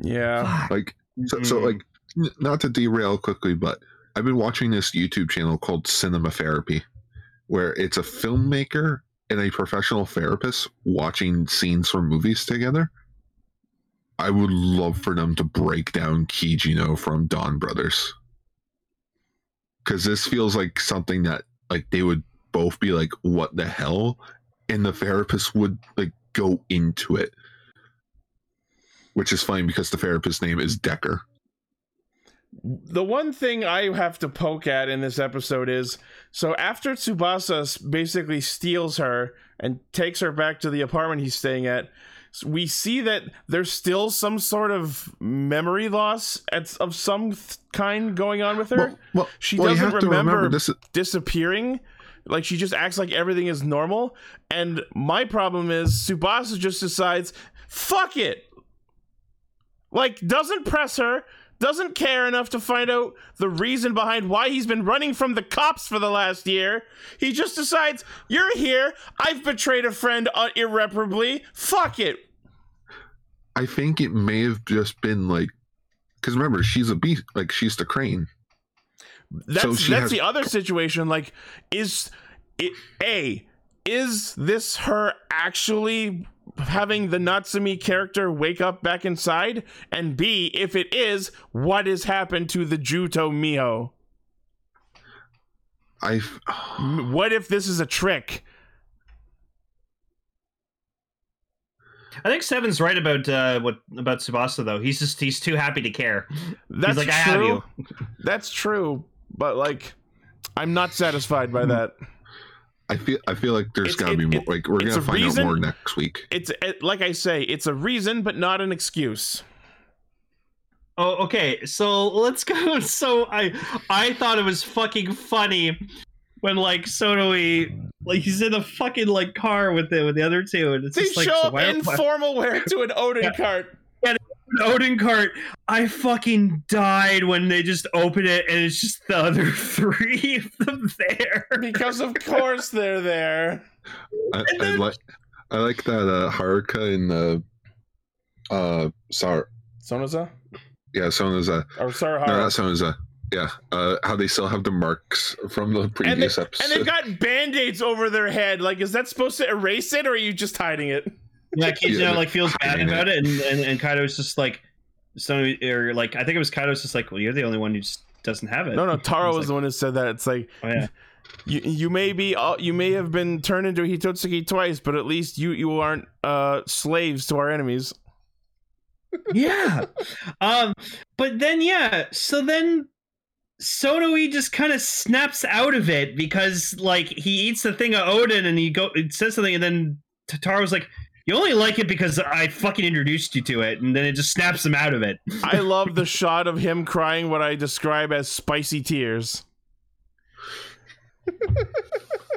Yeah.
Fuck.
Like So, so like, n- not to derail quickly, but I've been watching this YouTube channel called Cinema Therapy, where it's a filmmaker and a professional therapist watching scenes from movies together. I would love for them to break down Kijino from Don Brothers. Because this feels like something that, like, they would both be like, what the hell? And the therapist would, like, go into it. Which is fine because the therapist's name is Decker.
The one thing I have to poke at in this episode is so after Tsubasa s- basically steals her and takes her back to the apartment he's staying at, s- we see that there's still some sort of memory loss at, of some th- kind going on with her.
Well, well,
she
well,
doesn't
you have to
remember,
remember, this. Is,
disappearing. Like she just acts like everything is normal. And my problem is Tsubasa just decides, fuck it. Like doesn't press her, doesn't care enough to find out the reason behind why he's been running from the cops for the last year. He just decides, you're here. I've betrayed a friend uh, irreparably. Fuck it.
I think it may have just been like, because remember, she's a beast. Like she's the crane.
that's
So she
that's
has-
the other situation like is it a is this her actually having the Natsumi character wake up back inside? And B, if it is, what has happened to the Juto Miho?
I
M- What if this is a trick?
I think Seven's right about uh, what about Subasa though. He's just he's too happy to care.
That's
like, "I have
true. That's true, but like, I'm not satisfied by that.
Hmm.
I feel I feel like there's
It's-
gotta
it-
be more.
it-
Like we're
it's
gonna
a
find
reason-
out more next week.
It's it, like I say, it's a reason, but not an excuse.
Oh, okay. So let's go. So I I thought it was fucking funny when like Sonoe like he's in a fucking like car with it with the other two, and it's
They
just like
show
so
up
why-
in
why-
formal wear to an Odin cart.
Odin cart. I fucking died when they just open it and it's just the other three of them there.
Because of course they're there.
I, I like I like that uh, Haruka and uh, uh Sar
Sonoza?
yeah Sonoza
Or Sarahara.
no not Sonoza yeah uh how they still have the marks from the
and,
previous
they,
episode.
and they've got band-aids over their head. Like, is that supposed to erase it or are you just hiding it?
Yeah, Kizuna
Yeah,
like feels bad
hiding it.
about it, and and, and Kaido's just like, so or like I think it was Kaido's just like, well, you're the only one who just doesn't have it.
No, no, Taro
It's
was the one who said that. It's like
Oh, yeah.
you, you may be all, you may have been turned into Hitotsuki twice, but at least you you aren't uh slaves to our enemies.
yeah. Um, but then yeah, so then Sonoe just kind of snaps out of it because like he eats the thing of Odin and he go it says something and then Tataro's like, You only like it because I fucking introduced you to it, and then it just snaps him out of it.
I love the shot of him crying what I describe as spicy tears.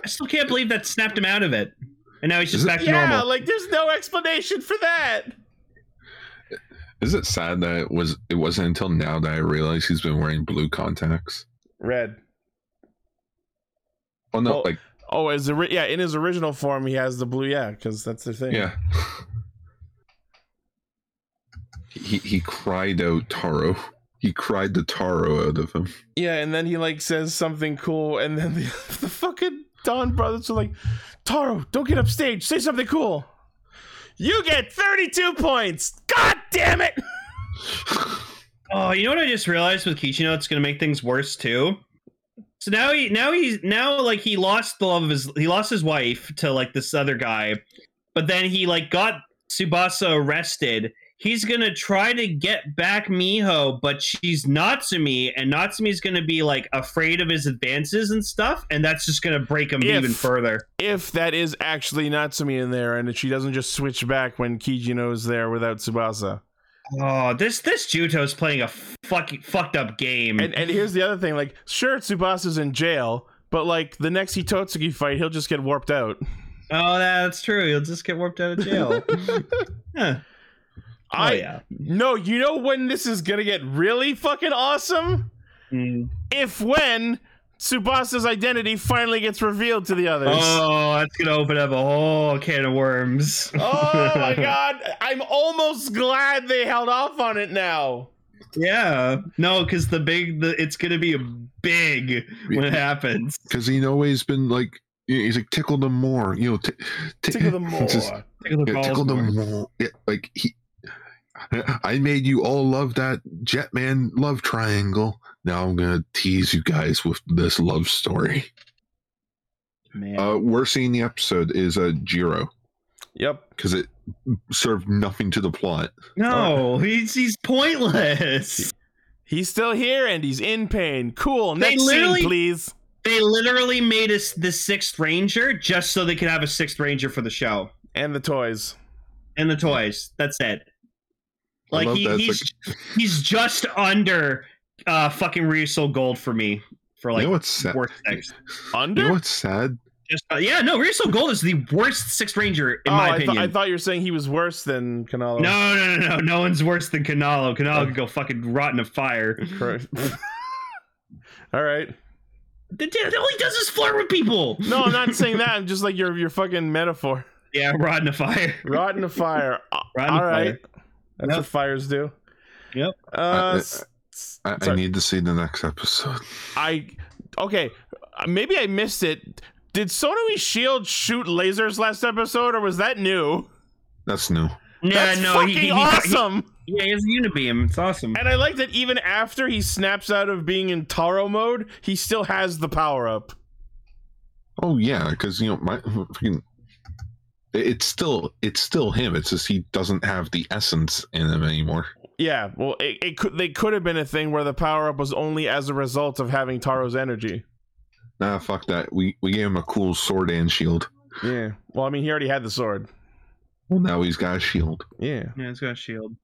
I still can't believe that snapped him out of it. And now he's just
Is it-
back to
yeah,
normal.
like there's no explanation for that.
Is it sad that it was it wasn't until now that I realized he's been wearing blue contacts?
Red.
Oh no,
Well-
like
Oh, as the yeah, in his original form, he has the blue. Yeah, because that's the thing.
yeah. he he cried out Taro. He cried the Taro out of him.
Yeah, and then he like says something cool, and then the, the fucking Don brothers are like, Taro, don't get upstage. Say something cool. You get 32 points. God damn it.
Oh, you know what I just realized with Kichino, it's gonna make things worse too. So now he now he's now like he lost the love of his he lost his wife to like this other guy, but then he like got Tsubasa arrested. He's gonna try to get back Miho, but she's Natsumi, and Natsumi's gonna be like afraid of his advances and stuff, and that's just gonna break him
If-
even further.
If that is actually Natsumi in there, and she doesn't just switch back when Kijino is there without Tsubasa.
Oh, this this Juto's playing a fucking fucked up game.
And and here's the other thing, like, sure Tsubasa's in jail, but like the next Hitotsuki fight, he'll just get warped out.
oh, that's true. He'll just get warped out of jail. Huh.
I
oh yeah.
No, you know when this is gonna get really fucking awesome?
Mm.
If when Tsubasa's identity finally gets revealed to the others.
Oh, that's gonna open up a whole can of worms.
Oh my god. I'm almost glad they held off on it now.
yeah, no, because the big, the, it's gonna be big when it happens.
because he always been like you know, he's like tickle them more you know t- t-
Tickle them more.
it's just- yeah, tickle them more yeah, like he i made you all love that jetman love triangle now i'm gonna tease you guys with this love story
Man.
uh we're seeing the episode is a uh, jiro
Yep.
because it served nothing to the plot
no, he's he's pointless.
He's still here and he's in pain. Cool.
They
Next
literally-
scene, please.
They literally made us the sixth ranger just so they could have a sixth ranger for the show
And the toys.
and the toys. That's it.
I
Like
love
he,
that. It's
he's he's just under uh fucking Reusel Gold for me for like
you know what's sad
worst six.
Under?
you know what's sad
Just uh, yeah, no, Riso Gold is the worst sixth ranger in
oh,
my
I, thought-
opinion.
I thought you were saying he was worse than Canalo.
no, no, no, no, no one's worse than Canalo. Canalo could go fucking rot in a fire.
Correct. All right.
The, the- all he does is flirt with people.
No, I'm not saying that. I'm just like your your fucking metaphor.
Yeah, rot in a fire.
Rot in a fire. Uh,
Rot in a
All right.
fire.
That's
Yep.
what fires do.
Yep.
Uh,
I-
s- s-
I, I
sorry.
need to see the next episode
I okay. uh, Maybe I missed it. Did Sonomy Shield shoot lasers last episode, or was that new?
That's new.
Yeah,
That's
no,
fucking
he, he, he-
awesome.
he- yeah, he has a unibeam. It's awesome.
and I like that even after he snaps out of being in Taro mode, he still has the power up.
Oh yeah, because you know my freaking. it- It's still it's still him. It's just he doesn't have the essence in him anymore.
Yeah, well, it, it could they could have been a thing where the power up was only as a result of having Taro's energy.
Nah, fuck that. We we gave him a cool sword and shield.
Yeah. Well, I mean, he already had the sword.
Well, now he's got a shield.
Yeah.
Yeah, it's got a shield.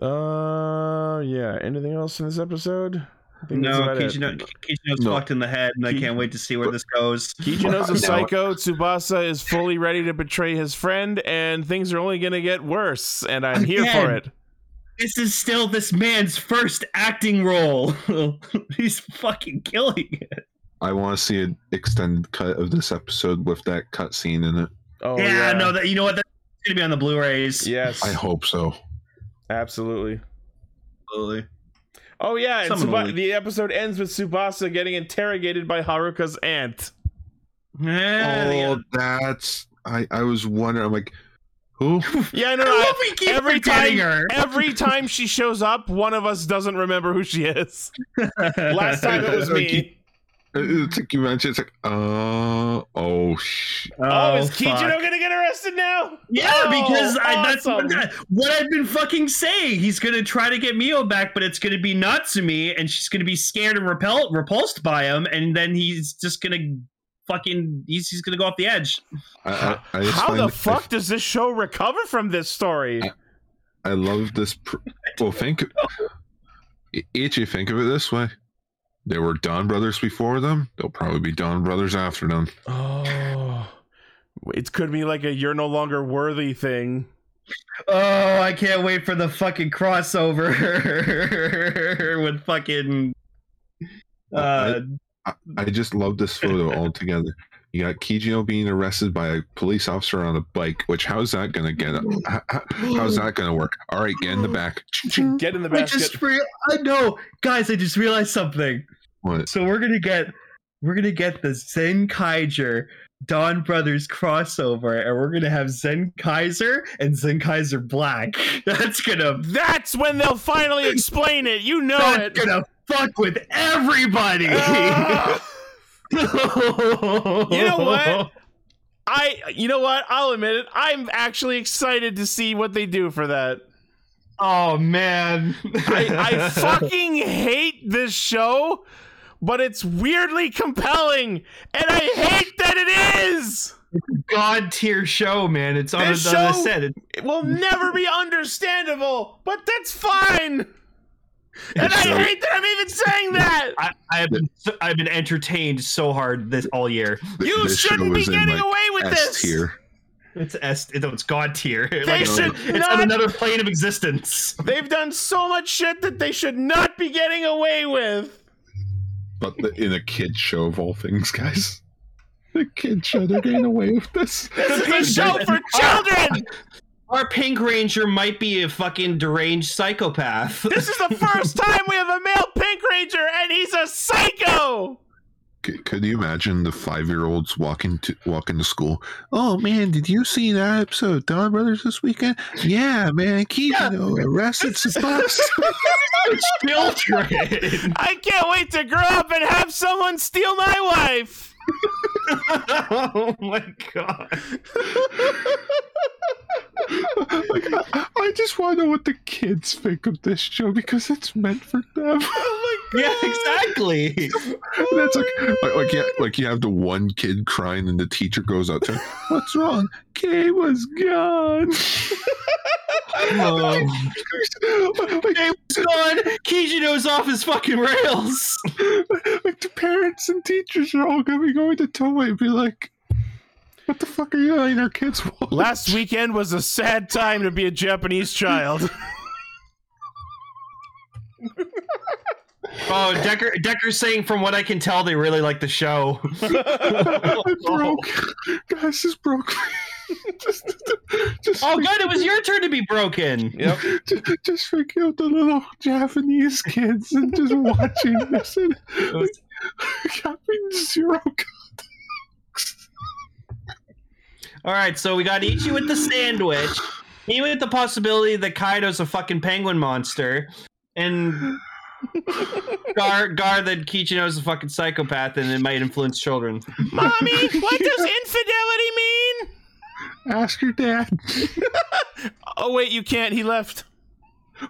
Uh, yeah. Anything else in this episode? I think that's
No,
about it.
Kijino, Kijino's
No.
fucked in the head, and I
Ki-
can't wait to see where this goes.
Kijino's
No.
a psycho. Tsubasa is fully ready to betray his friend, and things are only going to get worse. And I'm here for
Again.
it.
This is still this man's first acting role. He's fucking killing it.
I want to see an extended cut of this episode with that cut scene in it.
Oh
yeah, no, that you know what? That's gonna be on the Blu-rays.
yes,
I hope so.
absolutely.
Absolutely.
Oh yeah, and
Someone will
Tsuba-
leak.
the episode ends with Tsubasa getting interrogated by Haruka's aunt.
Yeah, the-
oh, that's I. I was wondering. I'm like, who?
Yeah, no, no.
I love
I-
we keep
every
forgetting
time-
her.
Every time she shows up, one of us doesn't remember who she is. Last time it was me.
It's like you mentioned. It's like, uh, oh, sh-
Oh,
Oh, is
fuck.
Kijino gonna get arrested now?
Yeah,
Oh,
because I, that's what,
awesome.
I- what I've been fucking saying. He's gonna try to get Mio back, but it's gonna be Natsumi, and she's gonna be scared and repel, repulsed by him, and then he's just gonna fucking he's, he's gonna go off the edge.
I, I, I just
How
find
the
it-
fuck does this show recover from this story?
I, I love this. Pr- well, think. I- If you think of it this way, there were Don brothers before them. There'll probably be Don brothers after them.
Oh, it could be like a "you're no longer worthy" thing.
Oh, I can't wait for the fucking crossover with fucking uh
I, I just love this photo altogether. You got Kijio being arrested by a police officer on a bike. Which how's that gonna get? How, how's that gonna work? All right, get in the back.
Get in the
I
basket.
just real I know guys, I just realized something.
What?
So we're gonna get we're gonna get the Zen Kaiser Don Brothers crossover, and we're gonna have Zen Kaiser and Zen Kaiser Black. That's gonna
That's when they'll finally explain it. You know
that's
it.
gonna fuck with everybody.
Ah!
you
know what? I, you know what? I'll admit it. I'm actually excited to see what they do for that.
Oh man,
I, I fucking hate this show, but it's weirdly compelling, and I hate that it is.
god tier show, man. It's on
This
another
show-
set. It-
It will never be understandable, but that's fine. And I
So-
hate that I'm even saying that.
I, I've been so- I've been entertained so hard this all year.
You
This show
shouldn't be
is in,
getting
like,
away with
S
this.
tier.
It's S. It's god tier.
They
Like,
should
it's on
not
another plane of existence.
They've done so much shit that they should not be getting away with.
But the, in a kid show of all things, guys. The kid show, they're getting away with this.
This is a show for
Ah!
children.
Our Pink Ranger might be a fucking deranged psychopath.
This is the first time we have a male Pink Ranger, and he's a psycho.
C- could you imagine the five year olds walking to walking to school? Oh man, did you see that episode of Don Brothers this weekend? Yeah, man, Kijino arrested Sabas.
children.
I can't wait to grow up and have someone steal my wife.
oh my god.
like, I, I just want to know what the kids think of this show because it's meant for them.
Yeah, exactly.
And That's like, like, like, yeah, like you have the one kid crying, and the teacher goes out to him, What's wrong? Kay was gone.
Oh.
like,
Hey, what's going on? Kijino's off his fucking rails.
like the parents and teachers are all gonna be going to Toei and be like, What the fuck are you letting our kids watch?
Last weekend was a sad time to be a Japanese child.
Oh, Decker Decker's saying from what I can tell they really like the show.
I broke. Guys, this broke. just, just,
Oh good, it was your turn to be broken.
Yep.
just, just freak out the little Japanese kids and just watching this and like, having zero
All right, so we got Ichi with the sandwich. He with the possibility that Kaido's a fucking penguin monster, and Gar Gar that Kichino's a fucking psychopath and it might influence children.
Mommy, what does infidelity mean?
Ask your dad.
Oh wait, you can't. He left.
I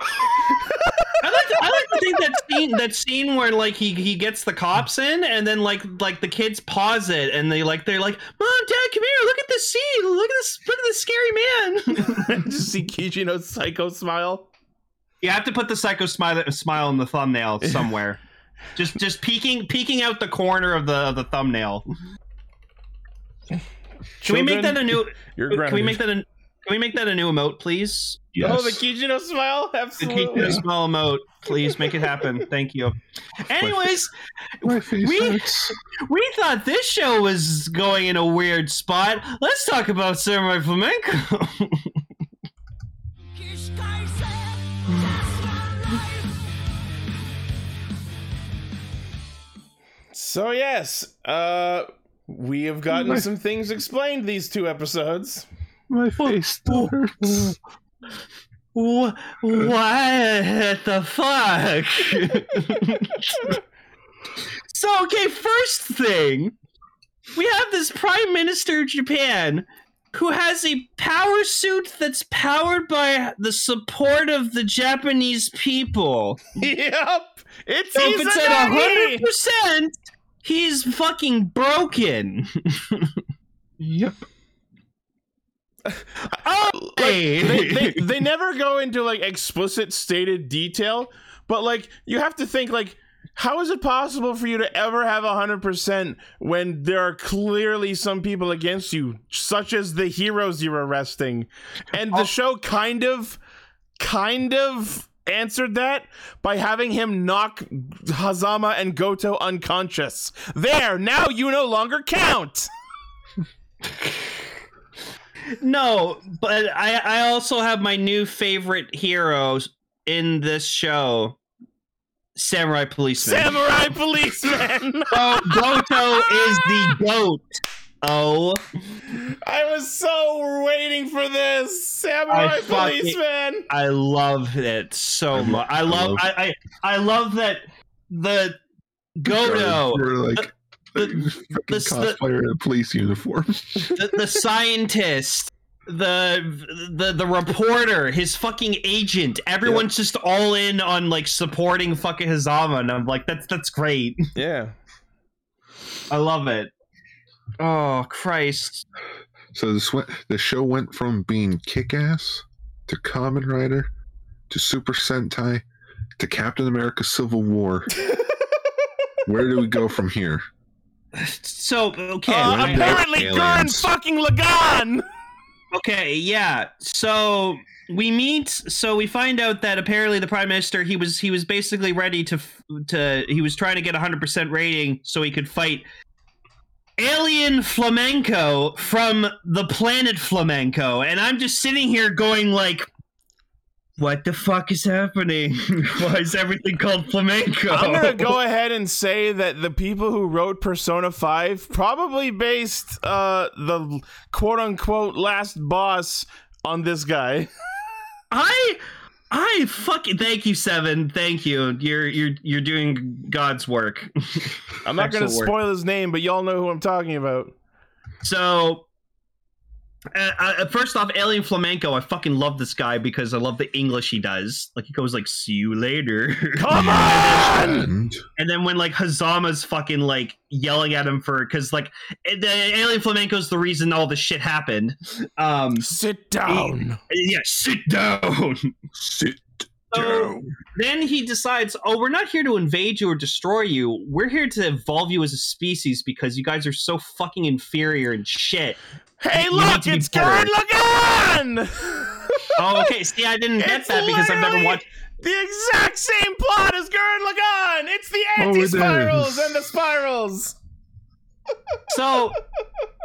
like to, I like to think that scene that scene where like he he gets the cops in and then like like the kids pause it and they like they're like mom dad come here look at the scene look at this look at this scary man.
Just see Kijino's psycho smile.
You have to put the psycho smile smile in the thumbnail somewhere. just just peeking peeking out the corner of the of the thumbnail. Can we make that a new?
You're
Can we
grounded.
make that a? Can we make that a new emote, please?
Oh, the Kijino smile.
The Keep
Absolutely.
this small emote, please make it happen. Thank you. Anyways,
My face
We-
hurts.
we thought this show was going in a weird spot. Let's talk about Samurai Flamenco.
So yes, uh, we have gotten some things explained these two episodes.
My face still hurts.
Wh- what the fuck? so, okay, first thing, we have this Prime Minister of Japan who has a power suit that's powered by the support of the Japanese people.
yep, it's
So, if it's at
Izanagi!
100%, he's fucking broken.
Yep.
Oh,
they, they, they never go into like explicit stated detail, but like you have to think like how is it possible for you to ever have 100% when there are clearly some people against you such as the heroes you're arresting and the show kind of kind of answered that by having him knock hazama and goto unconscious there now you no longer count
No, but I I also have my new favorite heroes in this show. Samurai policeman.
samurai policeman
oh, Goto is the goat. Oh,
I was so waiting for this samurai
I fucking-
policeman.
I love it so
I lo-
much. I
I
love
love-
I, I I love that the Goto,
We're like
The-
fucking
the-
cosplayer in a police uniform.
the, the scientist, the the the reporter, his fucking agent. Everyone's just all in on like supporting fucking Hazama, and I'm like, that's that's great.
Yeah.
I love it. Oh Christ!
So this went, the show went from being kick ass to Common Rider to Super Sentai to Captain America Civil War. Where do we go from here?
So okay,
Uh,
right.
apparently, Gurren
Aliens.
fucking Lagan.
okay, yeah. So we meet. So we find out that apparently the prime minister he was he was basically ready to f- to he was trying to get a hundred percent rating so he could fight alien flamenco from the planet flamenco, and I'm just sitting here going like. What the fuck is happening? Why is everything called flamenco?
I'm gonna go ahead and say that the people who wrote Persona 5 probably based uh, the quote unquote last boss on this guy.
I I fucking thank you, Seven. Thank you. You're you're you're doing God's work.
I'm not gonna
Excellent work.
spoil his name, but y'all know who I'm talking about.
So uh, uh, first off, Alien Flamenco. I fucking love this guy because I love the English he does. Like he goes like "See you later,"
Come on!
And
and then when like Hazama's fucking like yelling at him for because like eh, the Alien Flamenco's the reason all this shit happened. Um,
Sit down.
yeah, sit down. Oh.
sit
So-
down.
then he decides, oh, we're not here to invade you or destroy you. We're here to evolve you as a species because you guys are so fucking inferior and shit.
Hey,
You need
look,
to be
it's
better.
Gurren Lagan!
Oh, okay. See, I didn't get
It's
that because I've never
literally
watched.
The exact same plot as Gurren Lagann. It's the
Oh, it
anti-spirals
is.
and the spirals.
So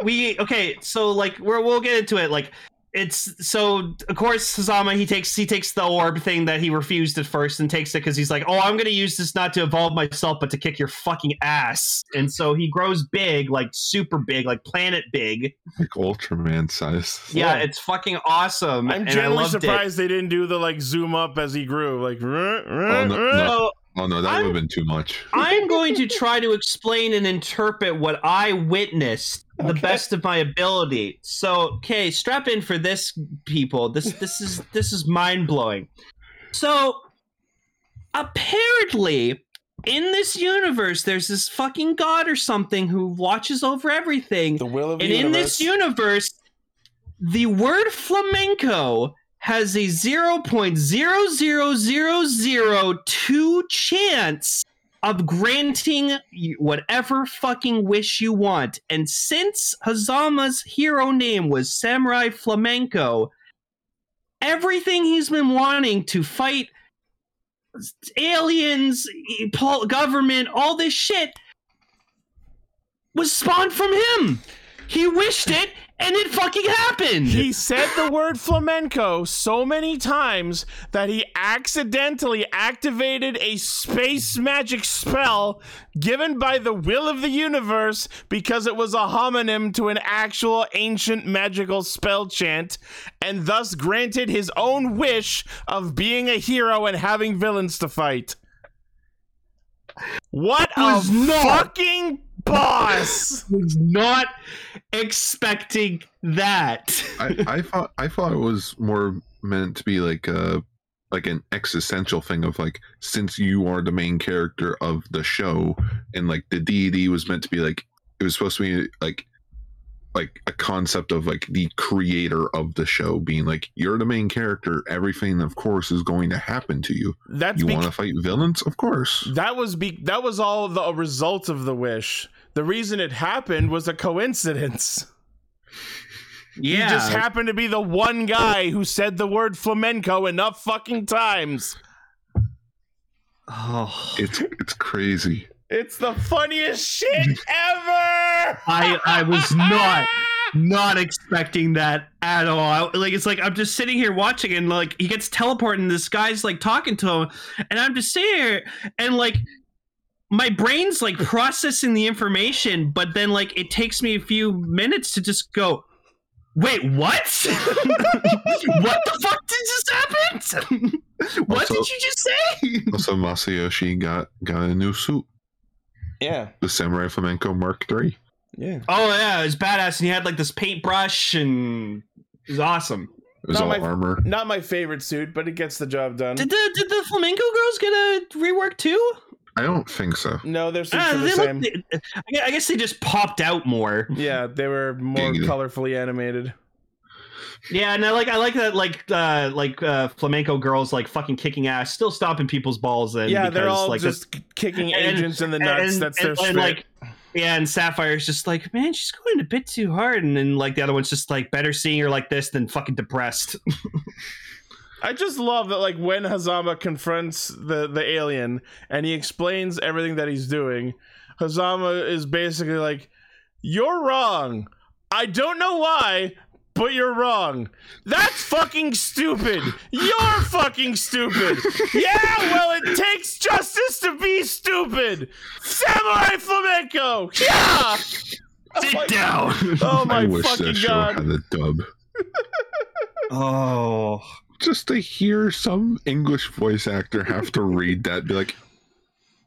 we okay. So like, we're, we'll get into it. Like, it's so of course Hazama he takes he takes the orb thing that he refused at first and takes it because he's like, oh, I'm gonna use this not to evolve myself but to kick your fucking ass. And so he grows big, like super big, like planet big.
like Ultraman size.
Yeah, it's fucking awesome.
I'm
and I
genuinely
loved it.
surprised they didn't do the like zoom up as he grew, like. "Ruh, ruh,
Oh, no,
ruh."
no.
So
Oh no, that
I'm-
would have been too much.
I'm going to try to explain and interpret what I witnessed the best of my ability. So, okay, strap in for this, people. This this is this is mind blowing. So, apparently, in this universe, there's this fucking god or something who watches over everything.
The will of
And
the
in this
universe.
universe, the word flamenco has a 0.00002 chance of granting you- whatever fucking wish you want. And since Hazama's hero name was Samurai Flamenco, everything he's been wanting to fight aliens, e- pol- government, all this shit was spawned from him. He wished it and it fucking happened.
He said the word flamenco so many times that he accidentally activated a space magic spell given by the will of the universe because it was a homonym to an actual ancient magical spell chant and thus granted his own wish of being a hero and having villains to fight. What a
Was not-
fucking boss!
was not expecting that.
I, I thought I thought it was more meant to be like a like an existential thing of like since you are the main character of the show and like the deity was meant to be like it was supposed to be like like a concept of like the creator of the show being like you're the main character everything of course is going to happen to you
That's
you
because
want to fight villains of course
That was be- that was all the result of the wish. The reason it happened was a coincidence.
Yeah.
He just happened to be the one guy who said the word flamenco enough fucking times.
oh.
it's it's crazy
It's the funniest shit ever. Ah!
I I was not not expecting that at all. I- like it's like I'm just sitting here watching and like he gets teleported and this guy's like talking to him and I'm just sitting here and like my brain's like processing the information, but then like it takes me a few minutes to just go, wait, what? what the fuck did just happen? what
Also-
did you just say?
also masayoshi got got a new suit
Yeah,
the samurai flamenco mark 3
yeah.
Oh yeah, it was badass, and he had like this paintbrush, and it was awesome.
it was
Not
all
my-
armor
Not my favorite suit, but it gets the job done.
Did the did the flamenco girls get a rework too?
i don't think so
no, their suits
Ah,
are the
they
same.
look, they- I gue- I guess they just popped out more.
yeah, they were more
Yeah.
colorfully animated.
Yeah, and I like I like that like uh like uh flamenco girls like fucking kicking ass, still stomping people's balls. Then
yeah, they're
because,
all
like,
just kicking
and-
agents in the
the-
nuts.
and-
That's
and-
their spirit.
and, like. Yeah, and Sapphire's just like, man, she's going a bit too hard, and then like the other one's just like, better seeing her like this than fucking depressed.
I just love that, like, when Hazama confronts the, the alien and he explains everything that he's doing, Hazama is basically like, You're wrong. I don't know why, but you're wrong. That's fucking stupid. You're fucking stupid. Yeah, well, it takes justice to be stupid. Samurai Flamenco. Yeah.
Sit
my-
down.
Oh
I
my
wish
fucking
that show
god.
had a dub.
oh,
Just to hear some English voice actor have to read that, be like,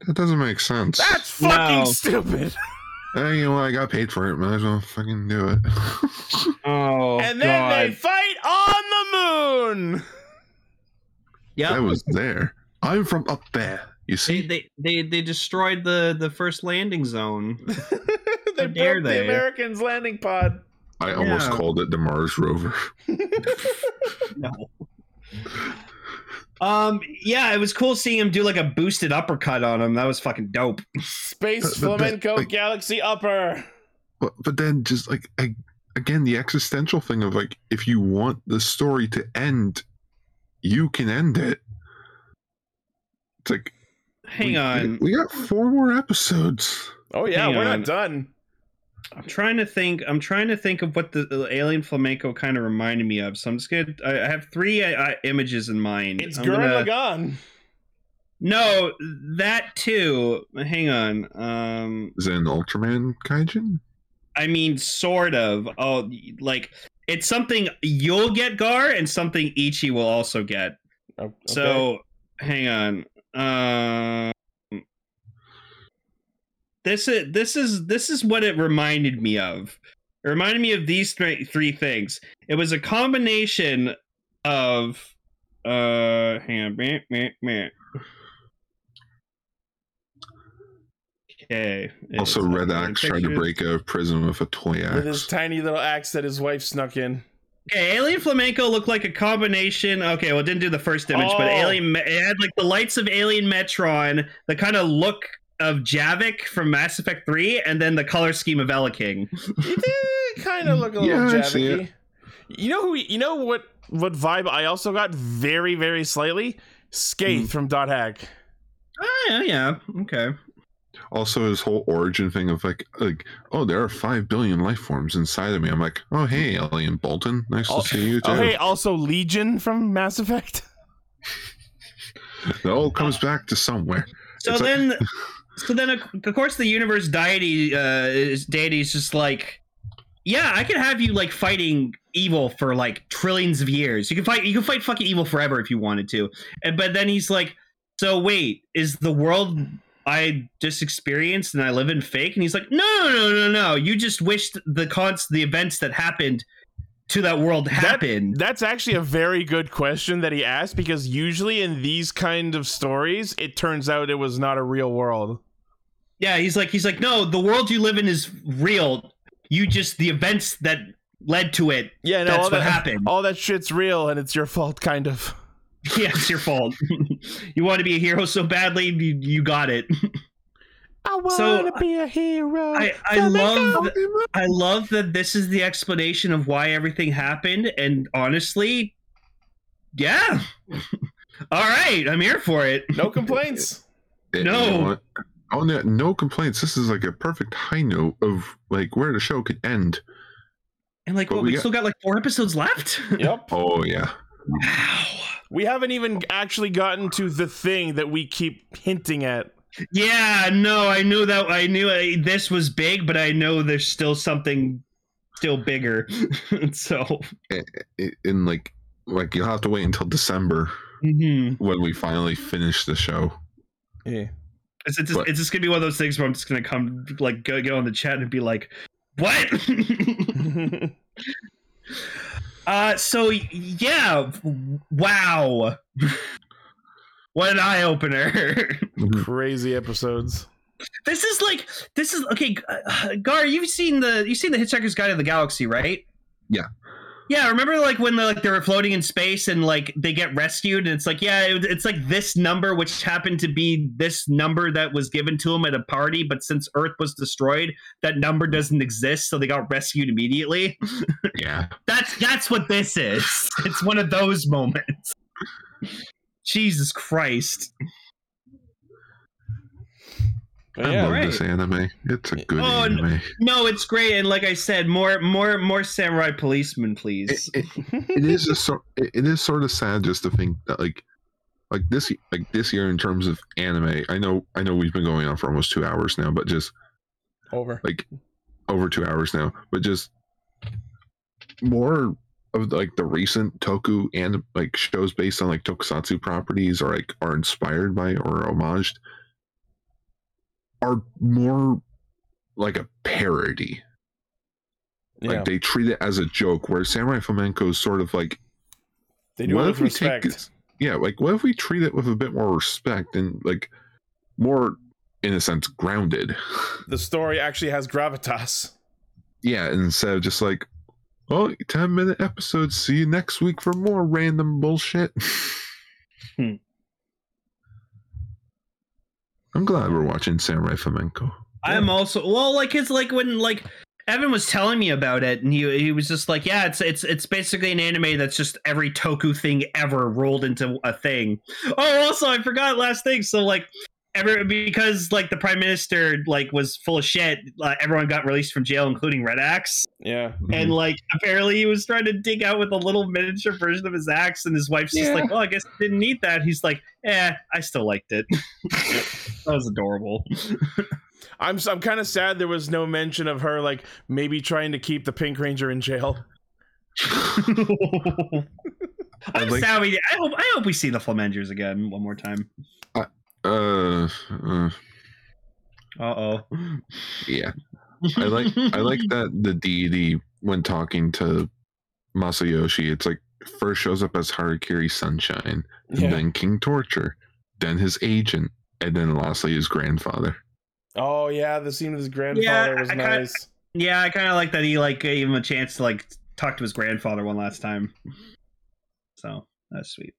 that doesn't make sense.
That's fucking
No.
stupid.
Eh, you know what? I got paid for it. Might as well fucking do it.
oh,
and then they fight on the moon.
yeah,
I was there. I'm from up there. You
They,
see?
they they they destroyed the the first landing zone.
they
How dare
broke the
they.
Americans landing pod.
I almost
Yeah.
called it the Mars rover.
Um, yeah, it was cool seeing him do like a boosted uppercut on him. That was fucking dope.
Space
But- but- but-
flamenco
like-
galaxy upper.
But but then just like I, again the existential thing of like if you want the story to end, you can end it. It's like
Hang
we-
on.
we got four more episodes.
Oh yeah,
Hang
we're
on.
not done.
I'm trying to think. I'm trying to think of what the the alien flamenco kind of reminded me of. So I'm just gonna. I I have three uh, uh, images in mind.
It's
I'm
Gurren
gonna-
Lagann.
No, that too. Hang on. Um,
Is that an Ultraman kaijin?
I mean, sort of. Oh, like it's something you'll get Gar, and something Ichi will also get.
Oh, okay.
So hang on. Um this is this is this is what it reminded me of. It reminded me of these three, three things. It was a combination of uh hang on. meh, meh, meh. Okay. it
Also,
is uh, not
Red
really
Ox tried to
pictured.
break a prison with a toy
with his
axe.
tiny little axe that his wife snuck in.
Okay, Alien Flamenco looked like a combination. Okay, well, it didn't do the first image, but
Oh.
Alien Me- it had like the lights of Alien Metron, the kind of look of Javik from Mass Effect Three, and then the color scheme of Elaking.
He did kind of look a little
Yeah, I see
javicky. You know who? You know what? What vibe I also got very, very slightly.
Hmm.
Skate from Dot Hack.
Oh yeah, yeah, okay.
Also, his whole origin thing of like, like, oh, there are five billion life forms inside of me. I'm like, oh, hey, Alien Bolton, nice
Oh,
to see you too.
Oh, hey, also Legion from Mass Effect.
It all comes back to somewhere.
So
It's like-
then, so then, of of course, the universe deity, uh, is, deity's just like, yeah, I could have you like fighting evil for like trillions of years. You can fight, you can fight fucking evil forever if you wanted to. And but then he's like, so wait, is the world I just experienced and I live in fake? And he's like, no, no, no, no, no. You just wished the cons, the events that happened to that world happened.
That's actually a very good question that he asked because usually in these kind of stories, it turns out it was not a real world.
Yeah, he's like he's like, no, the world you live in is real. You just the events that led to it.
Yeah, no,
that's
all
what
that
happened.
All that shit's real, and it's your fault, kind of.
yeah, it's your fault. you want to be a hero so badly, you, you got it.
I want
So,
to be a hero.
I, I love th- I love that this is the explanation of why everything happened, and honestly, yeah. All right, I'm here for it.
no complaints.
Eh,
No.
what? Oh, no, no complaints. This is like a perfect high note of like where the show could end.
And like,
But
what,
we
we
got-
still got like four episodes left.
yep.
Oh yeah,
Wow.
We haven't even actually gotten to the thing that we keep hinting at.
Yeah, no, I knew that. I knew I, this was big, but I know there's still something still bigger. so,
I- in like like you'll have to wait until December
mhm.
when we finally finish the show.
Yeah.
it's, it's, just,
What?
it's just gonna be one of those things where I'm just gonna come, like, go, go on the chat and be like, "What?" uh, so yeah, wow, what an eye opener.
Crazy episodes.
this is like, this is okay. uh, Gar, you've seen the you've seen the Hitchhiker's Guide to the Galaxy, right?
Yeah.
Yeah, remember like when they like they were floating in space and like they get rescued and it's like yeah it, it's like this number which happened to be this number that was given to them at a party but since Earth was destroyed that number doesn't exist so they got rescued immediately.
Yeah,
That's that's what this is. It's one of those moments. Jesus Christ!
But
I
yeah,
love
right.
this anime. It's a good
Oh, n-
anime.
No, it's great and like I said, more more more samurai policemen,
It,
please.
it, it is a sort. It, it is sort of sad just to think that like like this like this year in terms of anime. I know I know we've been going on for almost two hours now, but just
over.
over two hours now, but just more of like the recent toku and like shows based on like tokusatsu properties or like are inspired by or homaged are more like a parody.
Yeah.
Like they treat it as a joke where samurai flamenco is sort of like
they do
what
it
if
with
we
respect.
take this- yeah, like what if we treat it with a bit more respect and like more in a sense grounded.
The story actually has gravitas.
yeah, and instead of just like, oh, 10 minute episode, see you next week for more random bullshit.
Hmm.
I'm glad we're watching Samurai Flamenco.
I'm also well, like it's like when like Evan was telling me about it, and he he was just like, yeah, it's it's it's basically an anime that's just every toku thing ever rolled into a thing. Oh, also I forgot last thing. So like. ever because like the prime minister like was full of shit. Uh, everyone got released from jail, including Red Axe.
Yeah.
Mm-hmm.
And like apparently he was trying to dig out with a little miniature version of his axe, and his wife's just like, "Well, I guess I didn't need that." He's like, "Eh, I still liked it." that was adorable.
I'm s- I'm kind of sad there was no mention of her like maybe trying to keep the Pink Ranger in jail.
I'm
like-
sad we- I hope I hope we see the Flamengers again one more time.
Uh, uh,
Uh oh.
yeah. I like I like that the deity when talking to Masayoshi, it's like first shows up as Harakiri Sunshine, and
Yeah.
then King Torture, then his agent, and then lastly his grandfather.
Oh yeah, the scene with his grandfather was
I kinda-
nice.
Yeah, I kind of like that he like gave him a chance to like talk to his grandfather one last time. So that's sweet.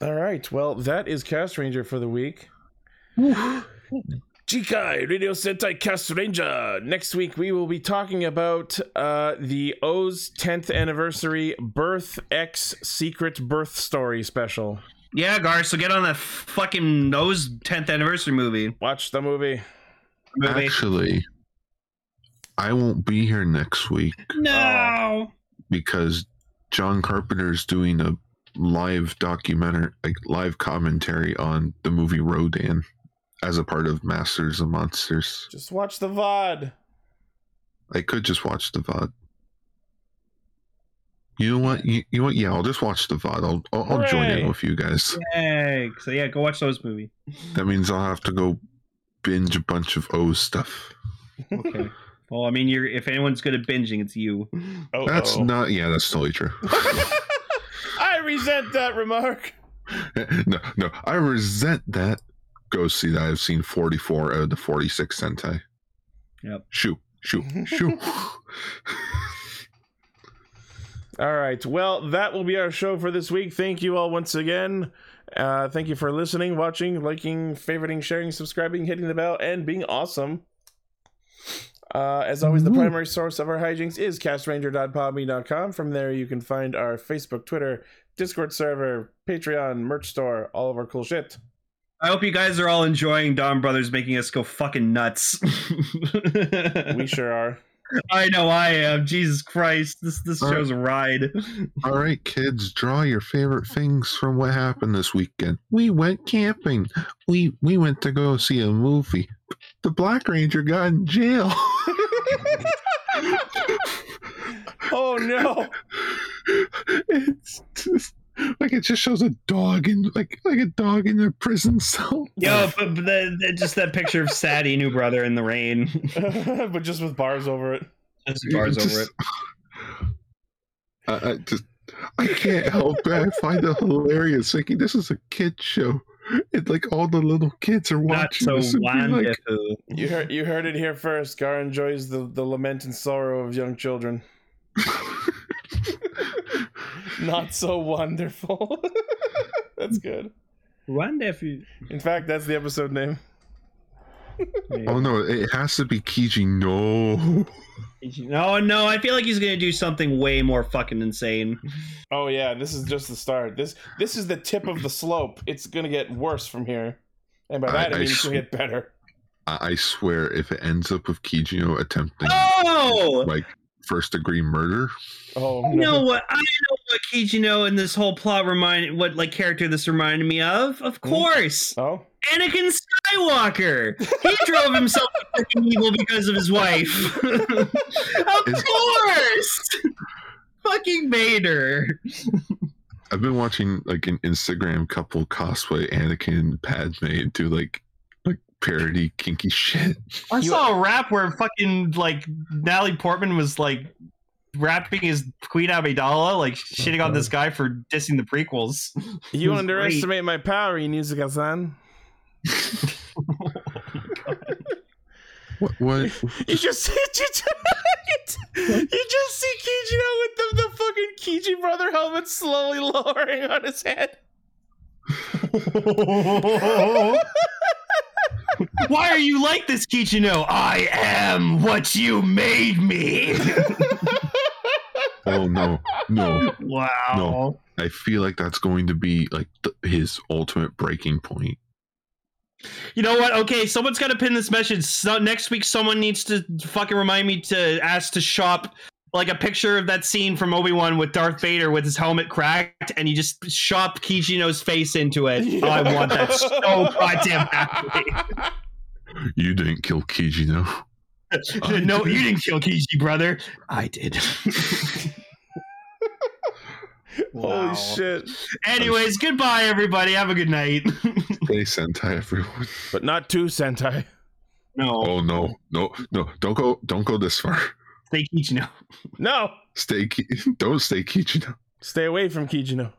All right, well that is Cast Ranger for the week. Jikai Radio Sentai Cast Ranger. Next week we will be talking about uh, the O's 10th anniversary Birth X Secret Birth Story special.
Yeah, Gar. So get on that fucking nose 10th anniversary movie.
Watch the movie.
movie.
Actually, I won't be here next week
No.
because John Carpenter's doing a live documentary, like live commentary on the movie Rodan as a part of Masters of Monsters.
Just watch the VOD.
I could just watch the VOD. You know what? You, you know what? Yeah, I'll just watch the VOD. I'll I'll, I'll join
Hooray.
in with you guys.
Hey, so yeah, go watch those movies.
That means I'll have to go binge a bunch of O stuff.
Okay. well, I mean, you're if anyone's good at binging, it's you.
Oh,
That's not. Yeah, that's totally true.
I resent that remark.
no, no, I resent that. Go see that. I've seen 44 out of the 46 Sentai.
Yep.
Shoo, shoo, shoo.
All right. Well, that will be our show for this week. Thank you all once again. Uh, thank you for listening, watching, liking, favoriting, sharing, subscribing, hitting the bell, and being awesome. Uh, as always, the primary source of our hijinks is castranger.podme.com. From there, you can find our Facebook, Twitter, Discord server, Patreon, merch store, all of our cool shit.
I hope you guys are all enjoying Dom Brothers making us go fucking nuts.
We sure are.
I know I am. Jesus Christ, this this
All right.
show's a ride.
All right, kids, draw your favorite things from what happened this weekend. We went camping. We we went to go see a movie. The Black Ranger got in jail.
Oh, no.
it's just like it just shows a dog in like like a dog in a prison cell.
Yo, but, but the, the- just that picture of Sadie, new brother in the rain.
but just with bars over it.
Just bars
Just-
over it.
I, I just I can't help it. I find it hilarious. Thinking this is a kid show, and like all the little kids are
Not
watching
so
this and being like,
wonderful.
You heard you heard it here first. Gar enjoys the, the lament and sorrow of young children. Not so wonderful. that's good.
Wonderful.
In fact, that's the episode name.
"Oh no, it has to be Kiji." No,
No, no, I feel like he's gonna do something way more fucking insane.
Oh yeah, this is just the start. This this is the tip of the slope. It's gonna get worse from here. And by
I-
that I,
I
mean it's
sw-
gonna get better.
I, I swear, if it ends up with Kijino attempting
Oh,
like first degree murder,
Oh
you know
no.
what? I know what Kijino and this whole plot remind what like character this reminded me of. Of course,
Oh?
Anakin Skywalker. He drove himself to freaking evil because of his wife. of
Is-
course, fucking Vader.
I've been watching like an Instagram couple cosplay Anakin and Padme and do like like parody kinky shit.
I
You-
saw a rap where fucking like Natalie Portman was like rapping his Queen Amidala, like shitting on this guy for dissing the prequels.
You
He's
underestimate my power, Inuzuka-san.
What? What?
You just you just, you just see Kijino with the, the fucking Kiji brother helmet slowly lowering on his head.
Why are you like this, Kichino? I am what you made me.
Oh no, no.
wow.
No. I feel like that's going to be like th- his ultimate breaking point.
You know what? Okay, someone's got to pin this message. So next week, someone needs to fucking remind me to ask to shop like a picture of that scene from Obi Wan with Darth Vader with his helmet cracked, and you just shop Kijino's face into it. Oh, I want that so goddamn badly.
You didn't kill Kijino. I
no, you didn't kill Kiji, brother. I did.
Holy shit.
Anyways, goodbye, everybody. Have a good night.
Stay Sentai, everyone.
But not too Sentai.
no,
Oh no, no, no! Don't go, don't go this far.
stay Kijino.
No.
Stay, Ki- don't stay Kijino.
Stay away from Kijino.